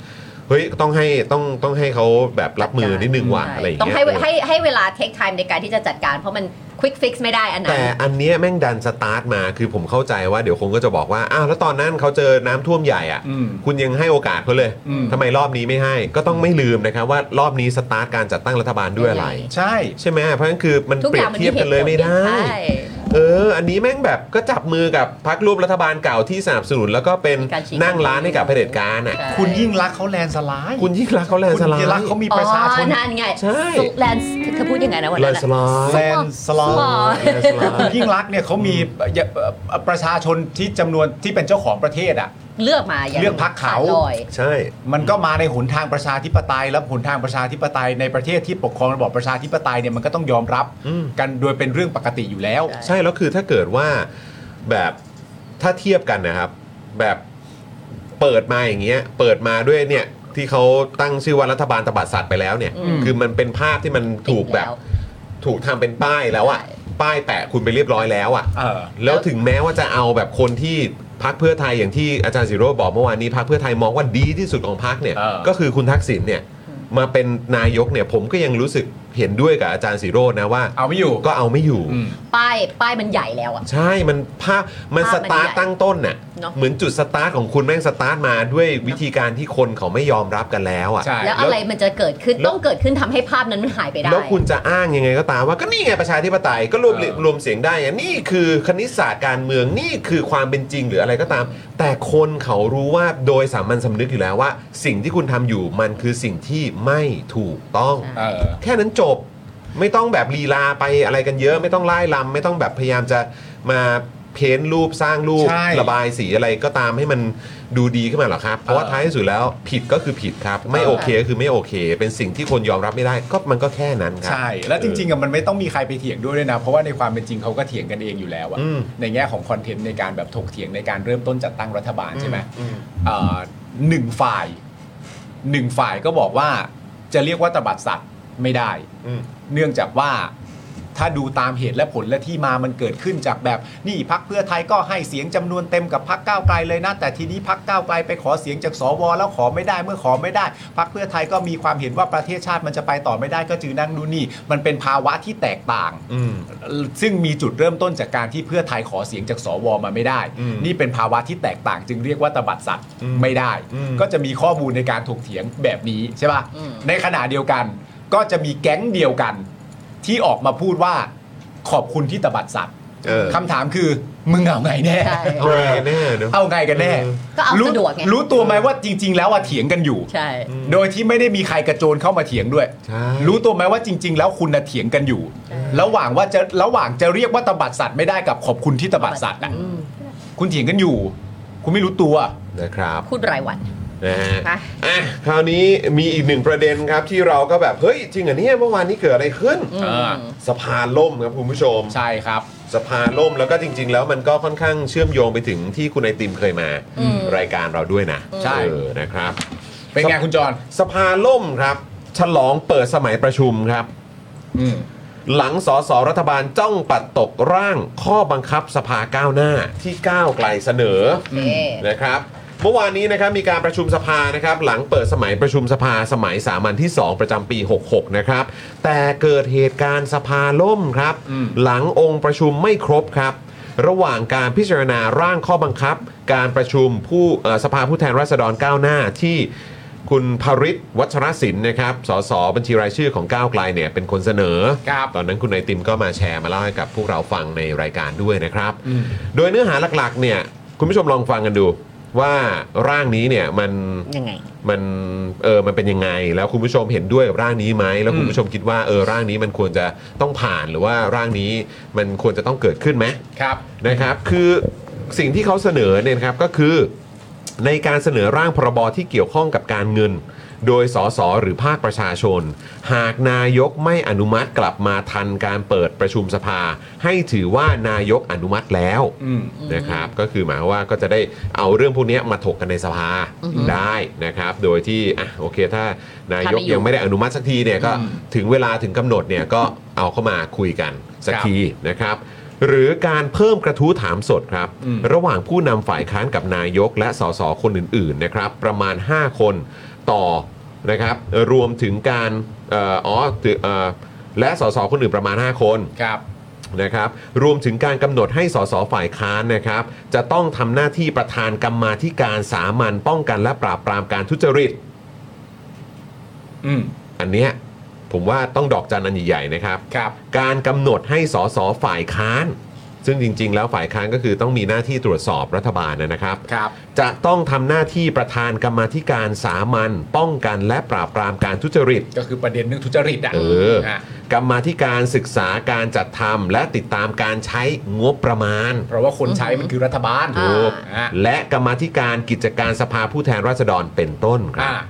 D: เฮ้ยต้องให้ต้องต้องให้เขาแบบรับมือนิดนึงว่ะ
F: ใช่
D: อะไรอย่าง
F: ต้อง
D: เงี้ย
F: ให้เว
D: เออ
F: ให้ให้เวลา take time ในการที่จะจัดการ เพราะมัน quick fix ไม่ได้อันนั้น
D: แต่อันเนี้ยแม่งดันสตาร์ทมาคือผมเข้าใจว่าเดี๋ยวคงก็จะบอกว่าอ้าวแล้วตอนนั้นเขาเจอน้ำท่วมใหญ่อ่ะ
E: อืม
D: คุณยังให้โอกาสเขาเลย
E: อืม
D: ทำไมรอบนี้ไม่ให้ ก็ต้องไม่ลืมนะครับว่ารอบนี้สตาร์ทการจัดตั้งรัฐบาลด้วยอะไร
E: ใช่
D: ใช่ไหมเพราะฉะนั้นคือมัน
F: ทุก
D: เป
F: อ
D: รีย
F: ย่า
D: บ
F: งมัน
D: เทียบกันเลยไม่ได้
F: ใช่
D: เออ อันนี้แม่งแบบก็จับมือกับพักรูปรัฐบาลเก่าที่สนับสนุนแล้วก็เป็น
F: มีการชี้
D: นั่งร้านให้กับเผด็จการอ่ะ
F: ใช่
E: คุณยิ่งรักษณ์เขาแลนสไลด์
D: คุณยิ่งรักษณ์เขาแลนด์สไล
E: คุณยิ่งรักษ
D: ด์
E: ณ์เขามี
F: อ๋อ
E: ประชาชน
F: นั่นไง
D: ใช่
F: แลนด์เธอพูดยังไงนะวัน
D: แล
F: นั้น
D: ด์
F: นอะ
D: สไลด์
E: แลนสไลด์
F: อ๋อ
D: แลนด์สไล
E: คุณ
D: ด์
E: ยิ่งรักษณ์เนี่ยเขามีเอ่อประชาชนที่จำนวนที่เป็นเจ้าของประเทศอ่ะ
F: เลือกมาอย่าง
E: เลือกพรรคเขา
F: ขดลอย
D: ใช่
E: มันก็มาในหนทางประชาธิปไตย และหนทางประชาธิปไตยในประเทศที่ปกครองระบอบประชาธิปไตยเนี่ยมันก็ต้องยอมรับ
D: อืม
E: กันโดยเป็นเรื่องปกติอยู่แล้ว
D: ใช่แล้วคือถ้าเกิดว่าแบบถ้าเทียบกันนะครับ แบบเปิดมาอย่างเงี้ยเปิดมาด้วยเนี่ยที่เขาตั้งชื่อว่ารัฐบาลตบัดสัตว์ไปแล้วเนี่ย
F: อืม
D: คือมันเป็นภาพที่มันถูกแบบ
F: ล้ว
D: ถูกทำเป็นป้ายแล้วอะ
F: ใช่
D: ป้ายแปะคุณไปเรียบร้อยแล้วอะ
E: เออ
D: แล้วถึงแม้ว่าจะเอาแบบคนที่พักเพื่อไทยอย่างที่อาจารย์สิโรจน์บอกเมื่อวานนี้พักเพื่อไทยมองว่าดีที่สุดของพักเนี่ย
E: เออ
D: ก็คือคุณทักษิณเนี่ยมาเป็นนายกเนี่ยผมก็ยังรู้สึกเห็นด้วยกับอาจารย์สิโรจน์นะว่า
E: เอาไม่อยู่
D: ก็เอาไม่อยู่
E: อืม
F: ป้ายป้ายมันใหญ่แล้วอะ
D: ใช่ มันภาพมัน
F: ภาพ
D: ส
F: มัน
D: ตาร์ท
F: ใหญ่
D: ตั้งต้นน่ะ
F: เนอะ
D: เหมือนจุดสตาร์ทของคุณแม่งสตาร์ทมาด้วยวิธีการที่คนเขาไม่ยอมรับกันแล้วอ่ะ
E: ใช่
F: แล้วอะไรมันจะเกิดขึ้น
D: แล้ว
F: ต้องเกิดขึ้นทำให้ภาพนั้นมันหายไปได้
D: แล้วคุณจะอ้างยังไงก็ตามว่าก็นี่ไงประชาธิปไตยก็รวม
E: เออ
D: รวมเสียงได้ไงนี่คือคณิตศาสตร์การเมืองนี่คือความเป็นจริงหรืออะไรก็ตาม แต่คนเขารู้ว่าโดยสามัญสำนึกอยู่แล้วว่า สิ่งที่คุณทำอยู่มันคือสิ่งที่ไม่ถูกต้อง
F: ใช่
E: เออ
D: แค่นั้นจบไม่ต้องแบบลีลาไปอะไรกันเยอะ ไม่ต้องไล่ลำไม่ต้องแบบพยายามจะมาเพ้นรูปสร้างรูป
E: ใช่
D: ระบายสีอะไรก็ตามให้มันดูดีขึ้นมาหรอกครับ เพราะว่า
E: เออ
D: ท้ายที่สุดแล้วผิดก็คือผิดครับ ไม่โอเคก็คือไม่โอเค เป็นสิ่งที่คนยอมรับไม่ได้ก็มันก็แค่นั้นครั
E: ใช่ แล้วจริงๆอะมันไม่ต้องมีใครไปเถียงด้วยด้วยนะ เพราะว่าในความเป็นจริงเขาก็เถียงกันเองอยู่แล้วอะ
D: อืม
E: ในแง่ของคอนเทนต์ในการแบบถกเถียงในการเริ่มต้นจัดตั้งรัฐบาลใช่ไหมเอ่อหนึ่งฝ่ายหนึ่งฝ่ายก็บอกว่าจะเรียกว่าตบัดสัตว์ไม่ได้
D: อืม
E: เนื่องจากว่าถ้าดูตามเหตุและผลและที่มามันเกิดขึ้นจากแบบนี่พักเพื่อไทยก็ให้เสียงจำนวนเต็มกับพักก้าวไกลเลยนะ แต่ทีนี้พักก้าวไกลไปขอเสียงจากสวแล้วขอไม่ได้เมื่อขอไม่ได้พักเพื่อไทยก็มีความเห็นว่าประเทศชาติมันจะไปต่อไม่ได้ก็จือนั่งดูนี่ มันเป็นภาวะที่แตกต่าง
D: อืม
E: ซึ่งมีจุดเริ่มต้นจากการที่เพื่อไทยขอเสียงจากสวมาไม่ได้
D: อืม
E: นี่เป็นภาวะที่แตกต่างจึงเรียกว่าตบัดสัตว์
D: อืม
E: ไม่ได้
D: อืม
E: ก็จะมีข้อมูลในการถกเถียงแบบนี้ใช่ป่ะ
F: อืม
E: ในขณะเดียวกันก็จะมีแก๊งเดียวกัน ที่ออกมาพูดว่าขอบคุณที่ตบัดสัตว์
D: เออ
E: คำถามคือมึงเอาไงแน่
F: ใช่
D: เอาไงกันแน่เนอะ
E: เอาไงกันแน่
F: ก็เอา
E: รู้
F: สะดวกไง
E: รู้ตัวไหมว่าจริง ๆ แล้วอะเถียงกันอยู่
F: ใช่
E: โดยที่ไม่ได้มีใครกระโจนเข้ามาเถียงด้วย
D: ใช่
E: รู้ตัวไหมว่าจริง ๆ แล้วคุณน่ะเถียงกันอยู่ ระหว่างว่าจะระหว่างจะเรียกว่าตบัดสัตว์ไม่ได้กับขอบคุณที่ตบัดสัตว์อ่ะ
F: อืม
E: คุณเถียงกันอยู่ คุณไม่รู้ตัว
D: นะครับ
F: พูดรายวัน
D: นะฮะ
F: ค่ะ
D: อ่ะคราวนี้มีอีกหนึ่งประเด็นครับที่เราก็แบบเฮ้ยจริงเหรอเนี่ยเมื่อวานนี้เกิดอะไรขึ้น
F: อื
E: เออ
F: ม
D: สะพานล่มครับคุณผู้ชม
E: ใช่ครับ
D: สภาล่มแล้วก็จริง ๆ แล้วมันก็ค่อนข้างเชื่อมโยงไปถึงที่คุณไอติมเคยมา
F: อืม
D: รายการเราด้วยนะ
E: ใช่
D: เออนะครับ
E: เป็นไงคุณจร
D: สภาล่มครับ ฉลองเปิดสมัยประชุมครับ
E: อืม
D: หลังสสรัฐบาลจ้องปัดตกร่างข้อบังคับสภาก้าวหน้าที่ก้าวไกลเสนอ
F: โอเค
D: นะครับเมื่อวานนี้นะครับมีการประชุมสภานะครับหลังเปิดสมัยประชุมสภาสมัยสามัญที่ 2 ประจำปี 66 นะครับแต่เกิดเหตุการณ์สภาล่มครับ
E: อืม
D: หลังองค์ประชุมไม่ครบครับ ระหว่างการพิจารณาร่างข้อบังคับ การประชุมผู้เอ่อสภาผู้แทนราษฎรก้าวหน้าที่คุณภริศวัชรศิลป์นะครับสสบัญชีรายชื่อของก้าวไกลเนี่ยเป็นคนเสนอ
E: ครับ
D: ตอนนั้นคุณไอติมก็มาแชร์มาเล่าให้กับพวกเราฟังในรายการด้วยนะครับ
E: อืม
D: โดยเนื้อหาหลักๆ เนี่ย คุณผู้ชมลองฟังกันดู ว่าร่างนี้เนี่ยมัน
F: ยังไง
D: มันเออมันเป็นยังไง แล้วคุณผู้ชมเห็นด้วยกับร่างนี้ไหมแล้วคุณผู้ชมคิดว่าเออร่างนี้มันควรจะต้องผ่านหรือว่าร่างนี้มันควรจะต้องเกิดขึ้นไหม
E: ครับ
D: นะครับคือสิ่งที่เขาเสนอเนี่ยนะครับก็คือในการเสนอร่างพรบที่เกี่ยวข้องกับการเงิน โดยสสหรือภาคประชาชน หากนายกไม่อนุมัติกลับมาทันการเปิดประชุมสภา ให้ถือว่านายกอนุมัติแล้ว
E: อืม
D: นะครับก็คือหมายความว่าก็จะได้เอาเรื่องพวกนี้มาถกกันในสภาได้นะครับ โดยที่อ่ะโอเคถ้านายกยังไม่ได้อนุมัติสักทีเนี่ยก็
E: อืม
D: ถึงเวลาถึงกำหนดเนี่ยก็เอาเข้ามาคุยกันสัก
E: ครับ
D: ทีนะครับ หรือการเพิ่มกระทู้ถามสดครับ
E: อืม
D: ระหว่างผู้นำฝ่ายค้านกับนายกและสสคนอื่นๆนะครับ ประมาณ 5 คนต่อนะครับรวมถึงการเอ่ออ๋อถึงเอ่อและสสคนอื่นประมาณ 5 คน
E: ครับ
D: นะครับรวมถึงการกำหนดให้สสฝ่ายค้านนะครับ จะต้องทำหน้าที่ประธานกรรมาธิการสามัญป้องกันและปราบปรามการทุจริต
E: อืม
D: อันเนี้ยผมว่าต้องดอกจันอันใหญ่ๆนะครับ
E: ครับ
D: การกำหนดให้สสฝ่ายค้าน ซึ่งจริง ๆ แล้วฝ่ายค้านก็คือต้องมีหน้าที่ตรวจสอบรัฐบาลนะครับ
E: ครับ
D: จะต้องทำหน้าที่ประธานกรรมาธิการสามัญป้องกันและปราบปรามการทุจริต
E: ก็คือประเด็นเรื่องทุจริตอ่ะ
D: เออ
E: ฮะ
D: กรรมาธิการศึกษาการจัดทำและติดตามการใช้งบประมาณ
E: เพราะว่าคนใช้มันคือรัฐบาล
F: อ่า
E: ถูกฮะ
D: และกรรมาธิการกิจการสภาผู้แทนราษฎรเป็นต้นครั
E: อ่า
D: บ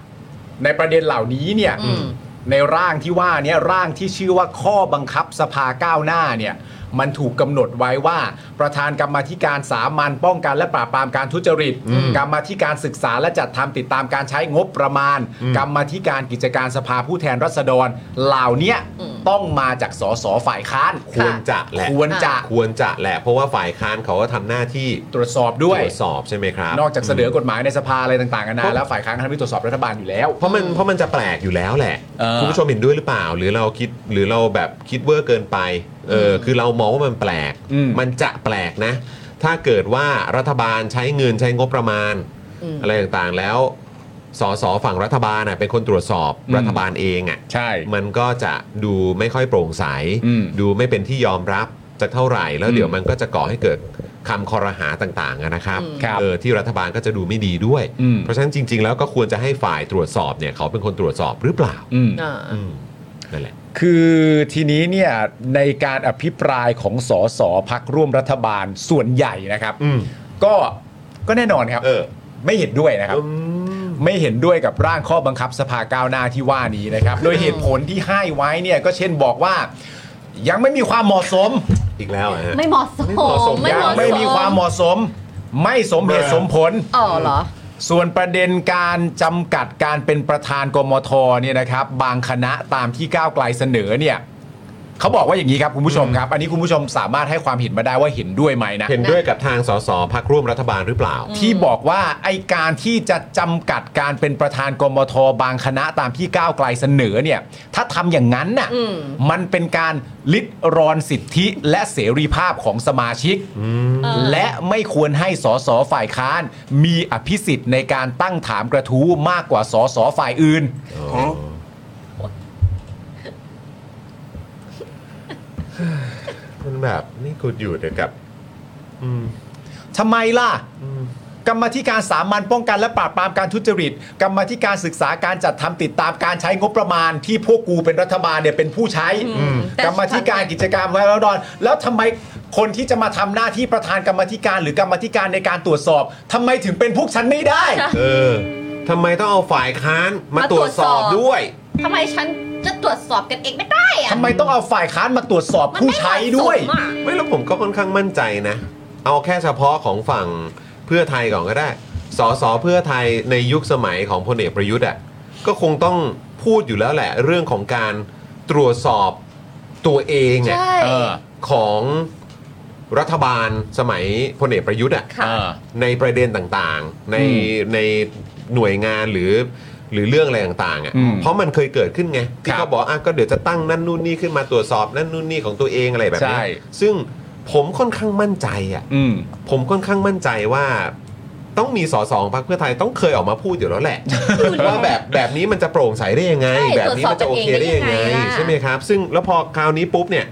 E: ในประเด็นเหล่านี้เนี่ย
F: อืม
E: ในร่างที่ว่าเนี่ยร่างที่ชื่อว่าข้อบังคับสภาก้าวหน้าเนี่ยมันถูกกำหนดไว้ว่า ประธานกรรมาธิการสามัญป้องกันและปราบปรามการทุจริต กรรมาธิการศึกษาและจัดทำติดตามการใช้งบประมาณ กรรมาธิการกิจการสภาผู้แทนราษฎร เหล่าเนี้ย
F: อืม
E: ต้องมาจากสสฝ่ายค้าน
D: ค่ะควรจะแหละ
E: ควรจะ
D: ควรจะแหละ เพราะว่าฝ่ายค้านเขาก็ทำหน้าที่
E: ตรวจสอบด้วย
D: ตรวจสอบใช่ไหมครับ
E: นอกจากเสนอกฎหมายในสภาอะไรต่างๆกันา
D: เพ
E: นา
D: ราะ
E: แล้วฝ่ายค้านก็ทำให้ตรวจสอบรัฐบาลอยู่แล้ว
D: เพราะมันเพราะมันจะแปลกอยู่แล้วแหละ
E: เออ
D: คุณผู้ชมเห็นด้วยหรือเปล่า หรือเราคิดหรือเราแบบคิดเวอร์เกินไปเอออคือเรามองว่ามันแปลก มันจะแปลกนะ ถ้าเกิดว่ารัฐบาลใช้เงินใช้งบประมาณ
F: อืม
D: อะไรต่างๆแล้วสสฝั่งรัฐบาลน่ะเป็นคนตรวจสอบรัฐบาลเองอ่ะ
E: ใช่
D: มันก็จะดูไม่ค่อยโปร่งใส
E: อืม
D: ดูไม่เป็นที่ยอมรับสักเท่าไหร่ แล้ว
E: อืม
D: เดี๋ยวมันก็จะก่อให้เกิดคำคอรหาต่างๆอะนะครับ
F: อืม
E: ครับ
D: เออที่รัฐบาลก็จะดูไม่ดีด้วย
E: อืม
D: เพราะฉะนั้นจริง ๆ แล้วก็ควรจะให้ฝ่ายตรวจสอบเนี่ยเขาเป็นคนตรวจสอบหรือเปล่า
E: อืม
F: อ่า
D: อืมนั่นแหละ
E: คือทีนี้เนี่ยในการอภิปรายของสสพักร่วมรัฐบาลส่วนใหญ่นะครับ
D: อืม
E: ก็ก็แน่นอนครับ
D: เออ
E: ไม่เห็นด้วยนะครับ ไม่เห็นด้วยกับร่างข้อบังคับสภาก้าวหน้าที่ว่านี้นะครับ โดยเหตุผลที่ให้ไว้เนี่ยก็เช่นบอกว่า ยังไม่มีความเหมาะสม
D: อีกแล้วอะฮะ
F: ไม่เหมาะสม
D: ไม่เหมาะสม
E: ยังไม่มีความเหมาะสม ไม่สมเหตุสมผล
F: อ๋อเหรอ
E: ส่วนประเด็นการจำกัดการเป็นประธานกมทเนี่ยนะครับ บางคณะตามที่ก้าวไกลเสนอเนี่ยเขาบอกว่าอย่างนี้ครับคุณผู้ชมครับ อันนี้คุณผู้ชมสามารถให้ความเห็นมาได้ว่าเห็นด้วยไหมนะ
D: เห็นด้วยกับทางสสพักร่วมรัฐบาลหรือเปล่า
E: ที่บอกว่าไอการที่จะจำกัดการเป็นประธานกมทบางคณะตามที่ก้าวไกลเสนอเนี่ย ถ้าทำอย่างนั้นน่ะ
F: อืม
E: มันเป็นการลิดรอนสิทธิและเสรีภาพของสมาชิก
F: เออ
E: และไม่ควรให้สสฝ่ายค้าน มีอภิสิทธิ์ในการตั้งถามกระทู้มากกว่าสสฝ่ายอื่น
D: มันแบบนี่กูอยู่เดี๋ยวกับ
E: ทำไมล่ะ กรรมาธิการสามัญป้องกันและปราบปรามการทุจริต กรรมาธิการศึกษาการจัดทำติดตามการใช้งบประมาณ ที่พวกกูเป็นรัฐบาลเนี่ยเป็นผู้ใช้
F: แต่
E: กรรมาธิการกิจการไว้แล้วดอน แล้วทำไมคนที่จะมาทำหน้าที่ประธานกรรมาธิการ หรือกรรมาธิการในการตรวจสอบทำไมถึงเป็นพวกฉันไม่ได้
D: เออทำไมต้องเอาฝ่ายค้านมาตรวจสอบด้วย
F: ทำไมฉันจะตรวจสอบกันเองไม่ได้อะ
E: ทำไมต้องเอาฝ่ายค้านมาตรวจสอบ
F: มัน
E: ผู้
F: ไม่เห
E: ใช้
F: มาะสม
E: ด้วย
F: อะ
D: ไม่แล้วผมก็ค่อนข้างมั่นใจนะ เอาแค่เฉพาะของฝั่งเพื่อไทยก่อนก็ได้ สสเพื่อไทยในยุคสมัยของพลเอกประยุทธ์อ่ะก็คงต้องพูดอยู่แล้วแหละ เรื่องของการตรวจสอบตัวเองอะ
F: ใช่
E: เออ
D: ของรัฐบาลสมัยพลเอกประยุทธ์อ่ะ
F: ค่ะ
E: เออ
D: ในประเด็นต่างๆ ใน
E: อื
D: ในหน่วยงานหรือหรือเรื่องอะไรต่างๆอ่ะ
E: อืม
D: เพราะมันเคยเกิดขึ้นไงที่
E: ครับ
D: เขาบอกอ่ะก็เดี๋ยวจะตั้งนั่นนู่นนี่ขึ้นมาตรวจสอบนั่นนู่นนี่ของตัวเองอะไรแบบ
E: ใช่
D: นี้ซึ่งผมค่อนข้างมั่นใจอ่ะ
E: อืม
D: ผมค่อนข้างมั่นใจว่าต้องมีสสของพรรคเพื่อไทยต้องเคยออกมาพูดอยู่แล้วแหละ ว่าแบบแบบนี้มันจะโปร่งใสได้ยังไง
F: ใช่
D: แบบนี้มันจะโอเคได้ยังไง
F: ตรวจสอบกันเองได้ยังไงล่ะ
D: ใช่ไหมครับ ซึ่งแล้วพอคราวนี้ปุ๊บเนี่ย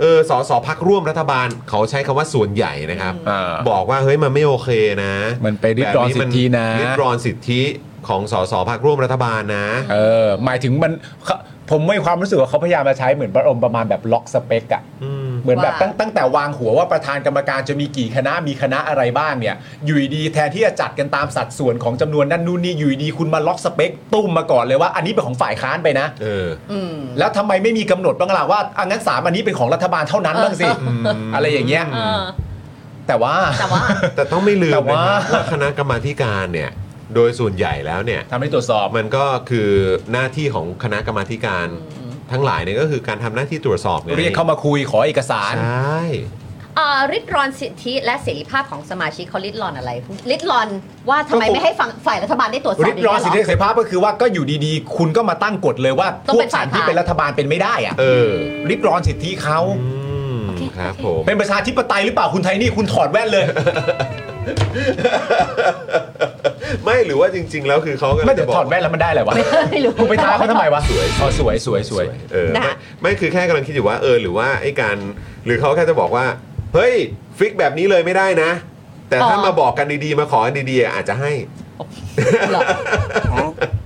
D: เออสสพักร่วมรัฐบาลเขาใช้คำว่าส่วนใหญ่นะครับ
E: อ่า
D: บอกว่าเฮ้ยมันไม่โอเคนะ
E: มันไปริดรอนสิทธินะ
D: แบบมัริดรอนสิทธิของสสพักร่วมรัฐบาลนะ
E: เออหมายถึงมันเขาผมไม่ความรู้สึกว่าเขาพยายามมาใช้เหมือนประอมประมาณแบบล็อกสเปกอะ
D: อืม
E: เหมือนแบบ
F: ว่า
E: ตั้งตั้งแต่วางหัวว่าประธานกรรมการจะมีกี่คณะมีคณะอะไรบ้างเนี่ย อยู่ดีๆแทนที่จะจัดกันตามสัดส่วนของจำนวนนั่นนู่นนี่อยู่ดีๆคุณมาล็อกสเปกตุ้มมาก่อนเลยว่าอันนี้เป็นของฝ่ายค้านไปนะ
D: เออ
F: อืม
E: แล้วทำไมไม่มีกำหนดบ้างล่ะว่าอันนั้นสามอันนี้เป็นของรัฐบาลเท่านั้นบ้างสิอะไรอย่างเงี้ย
F: เออ
E: แต่ว่า
F: แต่ว่า
D: แต่ต้องไม่ลืม
E: แต่
D: นะ
E: ว่า
D: ว่าคณะกรรมาธิการเนี่ยโดยส่วนใหญ่แล้วเนี่ย
E: ทำให้ตรวจสอบ
D: มันก็คือหน้าที่ของคณะกรรมาธิการทั้งหลายเนี่ยก็คือการทำหน้าที่ตรวจสอบไง
E: เรียกเข้ามาคุยขอเอกสาร
D: ใช่
F: เอ่อริดรอนสิทธิและเสรีภาพของสมาชิกเขาริดรอนอะไรริดรอนว่าทำไมไม่ให้ฝั่งฝ่ายรัฐบาลได้ตรวจสอบ
E: ริดรอนสิทธิ
F: ย่าง
E: เส
F: เงี้ยเห
E: รีภาพก็คือว่าก็อยู่ดีๆ คุณก็มาตั้งกฎเลยว่า
F: ต้อง
E: พว
F: เป็
E: ก
F: น
E: สันที่
F: ฝ่ายค้าน
E: เป็นรัฐบาลเป็นไม่ได้อะ
D: เออ
E: ริดรอนสิทธิเขา
D: อืมครับผม
E: เป็นประชาธิปไตยหรือเปล่าคุณไทนี่คุณถอดแว่นเลย
D: ไม่หรือว่าจริง ๆ แล้วคือเขาก็
E: ไม่เดี๋ยวถอดแว่นแล้วมันได้อะไรวะ
F: รอไม่รู้
E: คุณไปท้าเขาทำไมวะสวยสวยสวยสวย
D: เออ
F: นะ
D: ไม่ไม่คือแค่กำลังคิดอยู่ว่าเออหรือว่าไอ้การหรือเขาแค่จะบอกว่า เฮ้ยฟิกแบบนี้เลยไม่ได้นะ แต่ถ้า
F: อ๋อ
D: มาบอกกันดีๆ มาขอกันดีๆ อาจจะให้
F: เหรอ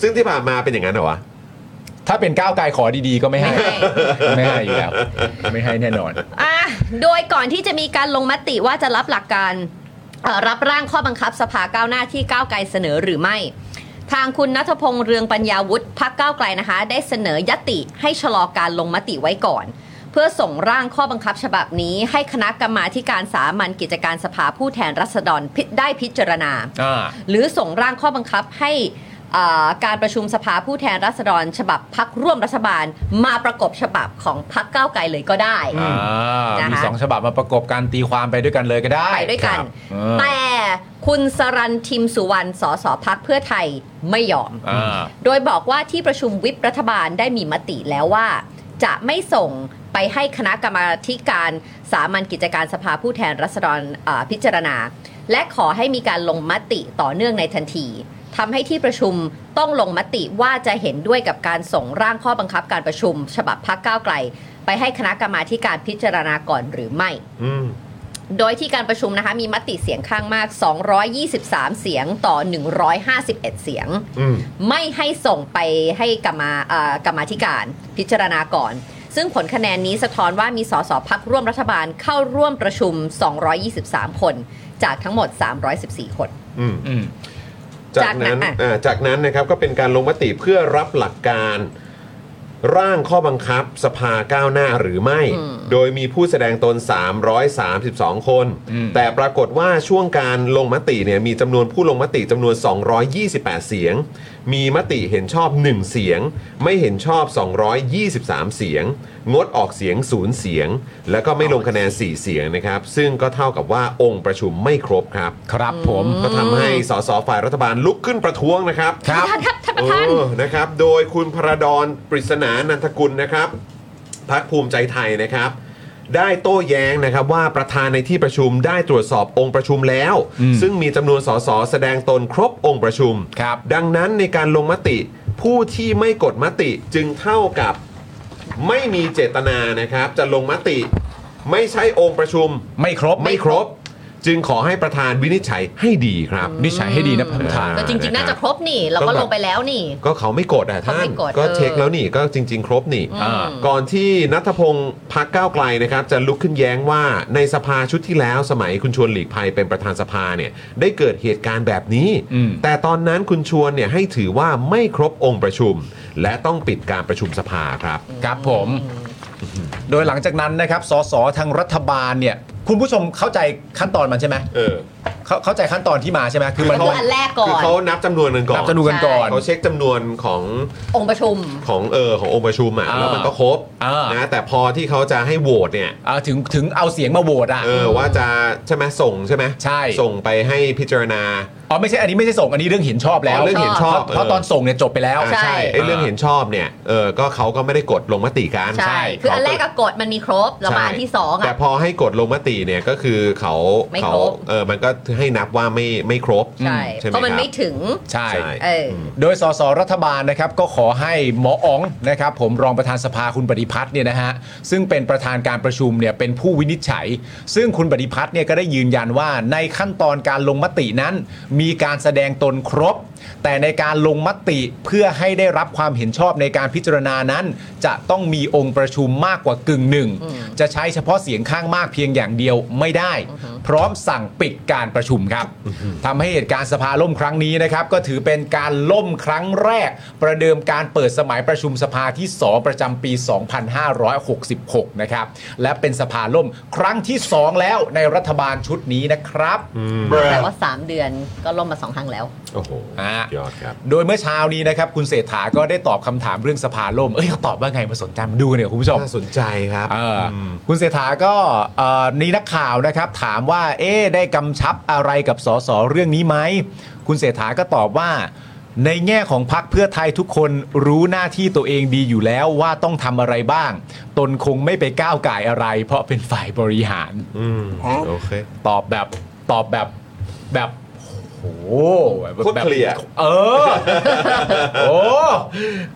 D: ซึ่งที่ผ่านมาเป็นอย่างนั้นเหรอวะ
E: ถ้าเป็นก้าวไกลขอดีๆก็ไม่ให้
F: ไม่ให้
E: ไม่ให้อยู่แล้ว ไม่ให้แน่นอน
F: อ่ะโดยก่อนที่จะมีการลงมติว่าจะรับหลักการเอ่อรับร่างข้อบังคับสภาก้าวหน้าที่ก้าวไกลเสนอหรือไม่ ทางคุณนัทพงษ์เรืองปัญญาวุฒิพักก้าวไกลนะคะ ได้เสนอยติให้ชะลอการลงมติไว้ก่อน เพื่อส่งร่างข้อบังคับฉบับนี้ ให้คณะกรรมาธิการสามัญกิจการสภาผู้แทนรัษฎรพิได้พิจารณา
E: อ่า
F: หรือส่งร่างข้อบังคับให้อ่าการประชุมสภาผู้แทนราษฎร ฉบับพักร่วมรัฐบาล มาประกบฉบับของพักก้าวไกลเลยก็ได้
E: อ่า
F: นะคะ
E: มีสองฉบับมาประกบกันตีความไปด้วยกันเลยก็ได้
F: ไปด้วยกัน
E: ครับอ่า
F: แต่คุณสรันทิมสุวรรณสสพักเพื่อไทยไม่ยอม
E: อ่า
F: โดยบอกว่าที่ประชุมวิปรัฐบาลได้มีมติแล้วว่า จะไม่ส่งไปให้คณะกรรมาธิการสามัญกิจการสภาผู้แทนรัษฎรเอ่อพิจารณา และขอให้มีการลงมติต่อเนื่องในทันทีทำให้ที่ประชุมต้องลงมติว่าจะเห็นด้วยกับการส่งร่างข้อบังคับการประชุม ฉบับพักก้าวไกล ไปให้คณะกรรมาธิการพิจารณาก่อนหรือไม่
D: อืม
F: โดยที่การประชุมนะคะมีมติเสียงข้างมาก 223 เสียงต่อ 151 เสียง
D: อืม
F: ไม่ให้ส่งไปให้กรรมาเอ่อกรรมาธิการพิจารณาก่อน ซึ่งผลคะแนนนี้สะท้อนว่ามีสสพักร่วมรัฐบาลเข้าร่วมประชุม 223 คน จากทั้งหมด 314 คน
D: อืม
E: อืม
D: จากนั้น
F: จากนั้นอ่ะ
D: อ่าจากนั้นนะครับก็เป็นการลงมติเพื่อรับหลักการ ร่างข้อบังคับสภาก้าวหน้าหรือไม่ โดยมีผู้แสดงตน 332 คน
E: อืม
D: แต่ปรากฏว่าช่วงการลงมติเนี่ยมีจำนวนผู้ลงมติจำนวน 228 เสียง มีมติเห็นชอบ 1 เสียง ไม่เห็นชอบ 223 เสียง งดออกเสียง 0 เสียง แล้วก็ไม่ลงคะแนน 4 เสียงนะครับ ซึ่งก็เท่ากับว่าองค์ประชุมไม่ครบครับ
E: ครับผม
D: ก็ทำให้สสฝ่ายรัฐบาลลุกขึ้นประท้วงนะครับ
E: ครับ
F: ท่านครับท่านประธาน
D: เออนะครับ โดยคุณพระดอนปริศนานันทกุลนะครับพักภูมิใจไทยนะครับ ได้โต้แย้งนะครับว่าประธานในที่ประชุมได้ตรวจสอบองค์ประชุมแล้ว
E: อืม
D: ซึ่งมีจำนวนสสแสดงตนครบองค์ประชุม
E: ครับ
D: ดังนั้นในการลงมติ ผู้ที่ไม่กดมติจึงเท่ากับไม่มีเจตนานะครับ จะลงมติ ไม่ใช่องค์ประชุม
E: ไม่ครบ
D: ไม่ครบ จึงขอให้ประธานวินิจฉัยให้ดีครับ
E: นิจฉัยให้ดีนะผมทาน
F: ก็จริงๆ น่าจะครบนี่ เรา
D: ต้
F: ก็
D: องแบบ
F: ลงไปแล้วนี่
D: ก็เขาไม่กดอ่ะท่า
F: เขา
D: น
F: ไม่กด
D: ก็
F: เออ
D: เช็คแล้วนี่ก็จริง ๆ ครบนี่
E: อ่า
D: ก่อนที่นัทพงศ์พักก้าวไกลนะครับ จะลุกขึ้นแย้งว่าในสภาชุดที่แล้วสมัยคุณชวนหลีกภัยเป็นประธานสภาเนี่ยได้เกิดเหตุการณ์แบบนี้
E: อืม
D: แต่ตอนนั้นคุณชวนเนี่ยให้ถือว่าไม่ครบองค์ประชุม และต้องปิดการประชุมสภาครับ
E: ครับผม โดยหลังจากนั้นนะครับ สสทางรัฐบาลเนี่ย คุณผู้ชมเข้าใจขั้นตอนมันใช่ไหม
D: เออ
E: เข้าเข้าใจขั้นตอนที่มาใช่ไหมคือ
F: มั
E: มัน
F: นคืออันแรกก่อ
D: คือน เขานับจำนวนกันก่อ
E: นับ
D: น
E: จำนวนกันก่อน
D: เขาเช็คจำนวนของ
F: องค์ประชุม
D: ของเออขององค์ประชุมอ่ะ
E: อ่า
D: แล้วมันก็ครบ
E: อ่าน
D: นะแต่พอที่เขาจะให้โหวตเนี่ย
E: อ่าถึงถึงเอาเสียงมาโหวตอ่ะ
D: เออว่าจะใช่ไหมส่งใช่ไหม
E: ใช่
D: ส่งไปให้พิจารณา
E: อ๋อไม่ใช่อันนี้ไม่ใช่ส่งอันนี้เรื่องเห็นชอบแล้ว
D: อ๋อเรื่องเห็นชอบ
E: พราะเพราะ
D: เออ
E: ตอนส่งเนี่ยจบไปแล้ว
D: อ่า
F: ใช่
D: ไอ้เรื่องเห็นชอบเนี่ยเออก็เขาก็ไม่ได้กดลงมติกัน
F: ใช่ คืออันแรกก็กดมันมีครบ แล้วมาอันที่สอง
D: แต่
F: อ่ะ
D: พอให้กดลงมติเนี่ยก็คือเขา
F: ไม่
D: เขา
F: ครบ
D: เออมันก็ให้นับว่าไม่ไม่ครบ
F: ใช่
D: ใช่ไหม
F: เพราะมั
D: ค
F: น
D: รับ
F: ไม่ถึง
E: ใช่
D: ใช่
F: เออ
E: โดยสสรัฐบาลนะครับก็ขอให้หมออ๋องนะครับผมรองประธานสภาคุณปฏิพัฒน์เนี่ยนะฮะซึ่งเป็นประธานการประชุมเนี่ยเป็นผู้วินิจฉัย ซึ่งคุณปฏิพัฒน์เนี่ยก็ได้ยืนยันว่าในขั้นตอนการลงมตินั้น มีการแสดงตนครบ แต่ในการลงมติเพื่อให้ได้รับความเห็นชอบในการพิจารณานั้น จะต้องมีองค์ประชุมมากกว่ากึ่งหนึ่งจะใช้เฉพาะเสียงข้างมากเพียงอย่างเดียวไม่ได้ พร้อมสั่งปิดการประชุมครับทำให้เหตุการณ์สภาล่มครั้งนี้นะครับ ก็ถือเป็นการล่มครั้งแรก ประเดิมการเปิดสมัยประชุมสภาที่ 2 ประจำปี 2566 นะครับ และเป็นสภาล่มครั้งที่ 2 แล้วในรัฐบาลชุดนี้นะครับ
F: แปลว่า 3 เดือนก็ล่มมาสองครั้งแล้ว
D: โอ้โห
E: อ่ะ
D: ยอดครับ
E: โดยเมื่อเช้านี้นะครับ คุณเศรษฐาก็ได้ตอบคำถามเรื่องสภาล่ม เอ้ยเขาตอบว่าไงมาสนใจมาดูเนี่ยคุณผู้ชม
D: น่าสนใจครับ
E: เออ
D: ม
E: คุณเศรษฐาก็เอ่อนี่นักข่าวนะครับถามว่าเอ๊ะได้กำชับอะไรกับสสเรื่องนี้ไหม คุณเศรษฐาก็ตอบว่า ในแง่ของพักเพื่อไทยทุกคนรู้หน้าที่ตัวเองดีอยู่แล้วว่าต้องทำอะไรบ้าง ตนคงไม่ไปก้าวไก่ายอะไร เพราะเป็นฝ่ายบริหาร
D: อืมโอเค
E: ตอบแบบตอบแบบแบบโห โอ้แบบ
D: โคตรเคลียร์
E: เออ โอ้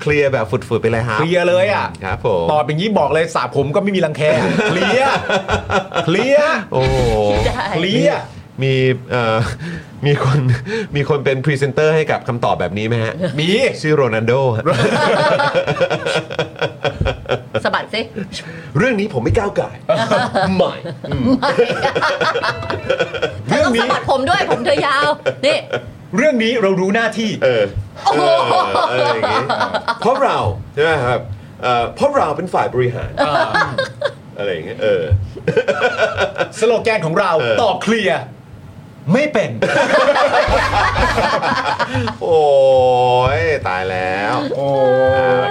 D: เคลียร์แบบฝุดๆไปเลยฮะ
E: เคลียร์เลยอะ
D: ครับผม
E: ตอบอย่างนี้บอกเลยสระผมก็ไม่มีรังแคเคลียร์เคลียร์
D: โอ้โห
F: ได้
E: เคลียร์
D: มีเอ่อมีคนมีคนเป็นพรีเซนเตอร์ให้กับคำตอบแบบนี้ไหม ฮะ
E: มี
D: ชื่อโรนัลโดฮะ
F: สะบัดสิ
D: เรื่องนี้ผมไม่ก้าว ไก่ายไม่
F: เธอต้องสะบัดผมด้วยผมเธอยาว นี่
E: เรื่องนี้เรารู้หน้าที่
D: เออเออเอออย่างงี้เพราะเราใช่ไหมครับเอ่อเพราะเราเป็นฝ่ายบริหารอะไรอย่างเงี้ยเออ
E: สโลแกนของเรา
D: เออ
E: ตอบเคลียร์ไม่เป็น
D: โอ้ยตายแล้ว
E: โอ้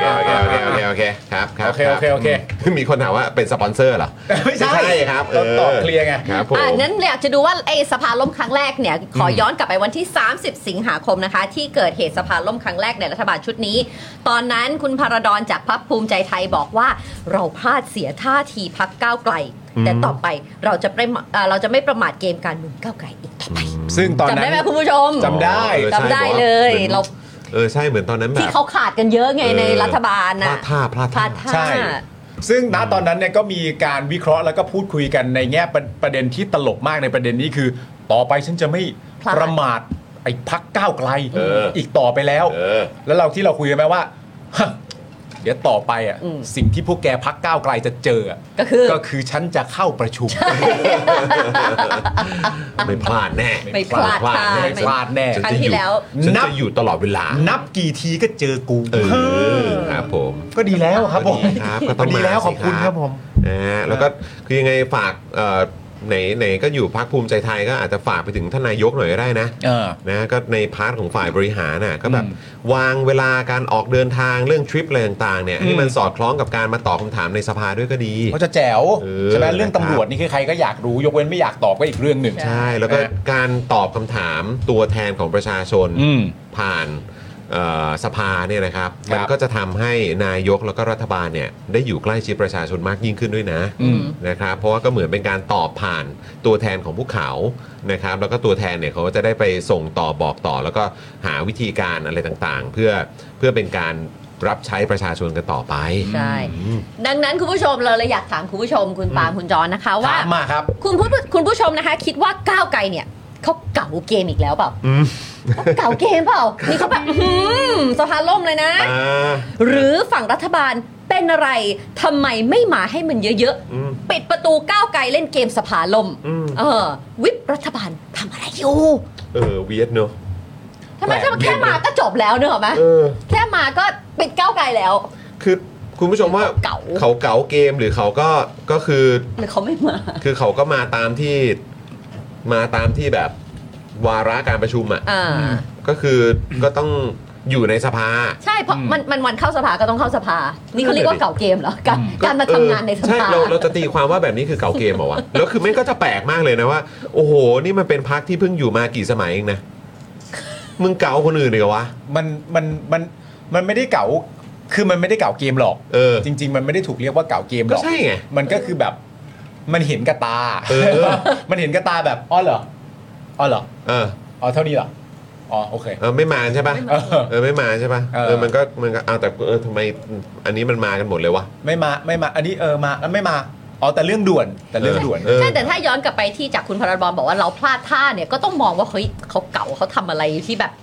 D: อ่าโอเคโอเคโอเคโอเคโอเคครับครับ
E: โอเคโอเคโอเค
D: รับมีคนถามว่าเป็นสปอนเซอร์เหรอ
E: ไม่ใช่
D: ครับ
E: เราตอบเคลียร์ไง
D: ครับผม
F: อ่ะนั้นอยากจะดูว่าไอ้สภาล่มครั้งแรกเนี่ย ขอย้อนกลับไปวันที่ 30 สิงหาคมนะคะ ที่เกิดเหตุสภาล่มครั้งแรกในรัฐบาลชุดนี้ ตอนนั้นคุณพารดอนจากพรรคภูมิใจไทยบอกว่า เราพลาดเสียท่าทีพักก้าวไกล แต่ต่อไปเราจะไม่เอ่อเราจะไม่ประมาทเกมการเมืองก้าวไกลอีกต่อไป
E: ซึ่งตอน
F: จำ
E: นั้
F: ได้
E: น
F: ไหมคุณผู้ชม
E: จำได้
D: เออใช่
F: จำได้
D: บอกว่า
F: เลย
D: หมือน
F: เรา
D: เออใช่เหมือนตอนนั้นแบบ
F: ที่เขาขาดกันเยอะไงในรัฐบาล
D: พลา
F: นะ
D: ดท่าพลาด
F: พ
D: ท่า
F: ลาดท่า
E: ใช่ ซึ่งณตอนนั้นเนี่ยก็มีการวิเคราะห์แล้วก็พูดคุยกันในแง่ประประเด็นที่ตลกมากในประเด็นนี้คือ ต่อไปฉันจะไม่
F: พลาด
E: ประมาทไอ้พักก้าวไกล
D: เอออี
E: กต่อไปแล้ว
D: เออ
E: แล้วเราที่เราคุยกันไหมว่าฮะเดี๋ยวต่อไปอ่ะ
F: อืม
E: สิ่งที่พวกแกพักก้าวไกลจะเจออะ
F: ก็คือ
E: ก็คือฉันจะเข้าประชุม
D: ไม่พลาดแน่
F: ไม่พลาด
D: ไม่แน่
F: ไม่
E: พลาดแน่
D: ฉัน
F: ครั้ง
D: จะอ
F: ที่
D: ยู่
F: แล้ว
D: ฉัน
E: นับ
D: จะอยู่ตลอดเวลา
E: นับกี่ทีก็เจอกู
D: เออครับผม
E: ก็ดีแล้วครับผม
D: ดีครับก็ต้อง
E: ดี
D: มา
E: แล้วขอบคุณ
D: สิ
E: ครับผม
D: นะฮะแล้วก็คือยังไงฝากเอ่อไหนไหนก็อยู่พักภูมิใจไทยก็อาจจะฝากไปถึงท่านนายกหน่อยก็ได้นะ
E: เออ
D: นะก็ในพาร์ทของฝ่ายบริหารน่ะก็แบบ
E: อืม
D: วางเวลาการออกเดินทางเรื่องทริปอะไรต่างๆเนี่ยให้มัน
E: อืม
D: สอดคล้องกับการมาตอบคำถามในสภาด้วยก็ดี
E: เขาจะแจ๋ว
D: เออ
E: ใช่ไหมเรื่อง
D: นะครับ
E: ตำรวจนี่คือใครก็อยากรู้ยกเว้นไม่อยากตอบก็อีกเรื่องหนึ่ง
D: ใช่ แล้วก็
E: นะฮะ
D: การตอบคำถามตัวแทนของประชาชน
E: อืม
D: ผ่านเอ่อสภาเนี่ยนะครับ
E: ครับ
D: มันก็จะทำให้นายกแล้วก็รัฐบาลเนี่ยได้อยู่ใกล้ชิดประชาชนมากยิ่งขึ้นด้วยนะ
E: อืม
D: นะครับ เพราะว่าก็เหมือนเป็นการตอบผ่านตัวแทนของพวกเขานะครับ แล้วก็ตัวแทนเนี่ยเขาก็จะได้ไปส่งต่อบอกต่อ แล้วก็หาวิธีการอะไรต่างๆ เพื่อเพื่อเป็นการรับใช้ประชาชนกันต่อไป
F: ใช่ ดังนั้นคุณผู้ชมเราเลยอยากถามคุณผู้ชมคุณปาล์มคุณจอนนะคะว่า
E: ถามมาครับ
F: คุณผู้คุณผู้ชมนะคะ คิดว่าก้าวไกลเนี่ยเขาเก่าเกมอีกแล้วเปล่า
D: อืม
F: เขาเก่าเกมเปล่านี่เขาแบบอื้อหือสภาล่มเลยนะ
D: อ่า
F: หรือฝั่งรัฐบาลเป็นอะไรทำไมไม่มาให้มันเยอะ
D: อืม
F: ๆ ปิดประตูก้าวไกลเล่นเกมสภาล่ม
D: อืม
F: เออ วิปรัฐบาลทำอะไรอยู่
D: เออเวียดเนอะ
F: ทำไม
E: แปลก
F: แค่มาก็จบแล้วเนอะเหรอไหม
D: เออ
F: แค่มาก็ปิดก้าวไกลแล้ว
D: คือคุณผู้ชมว่า
F: เก๋า
D: เขาเก๋าเกมหรือเขาก็ก็คือ
F: หรือเขาไม่มา
D: คือเขาก็มาตามที่มาตามที่แบบวาระการประชุมอ่ะ
F: อ่า
D: ก็คือก็ต้องอยู่ในสภา
F: ใช่เพราะมันมันวันเข้าสภาก็ต้องเข้าสภา นี่เขาเรียกว่าเก่าเกมเหรอการการมาทำงานในส
D: เออใช่
F: ภา
D: เราเราจะตีความว่าแบบนี้คือเก่าเกมเหรอวะ แล้วคือแม่งก็จะแปลกมากเลยนะว่า โอ้โห นี่มันเป็นพักที่เพิ่งอยู่มากี่สมัยเองนะมึงเก๋าคนอื่นเลยเหรอวะ
E: มันมันมันมันไม่ได้เก่า คือมันไม่ได้เก่าเกมหรอก
D: เออ
E: จริง ๆ มันไม่ได้ถูกเรียกว่าเก่าเกมหร
D: ก็
E: อก
D: ใช่ไง
E: มันก็คือแบบมันเห็นกระตา
D: เออ
E: มันเห็นกระตาแบบอ๋อเหรออ๋อเหรอ
D: เออ
E: อ๋อเท่านี้เหรออ๋อโอเค
D: เออไม่มาใช่ปะ
E: เออ
D: เออไม่มาใช่ปะ
E: เออ
D: เออมันก็มันก็เอาแต่เออทำไมอันนี้มันมากันหมดเลยวะ
E: ไม่มาไม่มา อันนี้เออมาแล้วไม่มาอ๋อแต่เรื่องด่วนแต่เรื่องด่วน
D: เออ
F: ใช่ แต่ถ้าย้อนกลับไปที่จากคุณพารบอมบอกว่าเราพลาดท่าเนี่ยก็ต้องมองว่าเฮ้ยเขาเก่าเขาทำอะไรที่แบบ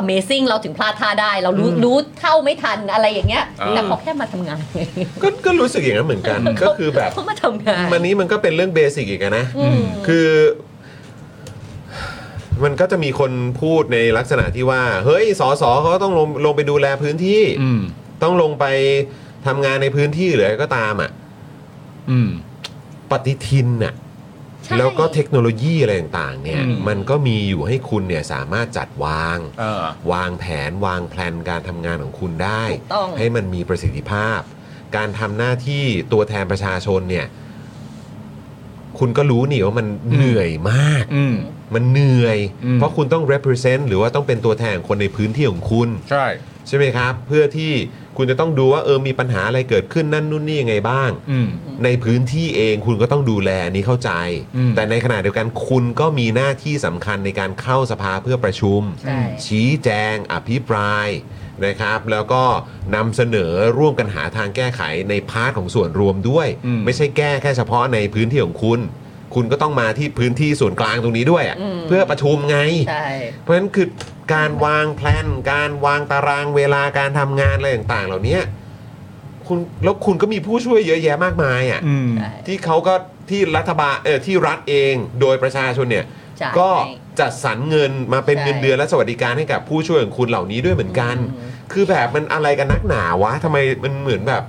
F: Amazing เราถึงพลาดท่าได้ เรารู้รู้เท่าไม่ทันอะไรอย่างเงี้ย
E: อ่า
F: แต่เขาแค่มาทำงาน
D: ก็ก็รู้สึกอย่างนั้นเหมือนกัน ก็คือแบบ
F: เขามาทำงาน
D: มันนี้มันก็เป็นเรื่องเบสิกอีกอะนะ
F: อืม
D: คือ มันก็จะมีคนพูดในลักษณะที่ว่า เฮ้ยสอสอเขาก็ต้องลงลงไปดูแลพื้นที่
E: อืม
D: ต้องลงไปทำงานในพื้นที่หรืออะไรก็ตามอ่ะ
E: อืม
D: ปฏิทินน่ะ
F: ใช่
D: แล้วก็เทคโนโลยีอะไรต่างๆ เนี่ย
E: อืม
D: มันก็มีอยู่ให้คุณเนี่ยสามารถจัดวาง
E: เออ
D: วางแผนวางแผนการทำงานของคุณได้
F: ถูกต้อง
D: ให้มันมีประสิทธิภาพ การทำหน้าที่ตัวแทนประชาชนเนี่ย คุณก็รู้นี่ว่ามันเหนื่อยมาก
E: อืม
D: มันเหนื่อย
E: อืม
D: เพราะคุณต้อง represent หรือว่าต้องเป็นตัวแทนของคนในพื้นที่ของคุณ
E: ใช่
D: ใช่ไหมครับ เพื่อที่คุณจะต้องดูว่าเออมีปัญหาอะไรเกิดขึ้นนั่นนู่นนี่ยังไงบ้าง
E: อืม
D: ในพื้นที่เองคุณก็ต้องดูแลอันนี้เข้าใจ
E: อืม
D: แต่ในขณะเดียวกันคุณก็มีหน้าที่สำคัญในการเข้าสภาเพื่อประชุม
F: ใช่
D: ชี้แจงอภิปรายนะครับ แล้วก็นำเสนอร่วมกันหาทางแก้ไขในพาร์ทของส่วนรวมด้วย
E: อืม
D: ไม่ใช่แก้แค่เฉพาะในพื้นที่ของคุณ คุณก็ต้องมาที่พื้นที่ส่วนกลางตรงนี้ด้วยอะ
F: อืม
D: เพื่อประชุมไง
F: ใช่
D: เพราะฉะนั้นคือการวางแพลนการวางตารางเวลาการทำงานอะไรต่างๆ เหล่านี้คุณแล้วคุณก็มีผู้ช่วยเยอะแยะมากมายอ่ะ
E: อืม
F: ใช่
D: ที่เขาก็ที่รัฐบาลเออที่รัฐเอง โดยประชาชนเนี่ย
F: จ่าย
D: ก็
F: ให้
D: จัดสรรเงินมาเป็น
F: ใช่
D: เงินเดือนและสวัสดิการให้กับผู้ช่วยของคุณเหล่านี้ด้วยเหมือนกัน
F: อืม
D: คือแบบมันอะไรกันนักหนาวะทำไมมันเหมือนแบบ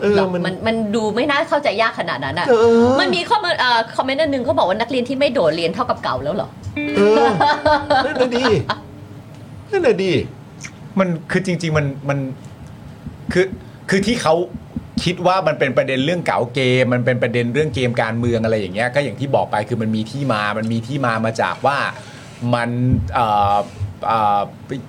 D: เออ
F: หรอก
D: มัน
F: มันมันดูไม่น่าเข้าใจยากขนาดนั้นอ่ะ
D: เออ
F: มันมีข้อมูลเอ่อคอมเมนต์อันหนึ่งเขาบอกว่านักเรียนที่ไม่โดดเรียนเท่ากับเก่าแล้วเหรอ
D: เออนั่นน่ะดีนั่นน่ะดี
E: มันคือจริง ๆ มันมันคือคือที่เขาคิดว่ามันเป็นประเด็นเรื่องเก่าเกม มันเป็นประเด็นเรื่องเกมการเมืองอะไรอย่างเงี้ยก็อย่างที่บอกไปคือมันมีที่มา มันมีที่มามาจากว่ามันเอ่อเอ่อ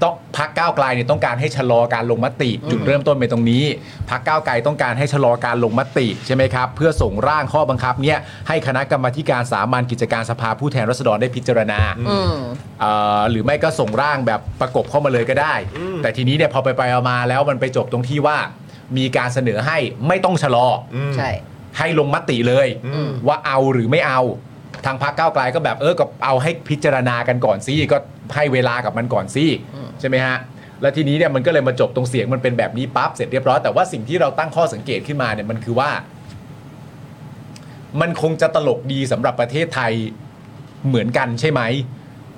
E: ต้องพักก้าวไกลเนี่ยต้องการให้ชะลอการลงมติ จุดเริ่มต้นเป็นตรงนี้พักก้าวไกลต้องการให้ชะลอการลงมติใช่ไหมครับ เพื่อส่งร่างข้อบังคับเนี่ยให้คณะกรรมาธิการสามัญกิจการสภาผู้แทนราษฎรได้พิจารณา
F: อืม
E: เอ่อหรือไม่ก็ส่งร่างแบบประกบเข้ามาเลยก็ได้ แต่ทีนี้เนี่ยพอไปไปๆมาๆแล้วมันไปจบตรงที่ว่า มีการเสนอให้ไม่ต้องชะลออ
F: ใช่
E: ให้ลงมติเลย
F: อืม
E: ว่าเอาหรือไม่เอา ทางพรรคก้าวไกลก็แบบเออก็เอาให้พิจารณากันก่อนสิก็ให้เวลากับมันก่อนสิใช่ไหมฮะแล้วทีนี้เนี่ยมันก็เลยมาจบตรงเสียงมันเป็นแบบนี้ปั๊บเสร็จเรียบร้อยแต่ว่าสิ่งที่เราตั้งข้อสังเกตขึ้นมาเนี่ยมันคือว่า มันคงจะตลกดีสำหรับประเทศไทยเหมือนกันใช่ไหม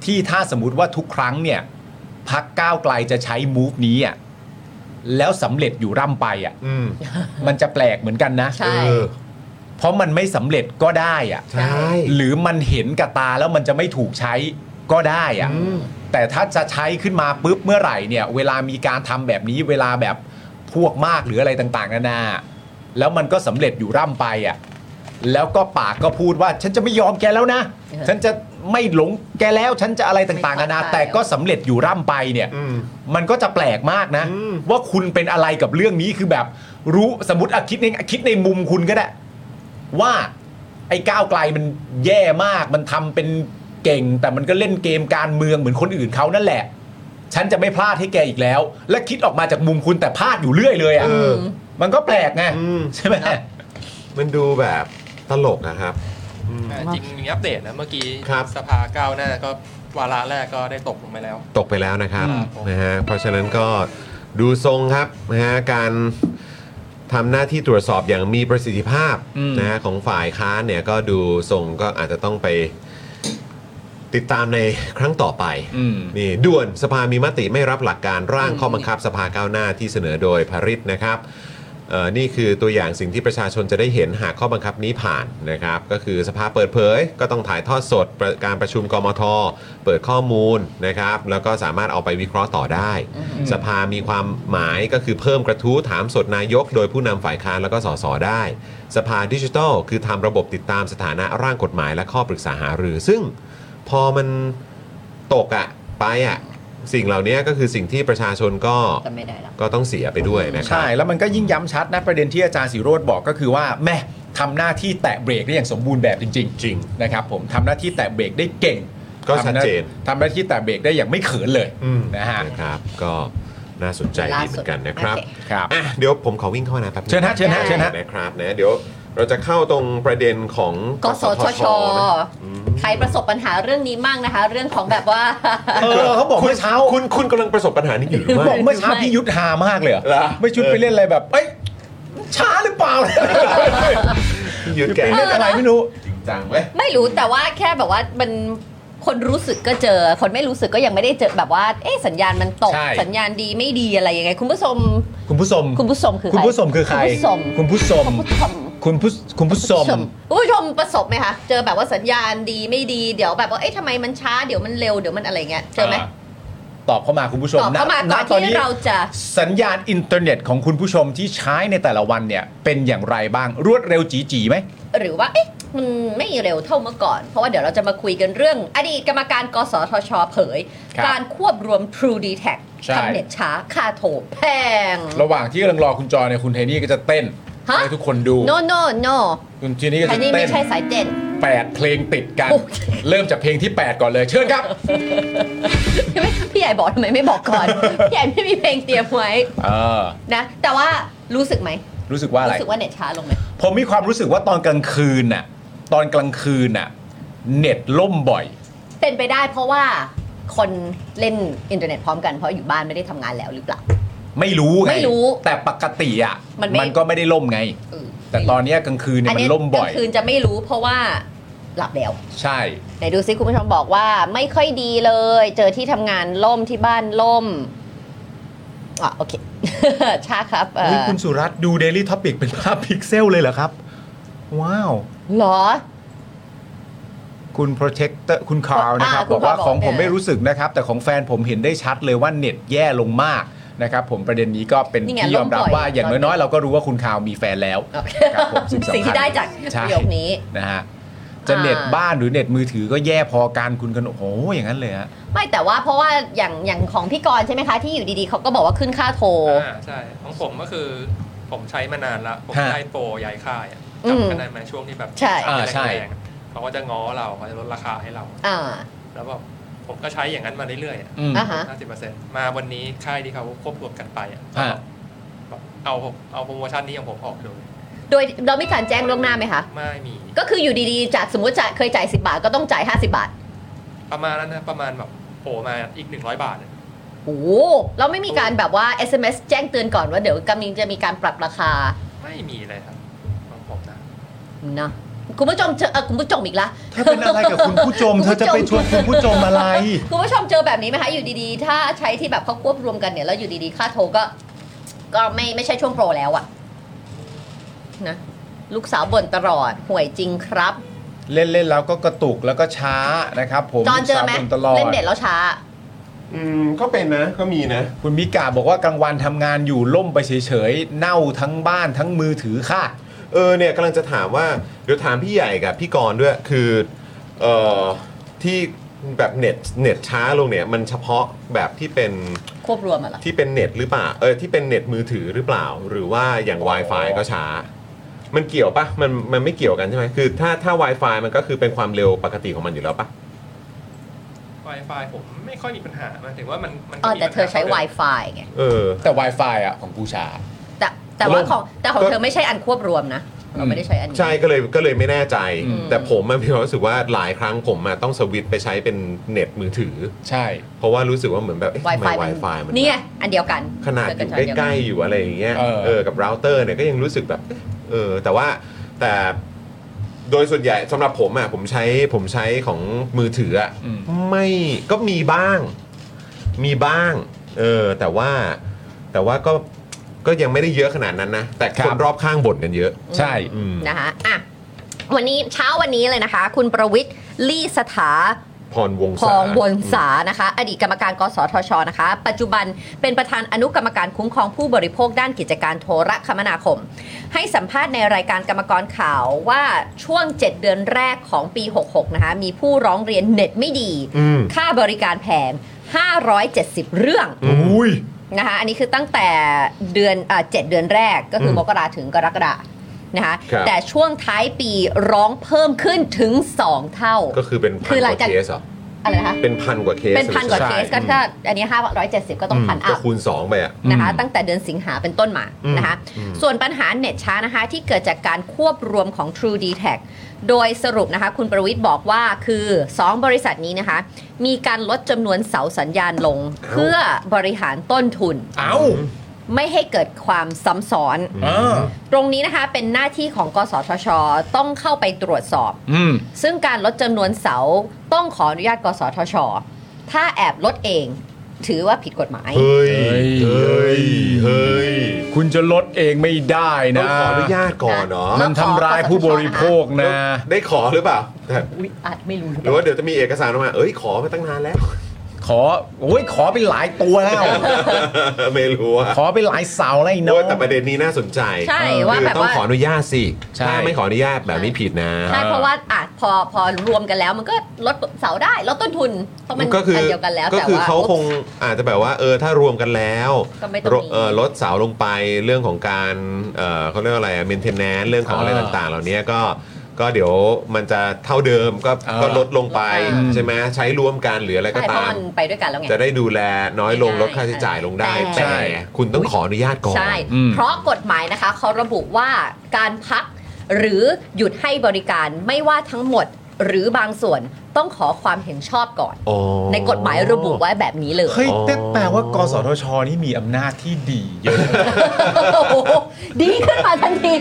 E: ที่ถ้าสมมติว่าทุกครั้งเนี่ยพักก้าวไกลจะใช้มูฟนี้อ่ะแล้วสำเร็จอยู่ร่ำไปอ่ะ
D: อืม
E: มันจะแปลกเหมือนกันนะ
F: ใช่
D: เออ
E: เพราะมันไม่สำเร็จก็ได้อ่ะ
D: ใช่
E: หรือมันเห็นกับตาแล้วมันจะไม่ถูกใช้ก็ได้อะแต่ถ้าจะใช้ขึ้นมาปุ๊บเมื่อไหร่เนี่ย เวลามีการทำแบบนี้เวลาแบบพวกมากหรืออะไรต่างๆนานาแล้วมันก็สำเร็จอยู่ร่ำไปอ่ะแล้วก็ปากก็พูดว่า ฉันจะไม่ยอมแกแล้วนะ ฉันจะไม่หลงแกแล้ว ฉันจะอะไรต่างๆนานา
F: ไม่ฟัง
E: แต่ก็สำเร็จอยู่ร่ำไปเนี่ย
D: อืม
E: มันก็จะแปลกมากนะ
D: อืม
E: ว่าคุณเป็นอะไรกับเรื่องนี้คือแบบ รู้สมมติอะคิดในคิดในมุมคุณก็ได้ ว่าไอ้ก้าวไกลมันแย่มาก มันทำเป็นเก่ง แต่มันก็เล่นเกมการเมืองเหมือนคนอื่นเขานั่นแหละ ฉันจะไม่พลาดให้แกอีกแล้ว และคิดออกมาจากมุมคุณแต่พลาดอยู่เรื่อยเลย
D: เอ
E: อะ่ะ
D: อ
E: มันก็แปลกไง
D: อืม
E: ใช่ไหม
D: มันดูแบบตลกนะครับ
G: อ่าจริงมีอัปเดตนะเมื่อกี้
D: ครับ
G: สภาก้าวหน้าก็วาระแรกก็ได้ตกลงไปแล้ว
D: ตกไปแล้วนะครับ
G: ครับผม
D: นะฮะเพราะฉะนั้นก็ดูทรงครับนะฮะการทำหน้าที่ตรวจสอบอย่างมีประสิทธิภาพนะฮะของฝ่ายค้านเนี่ยก็ดูทรงก็อาจจะต้องไปติดตามในครั้งต่อไป
E: อืม
D: นี่ด่วนสภามีมติไม่รับหลักการร่างข้อบังคับสภาก้าวหน้าที่เสนอโดยพริตนะครับเอ่อนี่คือตัวอย่างสิ่งที่ประชาชนจะได้เห็นหากข้อบังคับนี้ผ่านนะครับ ก็คือสภาเปิดเผย ก็ต้องถ่ายทอดสดประการประชุมกมท เปิดข้อมูลนะครับ แล้วก็สามารถเอาไปวิเคราะห์ต่อได้ สภามีความหมายก็คือเพิ่มกระทู้ถามสดนายก โดยผู้นำฝ่ายค้านแล้วก็สสได้ สภาดิจิทัล คือทำระบบติดตามสถานะร่างกฎหมายและข้อปรึกษาหารือ ซึ่งพอมัน ตกอะ่ะไปอะ่ะสิ่งเหล่านี้ก็คือสิ่งที่ประชาชนก็
F: ก็ไม่ได้แล้ว
D: ก็ต้องเสียไปด้วยนะครับ
E: ใช่ แล้วมันก็ยิ่งย้ำชัดนะประเด็นที่อาจารย์สิโรธบอกก็คือว่าแม่ทำหน้าที่แตะเบรกได้อย่างสมบูรณ์แบบจริง ๆ
D: จริง
E: นะครับผมทำหน้าที่แตะเบรกได้เก่ง
D: ก็ชัดเจน
E: ทำหน้าทำหน้าที่แตะเบรกได้อย่างไม่เขินเลย
D: อืม
E: นะฮะ
D: นะครับก็น่าสนใจดีเหมือนกันนะครับ
F: ล่าสุด
E: ครับ
D: อ่ะเดี๋ยวผมขอวิ่งเข้านะแป๊บนึง
E: เชิญฮะเชิญฮะเชิญฮะ
D: นะครับนะเดี๋ยวเราจะเข้าตรงประเด็นของ
F: กสทช
D: นะ
F: ใครประสบปัญหาเรื่องนี้มั่งนะคะ เรื่องของแบบว่า
E: เออเขาบอก
D: คุณ
E: เมื่อเช้า
D: คุณคุณกำลังประสบปัญหานี้อยู่หรือไม่
E: บอกเมื่อเช้า
F: ไม่
E: พี่ยุทธหามากเลยเหรอ
D: เหรอ
E: ไม่ชุดไปเล่นอะไรแบบ เอ้ยช้าหรือเปล่า
D: พี่ยืด
E: ไป
D: แก่
E: เล่นอะไรไม่รู้
D: จริงจังเว้ย
F: ไม่รู้แต่ว่าแค่แบบว่ามันคนรู้สึกก็เจอ คนไม่รู้สึกก็ยังไม่ได้เจอแบบว่า เอ๊ะสัญญาณมันตก
E: ใช่
F: สัญญาณดีไม่ดีอะไรยังไง คุณผู้ชม
E: คุณผู้ชม
F: คุณผู้ชมคือใคร
E: คุณผู้ชมคือใคร
F: คุณผู้ชม
E: คุณผู้ชม
F: คุณผู้ชม
E: คุณผู้คุณ
F: คุณ
E: ผู้ชม
F: ผู้ชมประสบไหมคะเจอแบบว่าสัญญาณดีไม่ดีเดี๋ยวแบบว่าเอ๊ะทำไมมันช้าเดี๋ยวมันเร็วเดี๋ยวมันอะไรเงี้ยเจอไหม
E: ตอบเข้ามาคุณผู้ชม
F: ตอบเข้ามา
E: ณ
F: ก่อน
E: ณต
F: ที่เราจะ
E: สัญญาณอินเทอร์เน็ตของคุณผู้ชมที่ใช้ในแต่ละวันเนี่ยเป็นอย่างไรบ้างรวดเร็วจี๋ๆไหม
F: หรือว่าเอ๊ะมันไม่เร็วเท่าเมื่อก่อน เพราะว่าเดี๋ยวเราจะมาคุยกันเรื่อง อดีตกรรมการกสทช เผย
E: ครับ
F: การควบรวม True d e t a c
E: ใช่
F: ทำเน็ตช้าค่าโถแพง
E: ระหว่างที่กำลังรอคุณจอเนี่ยคุณไทนี่ก็จะเต้น
F: ฮะ
E: ให้ทุกคนดู
F: no no no
E: คุณทีนี่ก็
F: อั
E: จะ
F: นนี้
E: เต้
F: ไม่
E: น
F: ใช่สายเต้น
E: แปดเพลงติดกัน
F: โอ้ย
E: เริ่มจากเพลงที่ 8 ก่อนเลย เชิญครับ
F: ไม่พี่ใหญ่บอกทำไมไม่บอกก่อน พี่ใหญ่ไม่มีเพลงเตรียมไว้
E: เออ
F: นะ แต่ว่ารู้สึกไหม
E: รู้สึกว่าอะไร
F: รู้สึกว่าเน็ตช้าลงไหม
E: ผมมีความรู้สึกว่าตอนกลางคืนน่ะ ตอนกลางคืนน่ะ เน็ตล่มบ่อย
F: เป็นไปได้เพราะว่าคนเล่นอินเทอร์เน็ตพร้อมกันเพราะอยู่บ้านไม่ได้ทำงานแล้วหรือเปล่า
E: ไม่รู้ไง
F: ไม่รู้
E: แต่ปกติอ่ะ
F: มันไม่
E: ก็ไม่ได้ล่มไง
F: เออ
E: แต่ตอนเนี้ยกลางคืนเนี่ย
F: อัน
E: มั
F: เนี้
E: น
F: ย
E: ล่มบ่อ
F: ก
E: ย
F: ลางคืนจะไม่รู้เพราะว่าหลับแล้ว
E: ใช่
F: ไหนดูซิคุณผู้ชมบอกว่าไม่ค่อยดีเลย เจอที่ทำงานล่มที่บ้านล่มอ่ะโอเค ชาครับเอ
E: เฮ้
F: อ
E: ยคุณสุรัตน์ดู Daily Topic เป็นภาพพิกเซลเลยเหรอครับ ว้าว
F: เหรอ
E: คุณ Protector คุณคาร์ลนะครับ
F: อ่าคุ
E: บ
F: ณ
E: อกว่า
F: คาร์ล
E: ของผม
F: บอกเนี่ย
E: ไม่รู้สึกนะครับ แต่ของแฟนผมเห็นได้ชัดเลยว่าเน็ตแย่ลงมากนะครับ ผมประเด็นนี้ก็เป็น
F: นี่ไง
E: ที่ยอมรับ
F: ล่มบ่อย
E: ว่าอย่างน้อยๆ เราก็รู้ว่าคุณคาร์ลมีแฟนแล้วครับ ผมสำคัญ
F: สิ่งที่ได้จาก
E: ใช่
F: ประโยคนี้
E: นะฮะจะ
F: อ่า
E: เน็ตบ้านหรือเน็ตมือถือก็แย่พอกันคุณกันโอ้โหอย่างนั้นเลยฮะ
F: ไม่แต่ว่าเพราะว่าอย่างอย่างของพี่กรณ์ใช่ไหมคะ ที่อยู่ดีๆเขาก็บอกว่าขึ้นค่าโทร
G: อ่าใช่ของผมก็คือผมใช้มานานละผม
E: ฮะ
G: ได้โปรย้ายค่ายอะ
F: อืม
G: จำกันได้ไหมช่วงที่แบบ
F: ใช่
G: ขาย
E: อ่าใช่
G: แรงๆอะเขาก็จะง้อเราเขาจะลดราคาให้เรา
F: อ่า
G: แล้วแบบผมก็ใช้อย่างนั้นมาเรื่อยๆอะ
E: อืม
F: อ่าฮะ
G: ห้าสิบเปอร์เซ็นต์มาวันนี้ค่ายที่เขาควบรวมกันไปอ่ะ
E: ฮะ
G: แบบเอาเอาโปรโมชั่นนี้ของผมออกเลย
F: โดยเราไม่การแจ้งล่วงหน้าไหมคะ
G: ไม่มี
F: ก็คืออยู่ดีๆ จากสมมติจ่ายเคยจ่าย 10 บาทก็ต้องจ่าย 50 บาท
G: ประมาณนั้นนะประมาณแบบโผล่มาอีกหนึ่งร้อยบาทอะ
F: โอ้โหเราไม่มีการแบบว่า SMS แจ้งเตือนก่อนว่าเดี๋ยวกำลังจะมีการปรับราคา
G: ไม่มีเลยครับของผมนะ
F: นะคุณผู้ชมเจอเอ่อคุณผู้ชมอีกละ
E: เธอเป็นอะไรกับคุณผู้ชม
F: คุณผู้ชม
E: เธอจะไปชวนคุณผู้ชมอะไร
F: คุณผู้ชมเจอแบบนี้ไหมคะอยู่ดีๆ ถ้าใช้ที่แบบเขาควบรวมกันเนี่ยแล้วอยู่ดีๆ ค่าโทรก็ ก็ไม่ไม่ใช่ช่วงโปรแล้วอะนะลูกสาวบ่นตลอดห่วยจริงครับ
E: เล่นเล่นๆแล้วก็กระตุกแล้วก็ช้านะครับ ผม
F: จอนเจอไหม
E: สาคนตลอด
F: เล่นเด็ดแล้วช้า
D: อืมก็เป็นนะก็มีนะ
E: คุณมิกาบอกว่ากลางวันทำงานอยู่ล่มไปเฉยๆ เน่าทั้งบ้านทั้งมือถือค่ะ
D: เออเนี่ยกำลังจะถามว่าเดี๋ยวถามพี่ใหญ่กับพี่กรณ์ด้วยคือเอ่อที่แบบเน็ตเน็ตช้าลงเนี่ยมันเฉพาะแบบที่เป็น
F: ควบรวมอะเหรอ
D: ที่เป็นเน็ตหรือเปล่าเออที่เป็นเน็ตมือถือหรือเปล่า หรือว่าอย่าง Wi-Fi ก็ช้า มันเกี่ยวปะมันมันไม่เกี่ยวกันใช่ไหมคือถ้าถ้า Wi-Fi มันก็คือเป็นความเร็วปกติของมันอยู่แล้วปะ
G: Wi-Fi ผมไม่ค่อยมีปัญหาหมายถึงว่ามันมันก็
F: อ๋อ
G: มี
F: แต่เธอใช้
G: ปัญหา
F: Wi-Fi ไง
D: เออ
E: แต่ Wi-Fi อ่ะ ของกูช้า
F: แต่แต่ว่า
D: ลง
F: ของแต่ของ
D: ก็
F: เธอไม่ใช่อันควบรวมนะ เราไม่ได้ใช้อันนี้
D: ใช่ก็เลยก็เลยไม่แน่ใจ
E: อืม
D: แต่ผมมันมีความรู้สึกว่าหลายครั้งผมอะต้องสวิตช์ไปใช้เป็นเน็ตมือถือ
E: ใช่
D: เพราะว่ารู้สึกว่าเหมือนแบบเอ๊ะทำไม
F: Wi-Fi มัน
D: Wi-Fi มัน
F: เนี่ยอันเดียวกัน
D: ขนาดอยู่ใกล้ๆอยู่อะไรอย่างเงี้ย
E: เออ
D: เออกับเราเตอร์เนี่ยก็ยังรู้สึกแบบเออแต่ว่าแต่โดยส่วนใหญ่สำหรับผมอ่ะผมใช้ผมใช้ของมือถืออ่ะ
E: อืม
D: ไม่ก็มีบ้าง มีบ้างเออแต่ว่าแต่ว่าก็ก็ยังไม่ได้เยอะขนาดนั้นนะ แต่
E: ครั
D: คน
E: บ
D: รอบข้างบ่นกันเยอะ
E: ใช่
D: อืม
F: นะคะอ่ะวันนี้เช้าวันนี้เลยนะคะ คุณประวิทย์ลี่สถา
D: พรวง
F: พ
D: ศา
F: องบนสานะคะ อดีตกรรมการกสทชนะคะ ปัจจุบันเป็นประธานอนุกรรมการคุ้มครองผู้บริโภคด้านกิจการโทรคมนาคม ให้สัมภาษณ์ในรายการกรรมกรข่าวว่าช่วง 7 เดือนแรกของปี 66 นะคะ มีผู้ร้องเรียนเน็ตไม่ดี
D: อืม
F: ค่าบริการแพง570 เรื่อง
E: อุ้ย
F: นะคะอันนี้คือตั้งแต่เดือนเอ่อเจ็ดเดือนแรกก็คืออ
D: ม
F: มกราถึงกรกฎานะคะ
D: ครับ
F: แต่ช่วงท้ายปีร้องเพิ่มขึ้นถึง 2 เท่า
D: ก็คือเป็นพั
F: คื
D: น
F: อก หลัง
D: ว่า
F: จาก
D: เคสเหรอ
F: อะไรนะคะ
D: เป็นพันกว่าเคส
F: เป็นพันกว่าเคสก็ถ้าอันนี้ 570 ก็ต้องพัน
D: ก็
F: อัพ
D: คูณสองไปอ่ะ
F: นะคะ
E: อืม
F: ตั้งแต่เดือนสิงหาเป็นต้นมา
D: อืม
F: นะคะ
D: อืม
F: ส่วนปัญหาเน็ตช้านะคะที่เกิดจากการควบรวมของ True d t a c โดยสรุปนะคะคุณประวิทย์บอกว่าคือ 2 บริษัทนี้นะคะมีการลดจำนวนเสาสัญญาณลง เพื่อบริหารต้นทุน
E: เอ้า
F: ไม่ให้เกิดความซ้ำซ้อน
E: เออ
F: ตรงนี้นะคะเป็นหน้าที่ของกสทช ต้องเข้าไปตรวจสอบ
E: อืม
F: ซึ่งการลดจำนวนเสาต้องขออนุญาตกสทช ถ้าแอบลดเอง ถือว่าผิดกฎหมาย
D: เฮ้ย
E: เฮ้
D: เฮ้
E: ย
D: ยเฮ้ย
E: คุณจะลดเองไม่ได้
D: ต้อ
E: นะ
D: งขออนุญาตก่อนเนาะ
E: มันทำร้ายผู้บริโภคนะ
D: ได้ขอหรือเปล่า
F: อุ๊ยอาจไม่รู้หรือ
D: ห
F: เป
D: รือว่า
F: ล่า
D: เดี๋ยวจะมีเอกสารออกมา เอ้ย ขอมาตั้งนานแล้ว
E: ขอโอ้ยขอไปหลายตัวแล้ว
D: ไม่รู้อะ
E: ขอไปหลายเสาแล้วไอ้น้อ
D: โอ้ย
E: ง
D: แต่ประเด็นนี้น่าสนใจ
F: ใช่
D: คือ
F: ว่าแบบ
D: ต้อง
F: ว่า
D: ขออนุญาตสิ
E: ใช่
D: ถ้าไม่ขออนุญาตแบบนี้ผิดนะ
F: ใช่เพราะว่าอ่ะพอพอรวมกันแล้วมันก็ลดเสาได้ลดต้นทุนเพราะมัน
D: ก็คือ
F: อันเดียวกันแล้ว
D: ก็
F: แต่
D: คือ
F: ว่า
D: เขาคงอาจจะแบบว่าเออถ้ารวมกันแล้ว
F: ก็ไม่ต้องมี
D: เออลดเสาลงไปเรื่องของการเออเขาเรียกว่าอะไรเมนเทนแนนเรื่องของอะไร
E: อ่า
D: ต่างๆ เหล่านี้ก็ก็เดี๋ยวมันจะเท่าเดิมก็
E: อ่า
D: ก็ลดลงไปใช่ไหมใช้รวมกันหรืออะไรก็
F: ใช่เพ
D: ตาม
F: ราะมันไปด้วยกันแล้วไง
D: จะได้ดูแลน้อยลงลดค่าใช้จ่ายลงได้
F: ใช่
D: แต่คุณต้องขออนุญาตก่อน
F: ใช่
E: อืม
F: เพราะกฎหมายนะคะเขาระบุว่าการพักหรือหยุดให้บริการไม่ว่าทั้งหมดหรือบางส่วนต้องขอความเห็นชอบก่อน
D: อ๋อ
F: ในกฎหมายระบุไว้แบบนี้เลย
E: เฮ้ย
D: อ๋อ
E: แต่แปลว่ากสทชนี่มีอำนาจที่ดีเยอะ
F: โอ้โหดีขึ้นมาทันที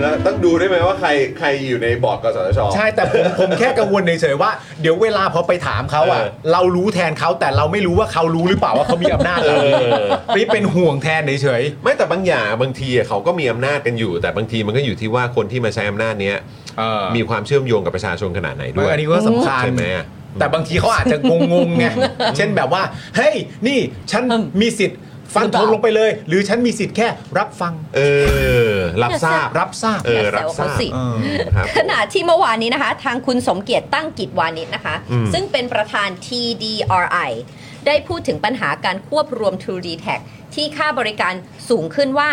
D: แล้วต้องดูด้วยไหมว่าใครใครอยู่ในบอร์ดกสทช
E: ใช่ แต่ผมผมแค่กังวลเฉยๆว่าเดี๋ยวเวลาพอไปถามเขาอ่ะ
D: เออ
E: เรารู้แทนเขาแต่เราไม่รู้ว่าเขารู้หรือเปล่าว่าเขามีอำนาจอะไรนี่เป็นห่วงแทนเฉย
D: ไม่แต่บางอย่างบางทีอะเขาก็มีอำนาจกันอยู่ แต่บางทีมันก็อยู่ที่ว่าคนที่มาใช้อำนาจเนี้ย
E: เออ
D: มีความเชื่อมโยงกับประชาชนขนาดไหนด้ว
E: ด้วย ยอันนี้ก็สำคัญ
D: ใช่ไหมอะ
E: แต่บางทีเขาอาจจะงงๆไงเช่นแบบว่า เฮ้ย นี่ฉันมีสิทธิ์ฟันธงลงไปเลย หรือฉันมีสิทธิ์แค่รับฟัง
D: เออ รับทราบ
E: รับทราบ
D: เออรับทราบ
F: อย่าแซวเขาสิ
E: เออ
D: ครับ
F: ขณะที่เมื่อวานนี้นะคะ ทางคุณสมเกียรติตั้งกิจวานิชนะคะ
D: อืม
F: ซึ่งเป็นประธาน TDRI ได้พูดถึงปัญหาการควบรวม True d t a c ที่ค่าบริการสูงขึ้นว่า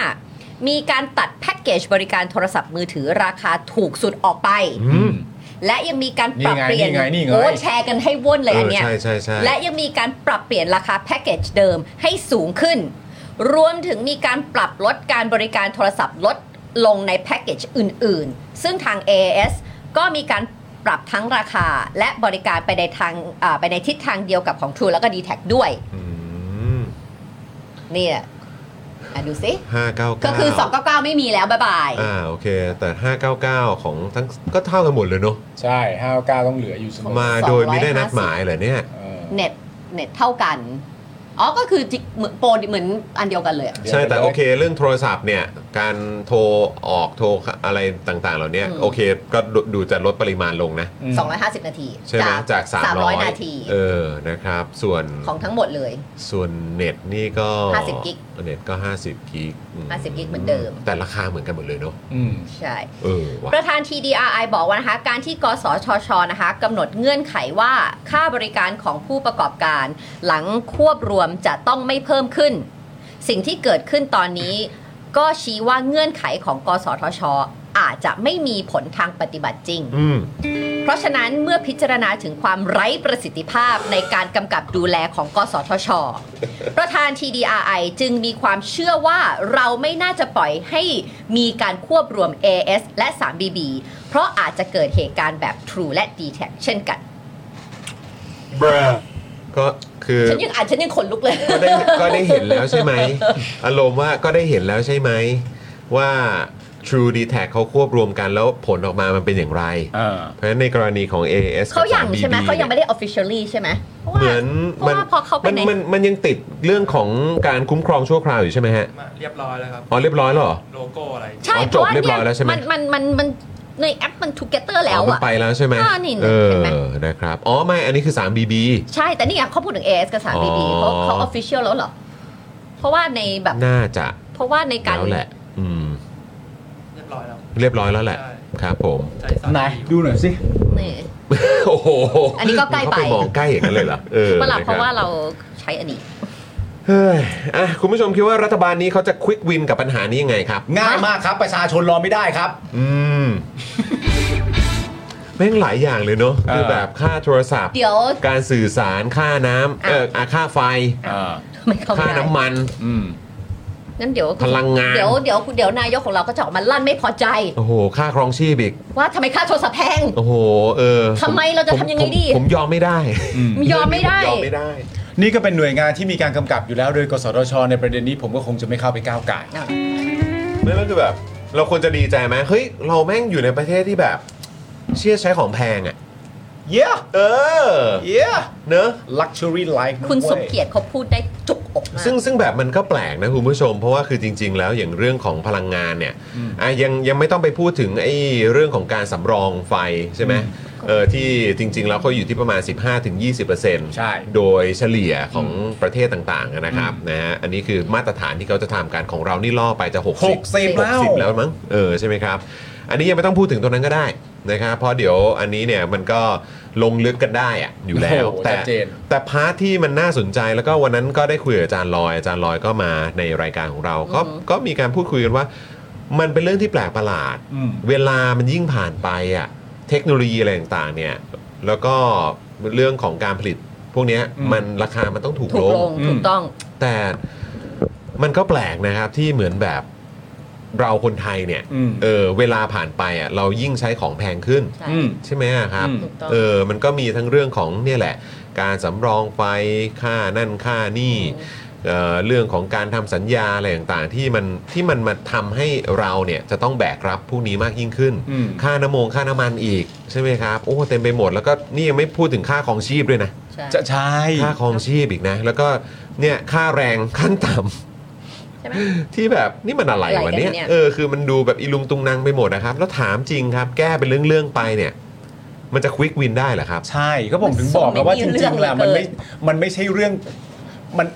F: มีการตัดแพ็กเกจบริการโทรศัพท์มือถือราคาถูกสุดออกไป และยังมีการปรับเปลี่ยน
E: นี่ไงนี่ไงนี่ไง
F: โอ้ยแชร์กันให้ว่อนเลยอันเนี้ย
D: ใช่ใช่ใช่
F: และยังมีการปรับเปลี่ยนราคาแพ็กเกจเดิมให้สูงขึ้น รวมถึงมีการปรับลดการบริการโทรศัพท์ลดลงในแพ็กเกจอื่น ๆ ซึ่งทาง AIS ก็มีการปรับทั้งราคาและบริการไปในทางอ่าไปในทิศทางเดียวกับของ True แล้วก็ d t แทด้วย
D: อืม
F: เนี่ยอ่ะดูสิ
D: ห้าเก้าเก้า
F: ก็คือ299ไม่มีแล้ว บ๊ายบาย
D: อ่าโอเค แต่ห้าเก้าเก้าของทั้งก็เท่ากันหมดเลยเนอะ
E: ใช่ห้าวก้าต้องเหลืออยู่เสมอ
D: มาโดยไม่ได้นัดหมายเหรอเนี่ย
E: เออ
F: เน็ตเน็ตเท่ากัน อ๋อ ก็คือจิเหมือนโปรเหมือนอันเดียวกันเลยอะ
D: ใช่แต่โอเคเรื่องโทรศัพท์เนี่ย การโทรออกโทรอะไรต่างๆ เหล่าเนี้ย
F: อืม
D: โอเคก็ดูดูจะลดปริมาณลงนะ
F: 250 นาที
D: ใช่ไหมจาก 300
F: 300 นาที
D: เออนะครับ ส่วน
F: ของทั้งหมดเลย
D: ส่วนเน็ตนี่ก็
F: 50กิก
D: เน็ตก็ 50 กิกอืม
F: 50กิกเหมือนเดิม
D: แต่ราคาเหมือนกันหมดเลยเนาะ
F: ใช่
D: เออว่ะ
F: ประธาน TDRI บอกว่านะคะ การที่กสชชนะคะกำหนดเงื่อนไขว่าค่าบริการของผู้ประกอบการ หลังควบรวมจะต้องไม่เพิ่มขึ้น สิ่งที่เกิดขึ้นตอนนี้ ก็ชี้ว่าเงื่อนไขของกสทช อาจจะไม่มีผลทางปฏิบัติจริง
D: อืม
F: เพราะฉะนั้นเมื่อพิจารณาถึงความไร้ประสิทธิภาพในการกำกับดูแลของ กสทช ประธาน TDRI จึงมีความเชื่อว่าเราไม่น่าจะปล่อยให้มีการควบรวม AS และ 3BB เพราะอาจจะเกิดเหตุการณ์แบบ True และ d t a c เช่นกัน
D: ก็คือ
F: ฉันยังอ่านฉันยังขนลุกเลย
D: ก็ได้ก็ได้เห็นแล้วใช่ไหม อารมณ์ว่าก็ได้เห็นแล้วใช่ไหม ว่า True d t a c เขาควบรวมกันแล้วผลออกมามันเป็นอย่างไร
E: เออ
D: เพราะฉะนั้นในกรณีของ AS
F: เขายังใช่ไหม
D: กับ 3BB
F: เขายังไม่ได้ officially ใช่ไหมพราะว่า
D: เหมือน
F: เพราะว่าพอเขาไป
D: มัน
F: ใน
D: มันมันยังติดเรื่องของการคุ้มครองชั่วคราวอยู่ใช่ไหมฮะ
G: มาเรียบร้อยแล้วครับ
D: อ๋อเรียบร้อยแล้วเหรอ
G: โลโก้อะไร
F: ใช่
D: อ๋อ
F: เพ
D: จบ
F: ราะว่า
D: เรียบร้อย ยแล้
F: เนี่
D: วใช่ไหม
F: มันมันมันมันในแอปมัน together แล้ว
D: มัน
F: อะ
D: ไปแล้วใช่ไหม
F: อ่านี่
D: เออ
F: เห็นไหม
D: นะครับ อ๋อไม่อันนี้คือ 3BB
F: ใช่ แต่นี่ไงเขาพูดถึง AS กับ 3BB
D: อ๋อ
F: เขาเขา official แล้วเหรอ เพราะว่าในแบบ
D: น่าจะ
F: เพราะว่าในการ
D: แล้วแหละ อืม
G: เรียบร้อยแล้ว
D: เรียบร้อยแล้วแหละ
G: ใช่
D: ครับผม
G: ใจสั่น
E: ไหนดูหน่อยสิ
F: นี่
D: โอ้โห
F: อันนี้ก็ใกล้ไป
D: เขามองใกล้อย่างนั้นเลยเหรอเออ
F: เมื่อไหร่
D: นคบ
F: เพราะว่าเราใช้อันนี้
D: เฮ้ยอ่ะคุณผู้ชมคิดว่ารัฐบาลนี้เขาจะควิกวินกับปัญหานี้ยังไงครับ
E: ง่ายมากครับ ประชาชนรอไม่ได้ครับ
D: อืม แม่งหลายอย่างเลยเนาะคือแบบค่าโทรศัพท์
F: เดี๋ยว
D: การสื่อสารค่าน้ำเอออ่ะค่าไฟ
F: ไม่เข้าไม่
D: ค่า
F: ได้
D: น้ำมัน
F: นั่นเดี๋ยว
D: พลังงาน
F: เดี๋ยวเดี๋ยวเดี๋ยวนายกของเราก็จะออกมาลั่นไม่พอใจ
D: โอ้โห ค่าครองชีพอีก
F: ว่าทำไมค่าโทรศัพท์แพง
D: โอ้โห เออ
F: ทำไมเราจะ
D: ผ
F: ทำยังไง
D: ผม
F: ดี
D: ผมยอมไม่ได้
F: ยอมไม่ได้
D: ผยอมไม่ได้
E: นี่ก็เป็นหน่วยงานที่มีการกำกับอยู่แล้ว โดย กสทช ในประเด็นนี้ผมก็คงจะไม่เข้าไปก้าวไก่าย
D: ไม่แล้วคือแบบ เราควรจะดีใจไหมเฮ้ย เราแม่งอยู่ในประเทศที่แบบ เชื่อใช้ของแพงอ่ะ
E: เย้
D: เออ
E: เย้
D: เนอะ
E: ลักชัวรี่ไลฟ์
F: คุณสมเกียรติเขาพูดได้จุกอกมาก
D: ซึ่งซึ่งแบบมันก็แปลกนะคุณผู้ชม เพราะว่าคือจริง ๆ แล้วอย่างเรื่องของพลังงานเนี่ยอ่ะยังยังไม่ต้องไปพูดถึงไอ้เรื่องของการสำรองไฟใช่ไหม เออที่จริง ๆ แล้วเขาอยู่ที่ประมาณ 15-20%
E: ใช่
D: โดยเฉลี่ยของประเทศต่างๆนะครับนะฮะอันนี้คือมาตรฐานที่เขาจะทำกันของเรานี่ล่อไปจะ 60
E: 60 แล้ว
D: 60 แล้วมั้งเออใช่ไหมครับ อันนี้ยังไม่ต้องพูดถึงตรงนั้นก็ได้นะครับเพราะเดี๋ยวอันนี้เนี่ยมันก็ลงลึกกันได้อะอยู่แล้ว
E: โอ้โห
D: แต่
E: ชัดเจน
D: แต่พาร์ทที่มันน่าสนใจแล้วก็วันนั้นก็ได้คุยกับอาจารย์ลอยอาจารย์ลอยก็มาในรายการของเราก็ก็มีการพูดคุยกันว่า มันเป็นเรื่องที่แปลกประหลาด
E: อืม
D: เวลามันยิ่งผ่านไปอ่ะเทคโนโลยีอะไรต่างๆเนี่ยแล้วก็เรื่องของการผลิตพวกเนี้ย
E: อืม
D: มันราคามันต้องถูก
F: ถู
D: ล
F: ก
D: ง
F: ลง
E: อืม
F: ถูกต้อง
D: แต่มันก็แปลกนะครับที่เหมือนแบบเราคนไทยเนี่ย
E: อืม
D: เออเวลาผ่านไปอ่ะเรายิ่งใช้ของแพงขึ้น
F: ใช่
E: อืม
D: ใช่ไหมอะครับ
E: อืม
F: ถูกต้อง
D: เออมันก็มีทั้งเรื่องของเนี่ยแหละ การสำรองไฟค่านั่นค่านี่เอ่อเรื่องของการทำสัญญาอะไรต่างๆ ที่มันที่มันมาทำให้เราเนี่ยจะต้องแบกรับผู้นี้มากยิ่งขึ้น
E: อืม
D: ค่าน้ำมงค่าน้ำมันอีกใช่ไหมครับโอ้เต็มไปหมดแล้วก็นี่ยังไม่พูดถึงค่าของชีพด้วยนะ
F: ใช่
E: จะใช่
D: ค่าครองชีพอีกนะ แล้วก็เนี่ยค่าแรงขั้นต่
F: ใช่ไหม
D: ำ ที่แบบนี่มันอะไร
F: อะไร
D: วะ
F: กัน
D: เนี่ย
F: เนี่ย
D: เออคือมันดูแบบอีลุงตุงนางไปหมดนะครับ แล้วถามจริงครับ แก้เป็นเรื่องๆไปเนี่ย มันจะควิกวินได้เหรอครับ
E: ใช่ก็ผมถึงบอกแล้วว่าจริงๆแล้วมันไม่มันไม่ใช่เรื่องมัน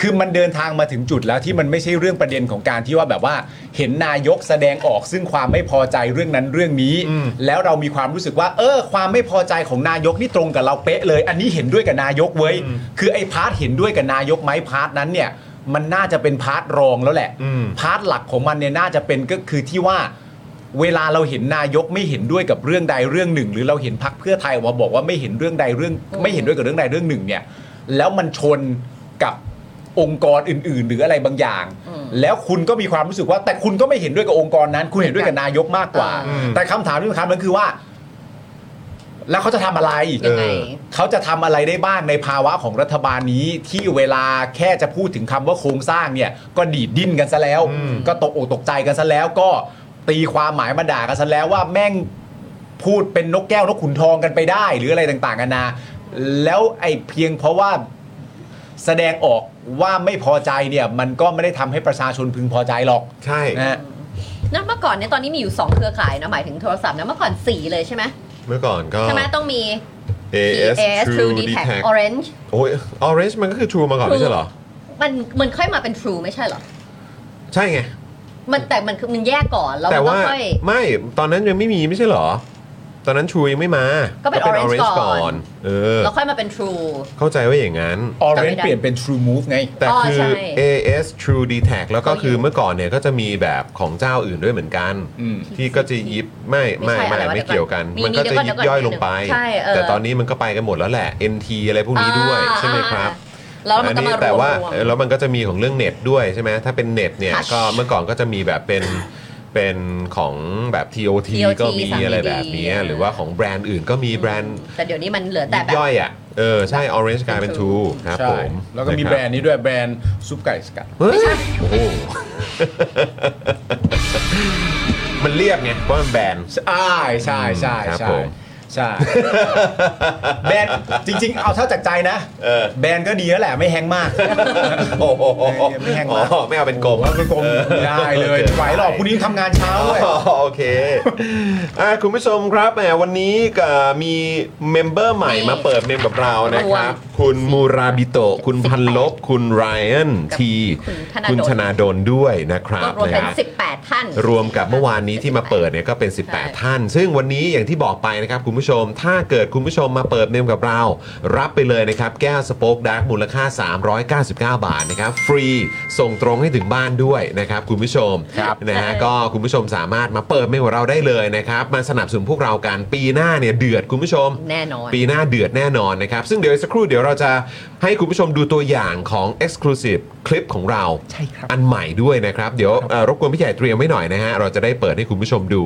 E: คือมันเดินทางมาถึงจุดแล้วที่มันไม่ใช่เรื่องประเด็นของการที่ว่าแบบว่าเห็นนายกแสดงออกซึ่งความไม่พอใจเรื่องนั้นเรื่องนี้
D: อืม
E: แล้วเรามีความรู้สึกว่า เออ ความไม่พอใจของนายกนี่ตรงกับเราเป๊ะเลย อันนี้เห็นด้วยกับนายกเว้ยคือไอ้พาร์ทเห็นด้วยกับนายกไหมพาร์ทนั้นเนี่ย มันน่าจะเป็นพาร์ทรองแล้วแหละ
D: อืม
E: พาร์ทหลักของมันเนี่ยน่าจะเป็นก็คือที่ว่า เวลาเราเห็นนายกไม่เห็นด้วยกับเรื่องใดเรื่องหนึ่ง หรือเราเห็นพักเพื่อไทยออกมาบอกว่าไม่เห็นเรื่องใดเรื่อง
F: อืม
E: ไม่เห็นด้วยกับเรื่องใดเรื่องหนึ่งเนี่ย แล้วมันชนกับองค์กรอื่น ๆ หรืออะไรบางอย่าง แล้วคุณก็มีความรู้สึกว่า แต่คุณก็ไม่เห็นด้วยกับองค์กรนั้น คุณเห็นด้วยกับนายกมากกว่า
D: อืม
E: แต่คำถามที่สำคัญมันคือว่า แล้วเขาจะทำอะไร
F: ยังไง
E: เขาจะทำอะไรได้บ้างในภาวะของรัฐบาลนี้ที่เวลาแค่จะพูดถึงคำว่าโครงสร้างเนี่ย ก็ดีดดิ้นกันซะแล้ว ก็ตกอกตกใจกันซะแล้ว ก็ตีความหมายมาด่ากันซะแล้วว่าแม่งพูดเป็นนกแก้วนกขุนทองกันไปได้ หรืออะไรต่างๆกันานาแล้วไอ้เพียงเพราะว่าแสดงออกว่าไม่พอใจเนี่ย มันก็ไม่ได้ทำให้ประชาชนพึงพอใจหรอก
D: ใช่
E: นะฮะ
F: นะเมื่อก่อนเนี่ยตอนนี้มีอยู่ 2 เครือข่ายนะหมายถึงโทรศัพท์นะเมื่อก่อน 4 เลยใช่ไหม
D: เมื่อก่อนก็
F: ใช่ไหมต้องมี
D: AS
F: AS True d t a c
D: Detect
F: Orange
D: โอ้ย Orange มันก็คือ True มาก่อน
F: True
D: ไม่ใช่เหรอ
F: มันมันค่อยมาเป็น True ไม่ใช่เหรอ
D: ใช่ไง
F: มันแต่มันคือมันแยกก่อนแล้ว
D: แต่
F: มันก็
D: ว่า
F: ค่อย
D: ไม่ตอนนั้นยังไม่มีไม่ใช่เหรอ ตอนนั้น True ยังไม่มา
F: ก็เป็น Orange ก่อน
D: เออ
F: แล้วค่อยมาเป็น True
D: เข้าใจว่าอย่างนั้น
E: Orange เปลี่ยนเป็น True Move ไง
D: แต่
F: อ๋อ
D: คือ
F: ใช่
D: AS True d e t a c แล้วก็
F: เขาอยู่
D: คือเมื่อก่อนเนี่ยก็จะมีแบบของเจ้าอื่นด้วยเหมือนกัน
E: อืม
D: ที่ก็จะยิบไม่ไม่
F: ไม่
D: ไม่
F: ใช่อะไรวะ
D: ไม่เกี่ยวกัน
F: มี
D: มันก็จะยิบย่อยลงไป
F: ใช่เออ
D: แต่ตอนนี้มันก็ไปกันหมดแล้วแหละ NT อะไรพวกนี้ด้วย
F: อ่า
D: ใช่ไหมครับ
F: อ่าแล้วมันก็
D: นี้
F: มารวม
D: แต่ว่าร
F: วม
D: เออแล้วมันก็จะมีของเรื่องเน็ตด้วยใช่ไหมถ้าเป็นเน็ตเนี่ย
F: ค่ะ
D: ก็เมื่อก่อนก็จะมีแบบเป็นเป็นของแบบ TOT ก็มีอะไรแบบนี้หรือว่าของแบรนด์อื่นก็มีแบรนด์
F: แต่เดี๋ยวนี้มันเหลือแต่
D: ยิบ
F: แบบ
D: ย่อยอ่ะเออใช่ Orange กลายเป็น True ครับผ
E: ใช่
D: ม
E: แล้วก็มี
D: ะค
E: แบรนด์นี้ด้วยแบรนด์ซุปไก่สกัด
D: เฮ้ยโอ้โห มันเรียกไงว่ามันแบน
E: ใช่ใช่ใช่
D: ครับ
E: ใช่
D: ผม
E: ใช่ แบรนด์จริง ๆ เอาเท่าจากใจนะ
D: เออ
E: แบรนด์ก็ดีแล้วแหละไม่แฮงมาก
D: โอ้โห
E: ไม่แห้งมาก
D: อ๋อไม่เอาเป็นกลม
E: ว่าเป็นกลมได้เลย
D: เออ
E: ไหวหรอกพรุ่งนี้ทำงานเช้าเลย
D: อ๋อโอเคอ่ะคุณผู้ชมครับแหมวันนี้ก็มีเมมเบอร์ใหม่มาเปิดเมมกับเรานะครับ คุณมูราบิโตะคุณพันลบ คุณไรอัน
F: กับ
D: ที
F: คุ
D: คุณ
F: ณ
D: ช
F: ธ
D: นา
F: นา
D: ด
F: ด
D: น
F: ล
D: ด้วยนะครับ
F: รวมเป็น
D: นะฮะ
F: 18 ท่าน
D: รวมกับเมื่อวานนี้ที่มาเปิดเนี่ยก็เป็น 18 ท่าน ซึ่งวันนี้อย่างที่บอกไปนะครับคุณผู้ชม ถ้าเกิดคุณผู้ชมมาเปิดเมมกับเรา รับไปเลยนะครับ แก้วสโป๊กดาร์กมูลค่า 399 บาทนะครับ ฟรีส่งตรงให้ถึงบ้านด้วยนะครับคุณผู้ชม
E: ครับ
D: นะฮะ
F: ใช่
D: ก็คุณผู้ชมสามารถมาเปิดเมมกับเราได้เลยนะครับ มาสนับสนุนพวกเรากันปีหน้าเนี่ยเดือดคุณผู้ชม
F: แน่นอน
D: ปีหน้าเดือดแน่นอนนะครับ ซึ่งเดี๋ยวอีกสักครู่เดี๋ยวเราจะให้คุณผู้ชมดูตัวอย่างของ Exclusive คลิปของเรา
E: ใช่ครับ
D: อันใหม่ด้วยนะครับ เดี๋ยวเอ่อรบกวนพี่ใหญ่เตรียมไว้หน่อยนะฮะ เราจะได้เปิดให้คุณผู้ชมดู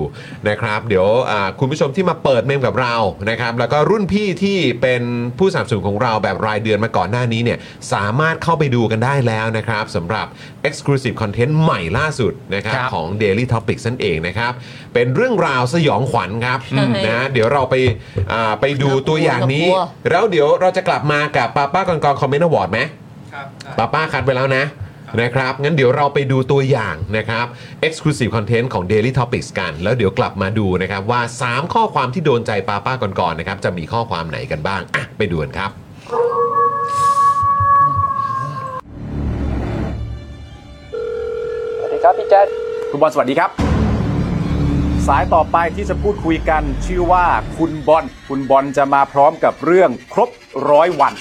D: นะครับ เดี๋ยวอ่าคุณผู้ชมที่มาเปิดเมมกับเรานะครับ แล้วก็รุ่นพี่ที่เป็นผู้สนับสนุนของเราแบบรายเดือนมาก่อนหน้านี้เนี่ยสามารถเข้าไปดูกันได้แล้วนะครับสำหรับ Exclusive Content ใหม่ล่าสุดนะครับ
E: ครับ
D: ของ Daily Topics นั่นเองนะครับ เป็นเรื่องราวสยองขวัญครับ
F: อืม
D: นะเดี๋ยวเราไปอ่าไปดูตัวอย่างนี้ แล้วเดี๋ยวเราจะกลับมากับป้าป้าก่อนกอนคอมเมนต์อวอร์ดไหม
G: ครับได้
D: ป้าป้าคัดไปแล้วนะ นะครับ งั้นเดี๋ยวเราไปดูตัวอย่างนะครับ Exclusive Content ของ Daily Topics กัน แล้วเดี๋ยวกลับมาดูนะครับว่า 3 ข้อความที่โดนใจป้าป้าก่อนๆนะครับจะมีข้อความไหนกันบ้างอ่ะไปดูกันครับ
B: สวัสดีครับพี่แจ๊ด
C: คุณบอลสวัสดีครับ สายต่อไปที่จะพูดคุยกันชื่อว่าคุณบอลคุณบอลจะมาพร้อมกับเรื่องครบร้อยวัน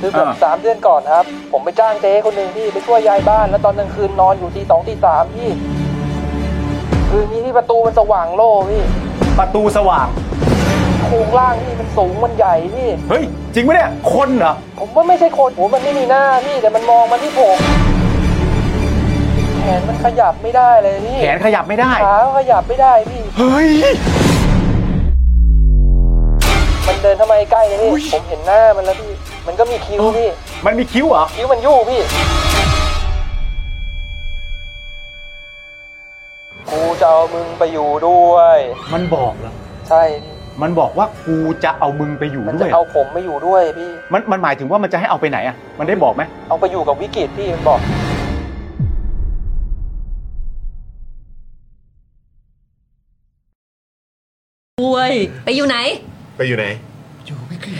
B: คือแบบ
C: อ่า
B: สามเดือนก่อนครับ ผมไปจ้างเจ๊คนหนึ่งพี่ไปช่วยย้ายบ้าน แล้วตอนกลางคืนนอนอยู่ทีสองทีสามพี่ คืนนี้ที่ประตูมันสว่างโล่พี่
C: ประตูสว่าง
B: โครงล่างพี่มันสูงมันใหญ่พี่
C: เฮ้ย จริงไหมเนี่ย คนเหรอ
B: ผมว่าไม่ใช่คนผมมันไม่มีหน้าพี่แต่มันมองมาที่ผมแขนมันขยับไม่ได้เลยพี่
C: แขนขยับไม่ได้
B: ขาขยับไม่ได้พี่
C: เฮ้ย
B: มันเดินทำไมใกล้เลยพี่ผมเห็นหน้ามันแล้วพี่มันก็มีคิ้วพี่
C: มันมีคิ้วเหรอ
B: คิ้วมันยู่พี่กูจะเอามึงไปอยู่ด้วย
C: มันบอกเหรอ
B: ใช่พี่
C: มันบอกว่ากูจะเอามึงไปอยู่
B: มัน
C: ด้
B: จะ
C: วย
B: เอาผมไปอยู่ด้วยพี่
C: มันมันหมายถึงว่ามันจะให้เอาไปไหนอ่ะ มันได้บอกไหม
B: เอาไปอยู่กับวิกฤตพี่มันบอก
F: ไปอยู่ไหน
D: ไปอยู่ไหน ไ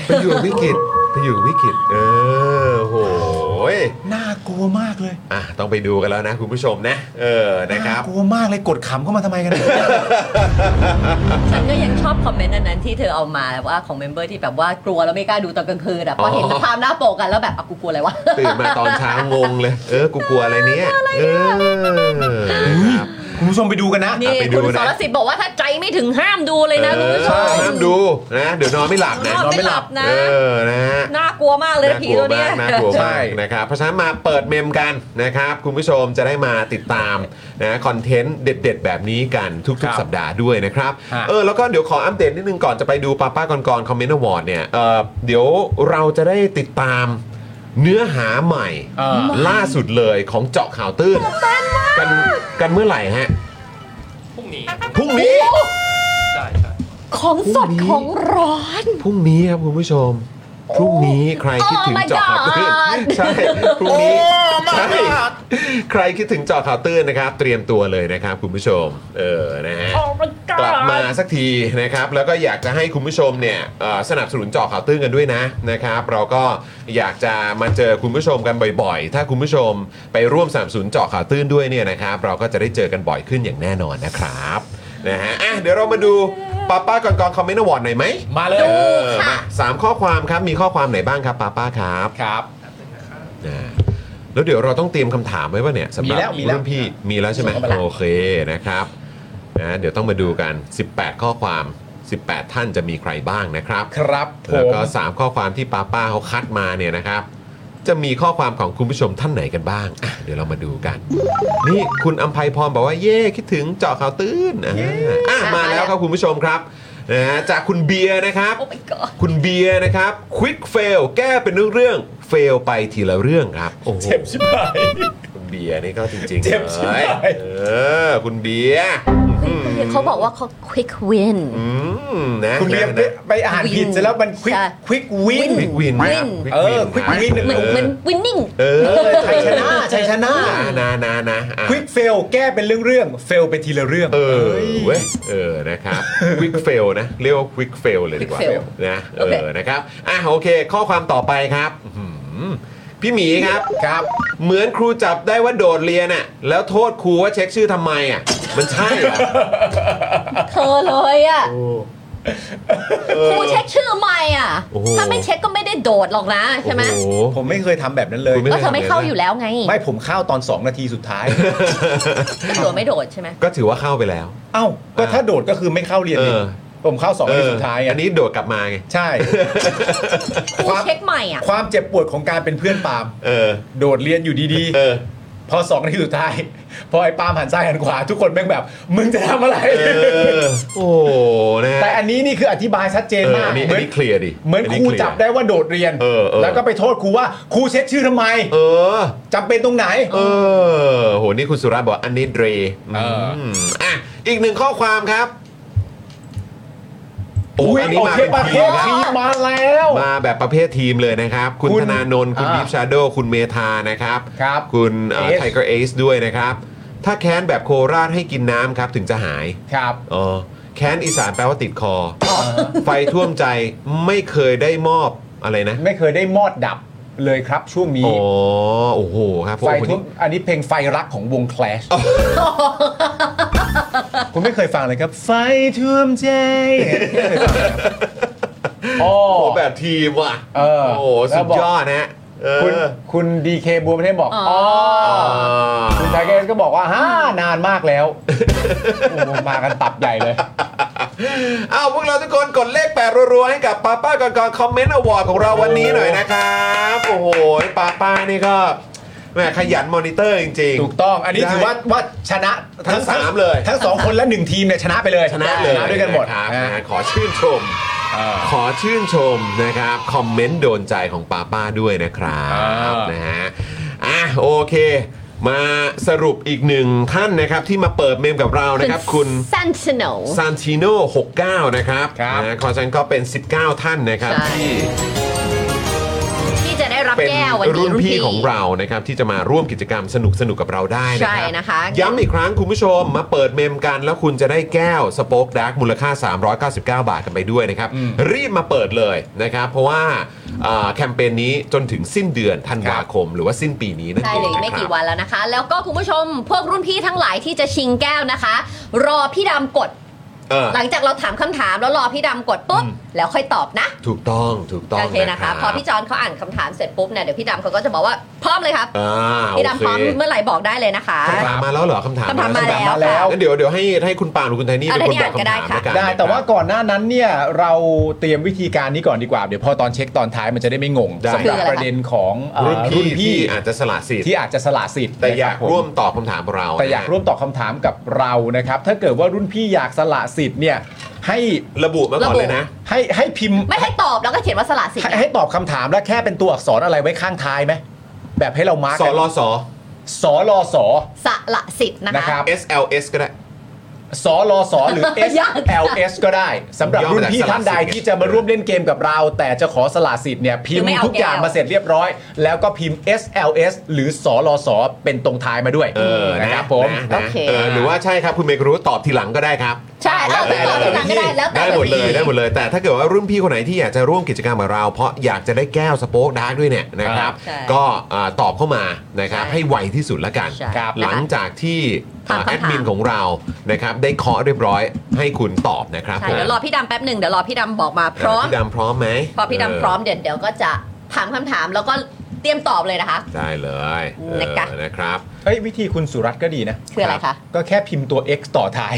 D: ปอยู่วิกฤต ไปอยู่วิกฤต เออโหย
E: น่ากลัวมากเลย
D: อ่ะต้องไปดูกันแล้วนะคุณผู้ชมนะ เออ นะครับ
E: ากลัวมากเลยกดขำเข้ามาทำไมกันเนี่ย
F: ฉันก็ยังชอบคอมเมนต์อันนั้นที่เธอเอามาว่าของเมมเบอร์ที่แบบว่ากลัวแล้วไม่กล้าดูตอนกลางคืนอะพอเห็น
D: อ๋อ
F: ภาพหน้าปกกันแล้วแบบอ่ะกูกลัวอะไรวะ
D: ตื่นมาตอนเช้างงเลย เออ กูกลัวอะไรเนี้ย เออนะครับ
E: คุณผู้ชมไปดูกันนะ
F: นี่
D: ไปดู
F: คุณ
D: นะ
F: สรสิทธิ์บอกว่าถ้าใจไม่ถึงห้ามดูเลยนะคุณผู้ช
D: เอ
F: ม
D: อห้ามดูนะ เดี๋ยวนอนไม่หลับนะ
F: นอนไม่หลับนะ
D: เออ นะฮะ
F: น่ากลัวมากเลยผีตัวเนี้ย
D: น่ากลัวมากน่ากลัวมาก
E: ใช่
D: นะครับ เพราะฉะนั้นมาเปิดเมมกันนะครับ คุณผู้ชมจะได้มาติดตามนะคอนเทนต์เด็ด ๆ แบบนี้กัน
E: ค
D: ทุ
E: รั
D: ก
E: บ
D: ๆ สัปดาห์ด้วยนะครับ
E: ฮะ
D: เออ แล้วก็เดี๋ยวขออัปเดตนิดนึงก่อนจะไปดูป้าป้าก่อนก่อนคอมเมนต์อวอร์ดเนี่ยเออเดี๋ยวเราจะได้ติดตามเนื้อหาใหม่
E: เออ
D: ล่าสุดเลยของเจาะข่าวตื้นกันกันเมื่อไหร่ฮะ
G: พรุ่งนี้
D: พรุ่งนี้
G: ใช่ใช่
F: ของสดของร้อน
D: พรุ่งนี้ครับคุณผู้ชมพรุ่งนี้ใครคิดถึง
F: Oh my
D: เจาะข่าวตื้น
F: God
D: ใช่พรุ่งนี้ใช่ใครคิดถึงเจาะข่าวตื้นนะครับ เตรียมตัวเลยนะครับคุณผู้ชมเออนะฮะ กลับมาสักทีนะครับ แล้วก็อยากจะให้คุณผู้ชมเนี่ยเอ่อสนับสนุนเจอข่าวตื้นกันด้วยนะนะครับ เราก็อยากจะมาเจอคุณผู้ชมกันบ่อยๆ ถ้าคุณผู้ชมไปร่วมสนับสนุนเจอข่าวตื้นด้วยเนี่ยนะครับ เราก็จะได้เจอกันบ่อยขึ้นอย่างแน่นอนนะครับนะฮะอ่ะเดี๋ยวเรามาดูป้าป้าก่อนกองคอมเมนต์วอร์ดหน่อยไหม
E: มาเลย
F: ดู
D: เออมาสามข้อความครับมีข้อความไหนบ้างครับป้าป้าครับ
E: ครับ
D: อ่าแล้วเดี๋ยวเราต้องเตรียมคำถามไว้ป่ะเนี่ยสำห
E: มี
D: รับ
E: แล้วมีแล้ว
D: รุ่นพี่มีแล้วใช่ไหมโอเคนะครับ นะเดี๋ยวต้องมาดูกัน 18 ข้อความ 18 ท่านจะมีใครบ้างนะครับ
E: ครับผ
D: แล้ว
E: ม
D: ก็ 3 ข้อความที่ป้าป้าเขาคัดมาเนี่ยนะครับ จะมีข้อความของคุณผู้ชมท่านไหนกันบ้างอ่ะเดี๋ยวเรามาดูกัน นี่คุณอัมภัยพรบอกว่าเย่คิดถึงเจาะข่าวตื้นอ่ะอ่ะมาแล้วครับคุณผู้ชมครับนะฮะจากคุณเบียร์นะครับ
F: โอ้ my god
D: คุณเบียร์นะครับควิกเฟลแก้เป็นเรื่องๆเฟลไปทีละเรื่องครับโอ้โห
E: เจ็บชิบหาย
D: คุณเบียร์นี่ก็จริงๆ
E: เจ็บชิบหาย
D: เลยเออ คุณเบียร์
F: เขาบอกว่าเขา quick win
D: อืมนะ
E: คุณเรียนไป
D: นะ
E: ไปอ่านผิดเสร็จแล้วมันควิก
F: ใช่
E: ควิกวิน
D: วิกวิน
F: วิน
D: นะ
E: เออ quick
D: รับ
E: win
F: เหมือนเหมือน winning
D: เออ
E: ชัยชนะชัยชนะ
D: นะนะนะอ่ะ
E: ควิกเฟลแก้เป็นเรื่องๆเฟลไปทีละเรื่อง
D: เออ
E: ฮ้ย
D: เว้ยเออนะครับวิกเฟลนะ เรียกว่าวิกเฟลเลยดีกว่า
F: quick fail
D: นะเอ
F: โอเค
D: อนะครับอ่ะโอเค ข้อความต่อไปครับอื้อหือพี่หมีครับครับ เหมือนครูจับได้ว่าโดดเรียนอ่ะแล้วโทษครูว่าเช็คชื่อทำไมอ่ะมันใช่เหรอ
F: เธอเลยอ่ะครูเช็คชื่อใหม่อ่ะ
D: โอ้โห
F: ถ้าไม่เช็คก็ไม่ได้โดดหรอกนะใช่ไหม
D: โอ้โ
E: ผมไม่เคยทำแบบนั้นเลย
D: คุณ
F: ก็เธอไม่เข้าอยู่แล้วไง
E: ไม่ผมเข้าตอน 2 นาทีสุดท้าย
F: แต่เธอไม่โดดใช่ไหม
D: ก็ถือว่าเข้าไปแล้ว
E: เอ้า ก็
D: อ่า
E: ถ้าโดดก็คือไม่เข้าเรียนดิ
D: เออ
E: ผมเข้า 2 นาทีสุดท้าย
D: เออ
E: อ่ะ
D: อันนี้โดดกลับมาไง
E: ใช่
F: ครูเช็คใหม่อ่ะ
E: ความเจ็บปวดของการเป็นเพื่อนปาล์ม
D: เออ
E: โดดเรียนอยู่ดี
D: เอ อ
E: ๆ พอสองนาทีสุดท้าย พอไอ้ปาล์มหันซ้ายหันขวา ทุกคนแม่งแบบ มึงจะทำอะไร
D: เออ โอ้นะฮะ
E: แต่อันนี้นี่คืออธิบายชัดเจน
D: เออ
E: มาก
D: อันนี้
E: เห
D: อัน
E: มือน
D: นี้เคลียร์ดิ
E: เหมือน
D: น
E: ค
D: นี้
E: รู
D: ลีย
E: จับได้ว่าโดดเรียน
D: เออเออ
E: แล้วก็ไปโทษครูว่าครูเช็คชื่อทำไม
D: เออ
E: จำเป็นตรงไหน
D: เออ โห นี่คุณสุรัตน์บอกอันนี้เดร
E: เอออื
D: มอ่ะ อีกหนึ่งข้อความครับ โ อ้
E: อุ้ย
D: อันนี้
E: โอ
D: มา
E: เค
D: เป็น
E: ประเภ
D: ทีม
E: ท
D: นะ
E: ทีมมาแล้ว
D: มาแบบประเภททีมเลยนะครับ คุณ
E: คุณ
D: ธนาโนนคุณ
E: อ่า
D: บีฟชาโดคุณเมธานะครับ
E: ครับ
D: คุณ
E: เอส
D: ไทเกอร์เอซด้วยนะครับ ถ้าแค้นแบบโคราชให้กินน้ำครับ ถึงจะหาย
E: ครับ
D: อ๋อ แค้นอีสานแปลว่าติดคอ ไฟท่วมใจไม่เคยได้มอบอะไรนะ
E: ไม่เคยได้มอดดับเลยครับช่วงนี้
D: อ๋อ โอ้โหครับผม
E: ไฟ
D: คน
E: ทุ
D: นี้
E: กอันนี้เพลงไฟรักของวง Clash คุณไม่เคยฟังเลยครับ ไฟท่วมใจโอ้
D: โอ้แบบทีมว่ะ
E: เออ
D: โอ้โหสุดยอดนะฮะเออ
E: คุณคุณดีเคบัวประเทศบอก อ๋อ
D: อ๋อ
E: คุณไทเกอร์ก็บอกว่าฮ่านานมากแล้ว โอ้โหมากันตับใหญ่เลย
D: เอาพวกเราทุกคนกดเลขแปดรัวๆให้กับป้าป้าก่อนก่อนคอมเมนต์อวอร์ดของเราวันนี้หน่อยนะครับ โอ้โหป้าป้านี่ก็แหมขยันมอนิเตอร์จริง
E: ถูกต้อง อันนี้
D: ได้
E: ถือว่าว่าชนะ
D: ทั้งสามเลย
E: ทั้งสองคนและหนึ่งทีมเนี่ยชนะไปเลย
D: ชนะเลย
E: ด้วยกันหมด
D: ะครับ
E: นะ
D: นะฮะขอชื่นชม
E: เออ
D: ขอชื่นชมนะครับ คอมเมนต์โดนใจของป้าป้าด้วยนะครับ
E: อ่าน
D: นะฮะอ่ะโอเค มาสรุปอีกหนึ่งท่านนะครับ ที่มาเปิดเมมกับเรานะครับคุณ
F: ซันชโน
D: ซานชิโน69 นะครับ
E: ครับ
D: นะขอฉันก็เป็น 19 ท่านนะครับ
F: ใช่
D: ที่
F: ที่จะได้รับ
D: เป็น
F: แก้ววันนี้
D: รุ่นพี่ของเรานะครับ ที่จะมาร่วมกิจกรรมสนุกสนุกๆกับเราได้นะ
F: ใช่
D: ครับ
F: นะคะ
D: ย้ำอีกครั้งคุณผู้ชมมาเปิดเมมกัน แล้วคุณจะได้แก้วสป็อกดาร์กมูลค่า 399 บาทกันไปด้วยนะครับ รีบมาเปิดเลยนะครับ เพราะว่าอ่าแคมเปญนี้จนถึงสิ้นเดือนธันวาคม หรือว่าสิ้นปีนี้นั่น
F: ใช่
D: เอง
F: เลย
D: นะ
F: ไม่
D: ค
F: กี่
D: รับ
F: วันแล้วนะคะ แล้วก็คุณผู้ชมพวกรุ่นพี่ทั้งหลายที่จะชิงแก้วนะคะ รอพี่ดำกด
D: เออ
F: หลังจากเราถามคำถามแล้วรอพี่ดำกดปุ๊บแล้วค่อยตอบนะ
D: ถูกต้องถูกต้อง
F: โอเคนะคะ พอพี่จอนเขาอ่านคำถามเสร็จปุ๊บเนี่ยเดี๋ยวพี่ดำเขาก็จะบอกว่าพร้อมเลยครับ
D: อ่า
F: พี่
D: โอ
F: ดำ
D: เค
F: พร้อมเมื่อไหร่บอกได้เลยนะคะ
D: คำถามมาแล้วเหรอคำถาม
F: คำถาม
D: แล้ว
F: มา
D: ใช่ไห
F: แล้ว
E: มาแล้ว
F: ค่ะ
D: งั้นเดี๋ยวเดี๋ยวให้ให้คุณปาล์มหรือคุณไทนี่
F: อ่ะ
D: เป็นคนตอบ
F: ไทนี่
D: คำ
F: อ่านก็ได้
D: ถาม
F: ค่ะ
D: แล้วกัน
E: ได้แต่ว่า
D: นะครับ
E: ก่อนหน้านั้นเนี่ยเราเตรียมวิธีการนี้ก่อนดีกว่า เดี๋ยวพอตอนเช็คตอนท้ายมันจะได้ไม่งง
D: ได้
E: สำหรับประเด็นของเอ่อ
D: รุ่นพี่
E: รุ่น
D: ที่
E: พี่
D: อาจจะสละสิทธิ์
E: ที่อาจจะสละสิทธิ์
D: แต่อยา
E: นะ
D: ก
E: คบผม
D: ร่วมตอบคำถามเรา
E: แต่อยากร่วมตอบคำถามกับเรานะครับ ถ้าเกิดว่ารุ่นพี่อยากสละสิทธิ์เนี่ยให้
D: ระบุมาก่อนเลยนะ
E: ให้ให้พิมพ์
F: ไม่ให้ตอบแล้วก็เขียนว่าสละสิท
E: ให้
F: ธิ์นะ
E: ให้ตอบคำถามแล้วแค่เป็นตัวอักษรอะไรไว้ข้างท้ายไหมแบบให้เรามาร์ก
D: สลส
E: สลส
F: สละสิทธิ์นะ
E: นะครั
F: คะ
E: บ
D: SLS ก็ได้
E: สลส หรือ
F: ยาก
E: SLS ก็ได้สำหรับรุ่นพี่ท่านใดที่จะมาร่วมเล่นเกมกับเรา แต่จะขอสละสิทธิ์เนี่ยพิม
F: คือไม่
E: พ์
F: เอา
E: ทุกอย่าง
F: แก้ว
E: มาเสร็จเรียบร้อย แล้วก็พิมพ์ SLS หรือสลสเป็นตรงท้ายมาด้วย
D: เออ
E: นะ
D: นะครับ
E: ผม
D: นะ
F: โอ
D: นะ
F: เค
D: เออหรือว่าใช่ครับ คุณเมกรู้ตอบทีหลังก็ได้ครับ
F: ใช่เออ
D: ได้
F: ตอบทีหลังก็ได้แล้วแต่
D: ได้หมดเลย
F: พี่
D: ได้หมดเลย แต่ถ้าเกิดว่ารุ่นพี่คนไหนที่อยากจะร่วมกิจกรรมกับเรา เพราะอยากจะได้แก้วสโป๊กดาร์กด้วยเนี่ยนะครับ
F: ใช่
D: ก็อ่าตอบเข้ามานะครับ
F: ใช่
D: ให้ไวที่สุดละกัน
F: ใช่
D: ครับหลังจากที่
F: ถามคำถาม
D: แอดมินของเรานะครับได้เคาะเรียบร้อยให้คุณตอบนะครับ
F: ใช่
D: ผม
F: เดี๋ยวรอพี่ดำแป๊บหนึ่งเดี๋ยวรอพี่ดำบอกมาพร้อม
D: พี่ดำพร้อมไหม
F: พอพี่ดำพร้อมเดี๋ยวเดี๋ยวก็จะถามคำถามแล้วก็เตรียมตอบเลยนะคะ
D: ได้เลยเออ
F: นะคะ
D: นะครับ
E: เฮ้ยวิธีคุณสุรัตน์ก็ดีนะ
F: คืออะไรคะ
E: ก็แค่พิมพ์ตัว X ต่อท้าย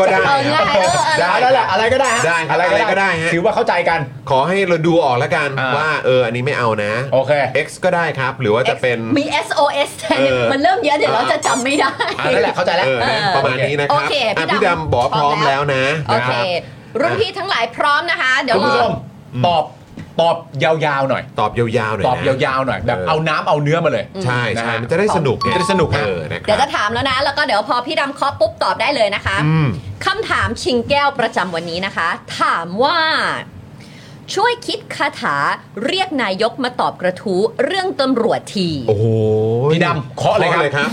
D: ก็ได้
F: เออง่ายเออเออ
E: ได้แล้วแหละอะไรก็ได้ฮะ
D: ได้ครับอะไรก็ได้ฮะ
E: ถือว่าเข้าใจกัน
D: ขอให้เราดูออกแล้วกัน
E: อ่า
D: ว่าเอออันนี้ไม่เอานะ
E: โอเค
D: X ก็ได้ครับ หรือว่าจะเป็น
F: มี SOS แทน
D: เออ
F: มันเริ่มเยอะเดี๋ยวเราจะจำไม่ได้
E: อ่ะนั่นแหละเข้าใจแล้ว
D: เออนะ
F: เออ
D: ประมาณนี้นะค
F: โอ
D: รับ
F: เค
D: อ่ะ
F: พี่
D: พี่
F: ดำ
D: ดำบอกว่าพ
F: พร้
D: ร้อ
F: อ
D: ม
F: มแล้
D: แล้ว
F: ว
D: นะ
F: โอ
D: นะ
F: เค
D: ครับ
F: รุ่นพี่ทั้งหลายพร้อมนะคะ เดี๋ยว
E: คุณ
F: รอ
E: ผู้ชมตอบตอบยาวๆหน่อย
D: ตอบยาวๆหน่อย
E: ตอบ
D: นะ
E: ยาวๆหน่อยแบบ
D: เออ
E: เอาน้ำเอาเนื้อมาเลย
D: ใช่ใช่
E: นะฮะ
D: มันจะได้สนุก
E: มันจะได้สนุก
D: เอ
E: ฮะ
D: อนะค
F: เดี๋ยว
D: รั
F: จะ
D: บ
F: ถามแล้วนะ แล้วก็เดี๋ยวพอพี่ดำเคาะปุ๊บตอบได้เลยนะคะ
D: อืม
F: คำถามชิงแก้วประจำวันนี้นะคะ ถามว่า ช่วยคิดคาถาเรียกนายกมาตอบกระทู้เรื่องตำรวจที
D: โอ้โห
E: พี่ดำเคาะเลยครับ
D: ครับ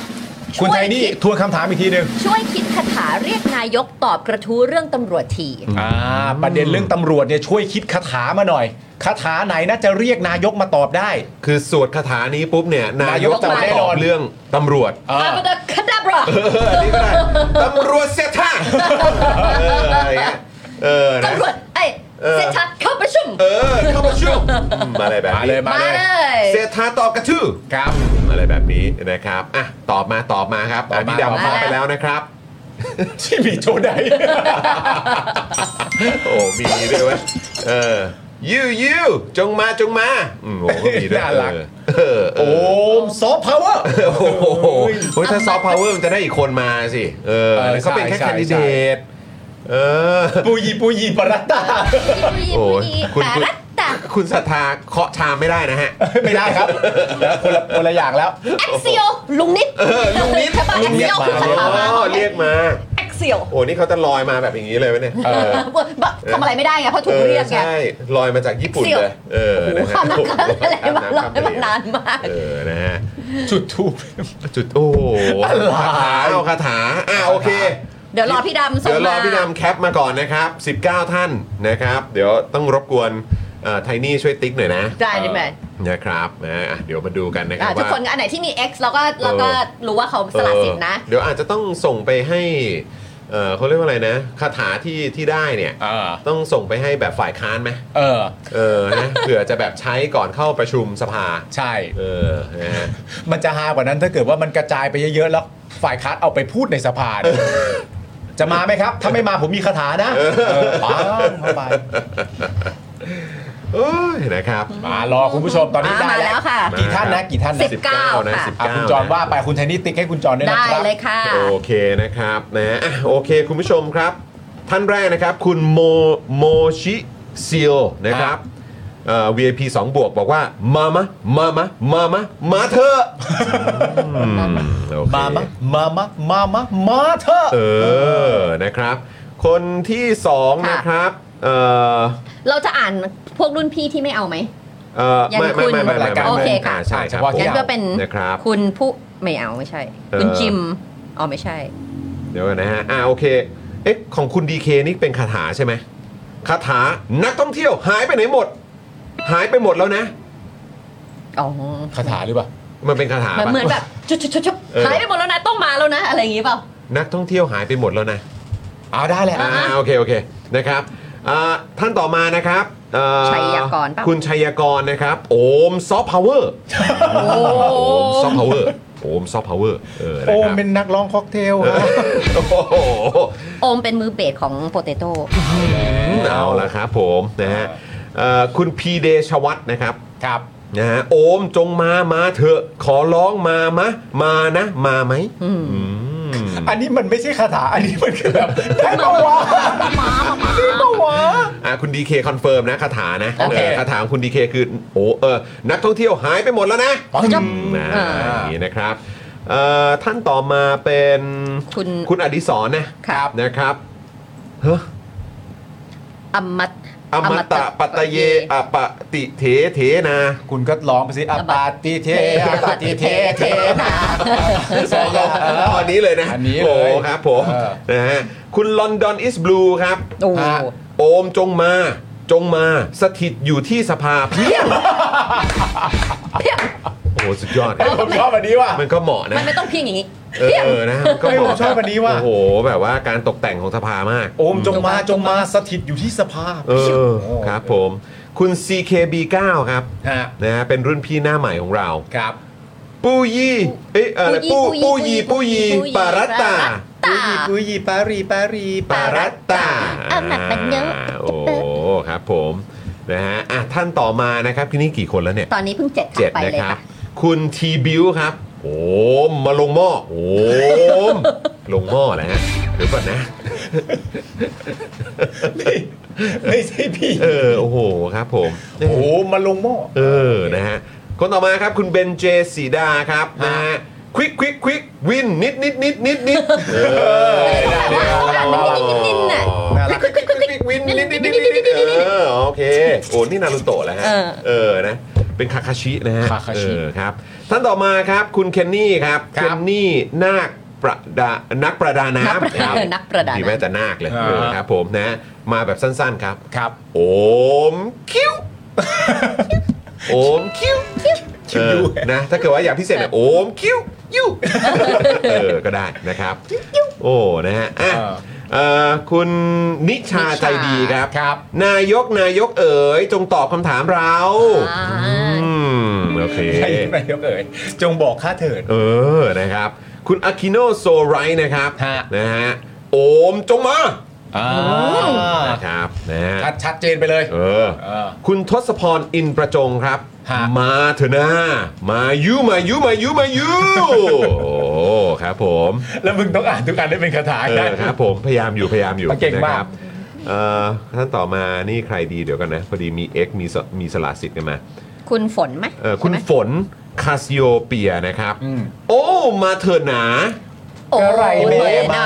E: คุณไทยนี่ทวนคำถามอีกทีหนึ่ง
F: ช่วยคิดคาถาเรียกนายกตอบกระทู้เรื่องตำรวจที
E: อ่าประเด็นเรื่องตำรวจเนี่ยช่วยคิดคาถามาหน่อยคาถาไหนน่าจะเรียกนายกมาตอบได้
D: คือสวดคาถานี้ปุ๊บเนี่ย นาน
E: าย ย
D: ก
E: ก
D: จะมา
E: แน่
D: ต
E: น
D: อ
E: อบน
D: เรื่องตำรวจ
E: อ่า
F: อาบดาคาดาบรา
D: เออนี่ก็ได้ตำรวจเสียท่าเอออะไรเงี้ยเออนะ
F: ตำรวจไอ้ย
D: เออ
F: เซชัดเข้าประชุม
D: เออเข้าประชุมอืมอะไรแบบ
E: มาเล
D: นี้
E: ยมา
F: มาเล
E: เลย
F: ย
D: เสียท่าตอบกระทื่อ
E: ครับ
D: อะไรแบบนี้นะครับอ่ะตอบมาตอบมาครับอ่ะ
E: ตอบมา
D: พี่ดำเคาะไปแล้วนะครับ
E: ที่มีโจได
D: โอ้ มีด้วยเวยเออยูยูจงมาจงมาอืมโอ้ก็มีด้วยเออเอ
E: โอ
D: อ
E: มซอฟต์พาวเวอร์
D: โอ้โหโอ้ยถ้าซอฟต์พาวเวอร์มันจะได้อีกคนมาสิ เออ
E: เออ
D: เขาเป็นแค่
E: ใช่
D: แคนดิเด
E: ใช่
D: ต เออ
E: ปูยีปูยีปรัตตา
F: อี
D: โอ้
F: อี
D: ย
F: อี
D: คุณ
F: แต่
D: คุณ
F: ละแต่
D: คุณศรัทธาเคาะชามไม่ได้นะฮะ
E: ไม่ได้ครับแล้วคนละคนละอย่างแล้ว
F: แอคซิโอลุงนิด
D: เออลุงนิด
F: ใช่ปะแอคซิโอ
D: มา
F: คือคาถามา
D: เรียกมา
F: แอค เสี่ยว
A: โอ้นี่เขาจะลอยมาแบบอย่างนี้เลยวะเนี่ยเออ
F: แบบทำอะไรไม่ได้ไงเพราะถูกเรียก
A: ออ
F: ไง
A: ใช่ลอยมาจากญี่ปุ่น
F: เสี่ยว
A: เลยเออนะฮะ
F: ข้ามน้ำข้ามทะเลมา
A: ข้
F: เรา
A: ม
F: ได้
A: ทะเล
F: มานานมาก
A: เออนะฮะ
E: จุดทูบ
A: จุดโอ้โห
E: อะไร
A: คาถาเอาคาถาอ่ะโอเค
F: เดี๋ยวรอพี่ดำส่ง
A: เดี๋ยวรอ
F: มา
A: พี่นำแคปมาก่อนนะครับ 19 ท่านนะครับ เดี๋ยวต้องรบกวนไทนี่อ Tiny ช่วยติ๊กหน่อยนะ
F: ได้ดิแมน
A: นะครับนะอ่ะเดี๋ยวมาดูกันนะครั
F: อ่ะ
A: บ
F: ทุก
A: ว่า
F: คนก็อันไหนที่มี X แล้วก็แล้วก็
A: เออ
F: รู้ว่าเขาสละสิทธิ์นะ
A: เออเดี๋ยวอาจจะต้องส่งไปให้เอ่อเขาเรียกว่าอะไรนะคาถาที่ที่ได้เนี่ย
E: เออ
A: ต้องส่งไปให้แบบฝ่ายค้านไหม
E: เออ
A: เออนะ เผื่อจะแบบใช้ก่อนเข้าประชุมสภา
E: ใช่
A: เออนะฮะ
E: มันจะฮากว่านั้นถ้าเกิดว่ามันกระจายไปเยอะๆแล้วฝ่ายค้านเอาไปพูดในสภาเนี่ยจะมาไหมครับ ถ้าไม่มาผมมีคาถานะเออปังเข้าไป
A: โอ้ยนะครับ
E: มารอคุณผู้ชมตอนนี้
F: อ่า
E: ได้
F: มาแล้วค่ะ
E: กี่ท่านนะกี่ท่านนะ
F: สิบ เก้า
A: 19นะ
F: ค่ะ
E: อ่ะ
A: 19
E: คุณจอนว่าไปคุณไทนี่ติ๊กให้คุณจอนด้วยนะ
F: ได้
E: ครับ
F: เลยค่ะ
A: โอเคนะครับนะอ่ะโอเคคุณผู้ชมครับ ท่านแรกนะครับ คุณโมโมชิซิโอนะครับเอ่อ VIP 2 บวกบอกว่ามามะมามะมามะมาเธอะ อืมโอเค
E: มามะมามะมามะมาเถอะ
A: เออนะครับ คนที่ 2
F: ค่ะ
A: นะครับเอ่อ
F: เราจะอ่านพวกรุ่นพี่ที่ไม่เอาไหม
A: เอ่อ
F: ยัง
A: ไม่ไม่
F: คุณ
A: ไม่ไม่ไม่
E: รายการ
F: โอเคค่ะ
A: อ่าใช่ครับ
E: เฉพาะ
A: ผม
E: ที่
F: งั้นก็เป็น
A: นะครับ
F: ณผู้ไม่เอาไม่ใช่
A: เออ
F: คุณจิมอ๋อไม่ใช่
A: เดี๋ยวก่อนนะฮะ อ่าโอเค เอ๊ะ ของคุณดีเคนี่เป็นคาถาใช่ไหม คาถา นักท่องเที่ยวหายไปไหนหมด หายไปหมดแล้วนะ
F: อ๋อ
E: คาถาหรือเปล่า
A: มันเป็นคาถา
F: เหมือน
A: ปะ
F: เหมือนแบบชุบชุบชุบชุบ
A: เออ
F: หายไปหมดแล้วนะต้องมาแล้วนะ อะไรอย่างงี้เปล่า
A: นักท่องเที่ยวหายไปหมดแล้วนะ
E: เอาได้แหละ
A: อ่าโอเค โอเค นะครับอ่าท่านต่อมานะครับเอ่อ
F: ชัยยากรปะ
A: คุณชัยยากรนะครับ โอมซอฟต์พาวเวอร์
F: โอ้
A: โอมซอฟต์พาวเวอร์ โอมซอฟต์พาวเวอร์ เออ นะ
E: โอ้
A: ครับ
E: เป็นนักร้องค็อกเทลฮะ
A: โอ้โห
F: โอมเป็นมือเบสของโปเตโต้
A: เอาละครับผมนะฮะเอ่อคุณพีเดชวัตนะครับ
E: ครับ
A: นะฮะโอมจงมามาเถอะ ขอร้องมามะ มานะ มาไหมอืม
E: อันนี้มันไม่ใช่คาถา อันนี้มันคือแบบได้ปะวะได้ปะวะ
A: อ่ะคุณดีเคคอนเฟิร์มนะคาถานะ
E: โอเค
A: คาถาของคุณดีเคคือโอ้เออนักท่องเที่ยวหายไปหมดแล้วนะ
E: ปัง
A: นะ
E: อ่า
A: อย่างนี้นะครับเอ่อท่านต่อมาเป็น
F: คุณ
A: คุณอดิศรนะครับ นะครับเฮ้อ
F: อมต
A: อมตะปัตตะเยอปะติเถเถนา
E: คุณก็ร้องไปสิอาปาติเทอาปาติเทเทนะ
A: ตอนนี้เลยนะ
E: อันนี้เลย
A: โอ้ครับผม
E: เออ
A: นะฮะคุณลอนดอนอิสบลูครับ
F: โอ้โห
E: ฮะ
A: โอมจงมาจงมาสถิตอยู่ที่สภาเพียง
F: เพี้ยง
A: โอ้โหสุดยอดค
E: เอ้ย
A: รับ
E: ผมชอบอันนี้ว่ะ
A: มันก็เหมาะนะ
F: มันไม่ต้องเพี้ยงอย่างงี้
A: เอ
F: เพี้ยง
A: อนะมันก็เห
E: เฮ้ยผ
A: มาะ
E: มชอบอันนี้ว่ะ
A: โอ้โห แบบว่าการตกแต่งของสภามาก
E: โอมจงมาจงมาสถิตอยู่ที่สภา
A: เออครับผมคุณ CKB9 ครับ
E: ฮะ
A: นะฮะเป็นรุ่นพี่หน้าใหม่ของเรา
E: ครับ
A: ปูยี่เอ๊ะอะไรปู
F: ปู
A: ปู
F: ยี่
A: ยี่
F: ปู
A: ปู
F: ยี่
A: ยี่
F: ปูยี่
A: ปารัตตา
F: ตา
E: อุยปารีปารี
A: ปารัตตา
F: เอาหนักไปเยอะ
A: โอ้โหครับผมนะฮะอ่ะท่านต่อมานะครับที่นี่กี่คนแล้วเนี่ย
F: ตอนนี้เพิ่งเจ็ด
A: เจ็ด
F: ไป
A: นะ
F: เลย
A: ครับ
F: ค่ะ
A: คุณทีบิวครับ โอมมาลงหม้อโอม ลงหม้อแหละฮะเดี๋ยวก่อนนะ
E: ไม่ใช่พี่
A: เออ โอ้โหครับผม
E: โอ้โหมาลงหม้อ
A: เออนะฮะคนต่อมาครับคุณเบนเจสีดาครับนะฮะควิกควิกควิกวินนิดนิดนิดนิดนิดเออ
F: แต่ว่าเขาอ่านเป็นนิดนิดนิดน่ะ
A: ควิกควิกควิกควิกวินนิดนิดนิดนิดนิดเออโอเคโอ้นี่นารุโตะแล้วฮะ
F: เออ
A: เออนะเป็นคาคาชินะฮะ
E: คาคาชิ
A: เออครับท่านต่อมาครับคุณเคนนี่ครับเคนนี่นาคประดานักประดาน้ำ
F: นักประดาเออ นักประดา
A: ดีแม่แต่นาคเลย
E: อ่า
A: เออครับผมนะ มาแบบสั้นๆครับ
E: ครับ
A: โอมคิ้ว โอมคิ้ว
E: คิ้
A: เอ
E: ว
A: อนะถ้าเกิดว่าอยากพิเศษเนี่ยโอมคิ้วยิ้วเออก็ได้นะครับโอ้นะฮะอ่ะเอ่อคุณนิชาใจดีครับ
E: ครับ
A: นายกนายกเอ๋ยจงตอบคำถามเรา
F: อ่า
A: อืมโอเค
E: ใช่นายกเอ๋ยจงบอกข้าเถิด
A: เออ นะครับ คุณอากิโนโซไรนะครับ
E: ฮะ
A: นะฮะ โอมจงมา
E: อ่า
A: นะครับ นะฮะ
E: ชัดชัดเจนไปเลย
A: เออ
E: เออ
A: คุณทศพรอินประจงครับ
E: ฮะ
A: มาเถอะนะมายุมายุมายุมายุโอ้ครับผม
E: แล้วมึงต้องอ่านทุกอันได้เป็นคาถา
A: เอ
E: ได้
A: อครับผมพยายามอยู่พยายามอยู่
E: เก่งมา
A: นะ
E: ก
A: ครับเอ่อท่านต่อมานี่ใครดีเดี๋ยวกันนะ พอดีมี X มีสมีสละสิทธิ์กันมา
F: คุณฝนไหม
A: เออคุณ
F: ใช่ไหม
A: ฝนคาซิโอเปียนะครับ
E: อืม
A: โอ้ มาเถอะหนา
F: โอ้
E: กระไรแม่มา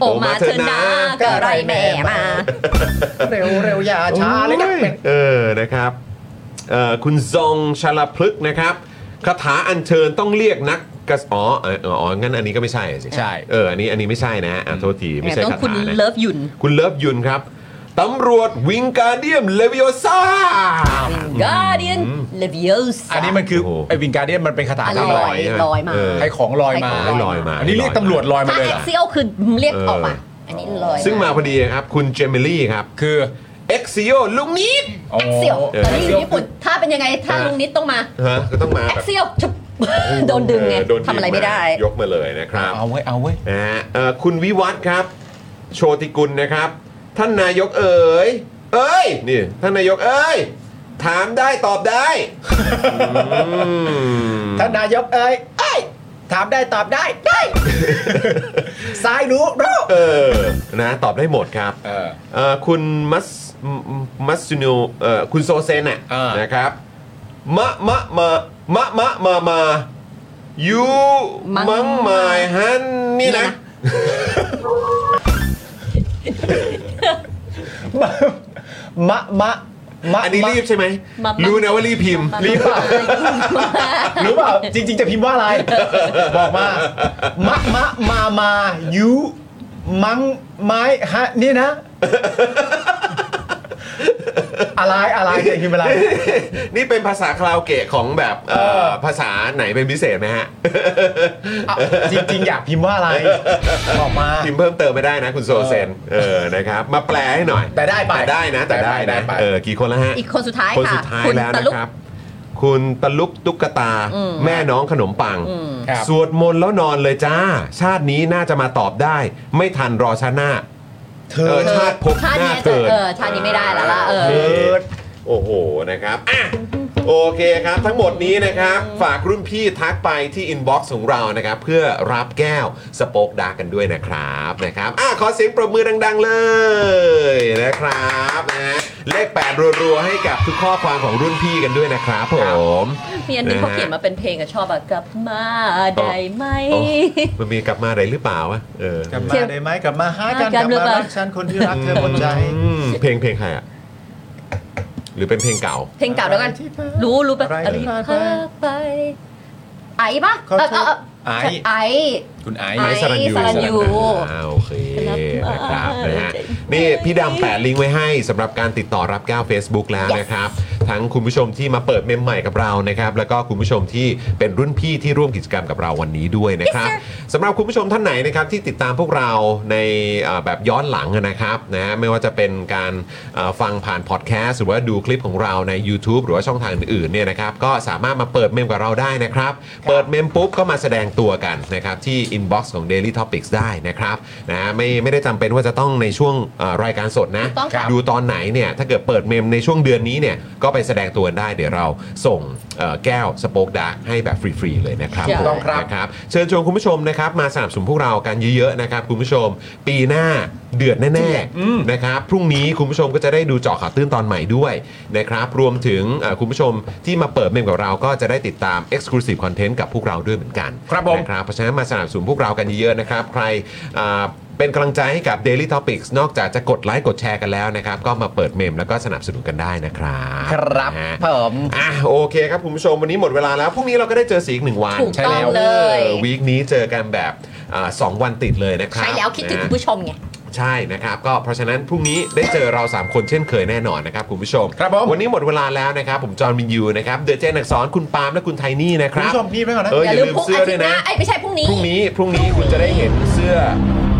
F: โอมาเธอหนากระไรแม่มา
E: เร็วเร็วอย่าช้าเลยนะ
D: โอ้
E: เป็น
D: เออนะครับเอ่อคุณซองชลพฤกษ์นะครับคาถาอัญเชิญต้องเรียกนักกระสอ๋อเอออ๋องั้นอันนี้ก็ไม่ใช่สิ
E: ใช่
D: เอออันนี้อันนี้ไม่ใช่นะฮะอ่ะโทษทีไม่ใช่
F: ต้อง
D: คา
F: คุณ
D: ถานะ
F: เลิฟหยุ่น
D: คุณเลิฟยุนครับตำรวจวิงการเดียมเลวิโอซา
F: กาเดียนเลวิโอส
E: อันนี้มันคือ
D: โอ้โห
E: ไอ้วิงการเดียนมันเป็นคาถา
F: อัน
E: ล
F: ล
E: อ
F: อย ย
D: ใช่ไหม
F: ลอยมา
D: เออ
E: ๆให้ของลอยมา
F: ให้
D: ให้ลอยมา
E: อันนี้เรียกตำรวจลอยมา
F: ถ้า
E: เลย
F: แอ
E: เหร
F: ค
E: อ
F: เซียลคือเรียกออกมา อันนี้ลอยมา
D: ซึ่งมาพอดีครับ คุณเจมิลี่ครับ
E: คือ
D: เอ็กซิโอลุงนิด
E: อ๋อ
F: แอคเซียล
D: เออ
F: ตอนนี้อยู่ญี่ปุ่น ถ้าเป็นยังไง ถ้าลุงนิดต้องมา
D: ฮะก็ต้องมา
F: แอ
D: แบ
F: ค
D: บ
F: เซียลชุบโดนดึงไง
D: เออโน
F: ทำอะไรไม่ได้
D: ยกมาเลยนะครับ
E: เอาไว้ยเอาไว้ย
D: นะฮะเอ่อคุณวิวัฒน์ครับ โชติกุลนะครับ ท่านนายกเอ๋ยเอ้ยนี่ท่านนายกเอ้ยถามได้ตอบ ได้อืม
E: ท่านนายกเอ้ยเอ้ยถามได้ตอบได้ได้ ซ้ายรู้รู้
D: เออนะตอบได้หมดครับ
E: เออ
D: เอ่อคุณมัสมัสซูโนเอ่อคุณโซเซนน่ะ
E: อ่าน
D: นะครับมะมะมามะมะมามายู
F: มัง
D: มังมายฮันนี่นะ
E: มะมะมะ
D: อันนี้
E: มะ
D: รีบใช่ไหม
F: มามารู้
D: รู้นะว่ารีบพิมพ์
E: รีบเปล่ารู้เปล่าจริง ๆ จะพิมพ์ว่าอะไร บอกมา มะมะมามายูมังไม้ฮะนี่นะ อะไรอะไรเนี่ยพิมพ์อะไร
D: นี่เป็นภาษาคาราโอเกะของแบบเอ่อ
E: เออ
D: ภาษาไหนเป็นพิเศษไหมฮะ
E: อ่ะจริง ๆ อยากพิมพ์ว่าอะไรบอกมา
D: พิมพ์เพิ่มเติมไม่ได้นะคุณโซเซน เออนะครับ มาแปลให้หน่อย
E: แต่ได้ไป
D: แต่ได้นะ แต่ได้
E: แต่ได้
D: นะ
E: ไป
D: เออกี่คนแล้วฮะ
F: อีกคนสุดท้าย
D: คน
F: ค่ะ
D: สุดท้าย
F: คุณ
D: แล้ว
F: ตะ
D: นะ
F: ลุก
D: ครับ คุณตะลุกตุ๊กตา
F: อืม
D: แม่น้องขนมปัง
F: อืม
E: ครับ
D: สวดมนต์แล้วนอนเลยจ้า ชาตินี้น่าจะมาตอบได้ ไม่ทันรอชาติหน้า
E: เธ
D: เอ
E: อ
D: อชาติภพ
F: ชาติ
D: หน้า
F: เนี้ยจะ
D: เกิด
F: เออชาตินี้ไม่ได้แล้วล่ะเออ
D: เกิดโอ้โหนะครับอ่ะโอเคครับ ทั้งหมดนี้นะครับ ฝากรุ่นพี่ทักไปที่อินบ็อกซ์ของเรานะครับ เพื่อรับแก้วสโป๊กดาร์กกันด้วยนะครับนะครับอ่ะขอเสียงปรบมือดัง ๆ เลยนะครับนะเลข 8 รัว ๆ ให้กับทุกข้อความของรุ่นพี่กันด้วยนะครับผม
F: มีอันหนึงเขา
D: นะฮะ
F: เขียนมาเป็นเพลงอะชอบอะกลับมาได้ไหม
D: โอ้มันมีกลับมาอะไรหรือเปล่าวะเออก
E: ลับมาได้ไหมกลับมาหากัน
F: ก
E: ก
F: ลั
E: ลับบ
F: มา
E: มา
F: รั
E: รัก
F: กฉั
E: ฉัน
F: น
E: ค
F: คน นที่
E: ที่รักเธอบนใจ
D: อืมเพลงเพลงใครอ่ะหรือเป็นเพลงเก่า
F: เพลงเก่าแล้วกัน รู้รู้ไป
E: อะไร
F: อะไร
E: ที่ผ่านไป
F: พาไป ไอ้ปะ
E: เขา
F: เออ
E: ชื่
F: เอ
E: อ
F: อเออ
E: ไอ้
F: ไอ้
E: คุณไอซ์
F: ไอซ์ สรัญญู
D: อ่าโอเค
F: ครับ
D: นะครับ
F: เออ
D: นะฮะ
F: เจ๋ง
D: นี่พี่ดำแปะลิงก์ไว้ให้สำหรับการติดต่อรับแก้ว Facebook แล้วนะครับ ทั้งคุณผู้ชมที่มาเปิดเมมใหม่กับเรานะครับ แล้วก็คุณผู้ชมที่เป็นรุ่นพี่ที่ร่วมกิจกรรมกับเราวันนี้ด้วยนะครับสำหรับคุณผู้ชมท่านไหนนะครับที่ติดตามพวกเราในเอ่อแบบย้อนหลังนะครับนะฮะไม่ว่าจะเป็นการเอ่อฟังผ่านพอดแคสต์หรือว่าดูคลิปของเราใน YouTube หรือว่าช่องทางอื่นๆเนี่ยนะครับก็สามารถมาเปิดเมมกับเราได้นะครับ เปิดเมมปุ๊บก็มาแสดงตัวกันนะครับที่ inbox ของ Daily Topics ได้นะครับนะไม่ไม่ได้จำเป็นว่าจะต้องในช่วงเอ่อรายการสดนะ
F: ถูกต้องค่ะ
D: ดูตอนไหนเนี่ยถ้าเกิดเปิดเมมในช่วงเดือนนี้เนี่ยก็ไปแสดงตัวได้เดี๋ยวเราส่งเอ่อแก้วสโป๊กดาร์กให้แบบฟรี ๆ เลยนะครับ
F: ใช่
D: ผม
E: ต้องครับ
D: นะครับ เชิญชวนคุณผู้ชมนะครับมาสนับสนุนพวกเรากันเยอะ ๆ นะครับ คุณผู้ชม ปีหน้าเดือดแน่ๆนะครับพรุ่งนี้คุณผู้ชมก็จะได้ดูเจาะข่าวตื้นตอนใหม่ด้วยนะครับรวมถึงเอ่อคุณผู้ชมที่มาเปิดเมมกับเราก็จะได้ติดตาม Exclusive Content กับพวกเราด้วยเหมือนกัน
E: ครับผม
D: นะครับเพราะฉะนั้นมาสนับสนุนพวกเรากันเยอะๆนะครับ ใครอ่าเป็นกำลังใจให้กับ Daily Topics นอกจากจะกดไลค์กดแชร์กันแล้วนะครับ ก็มาเปิดเมมแล้วก็สนับสนุนกันได้นะครับ
E: ครับ
D: นะฮะ
E: ผม
D: อ่ะโอเคครับคุณผู้ชมวันนี้หมดเวลาแล้วพรุ่งนี้เราก็ได้เจอสีอีกหนึ่งวัน
F: ถูก
D: ใช่
F: ต้อง
D: แล้ว
F: เลย
D: วีคนี้เจอกันแบบอ่าสองวันติดเลยนะครับ
F: ใช้แล้วคิดถึง
D: นะ
F: คุณผู้ชมไง
D: ใช่นะครับก็เพราะฉะนั้นพรุ่งนี้ได้เจอเราสามคนเช่นเคยแน่นอนนะครับคุณผู้ชม
E: ครับผม
D: วันนี้หมดเวลาแล้วนะครับผมจอห์นวินยูนะครับเดอะเจนอักษรคุณปาล์มและคุณไทนี่นะค
E: คุณ
D: รับ
E: ผู้ชมนี่ไปก่อนนะ
D: เอออย่
F: อา
D: ย่า
F: ลื
D: ลื
F: ม
D: ม
F: พรุ่ง
D: เสื้อ
F: อา
D: ด้
F: ทิ
D: วย
F: ตย์ห
D: นะ
F: น้าไอ้ยไม่ใช่พรุ่งนี้
D: พรุ่งนี้พรุ่งนี้คุณจะได้เห็นเสื้อ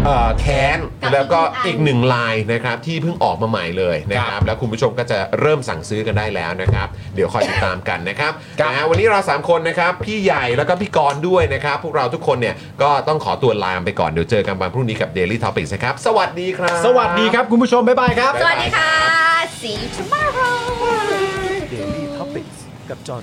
D: เอ่อแคน
F: กับ
D: แล้วก็
F: อี
D: อีก
F: ก
D: ห
F: หนึ่
D: นึ่ง
F: ง
D: ลายนะครับที่เพิ่งออกมาใหม่เลยนะค
E: ค
D: รั
E: รั
D: บบ แล้วคุณผู้ชมก็จะเริ่มสั่งซื้อกันได้แล้วนะครับ เดี๋ยวคอยติดตามกันนะครับ
E: ครับ
D: นะฮะวันนี้เรา 3 คนนะครับ พี่ใหญ่แล้วก็พี่กรณ์ด้วยนะครับ พวกเราทุกคนเนี่ยก็ต้องขอตัวลาไปก่อนเดี๋ยวเจอกันวันพรุ่งนี้กับ Daily Topics นะครับสวัสดีครับ
E: สวัสดีครับคุณผู้ชม บ๊ายบายครับ
F: สวัสดีค่ะ see you tomorrow
A: Daily Topics กับจอห์น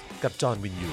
A: กับจอห์นวินยู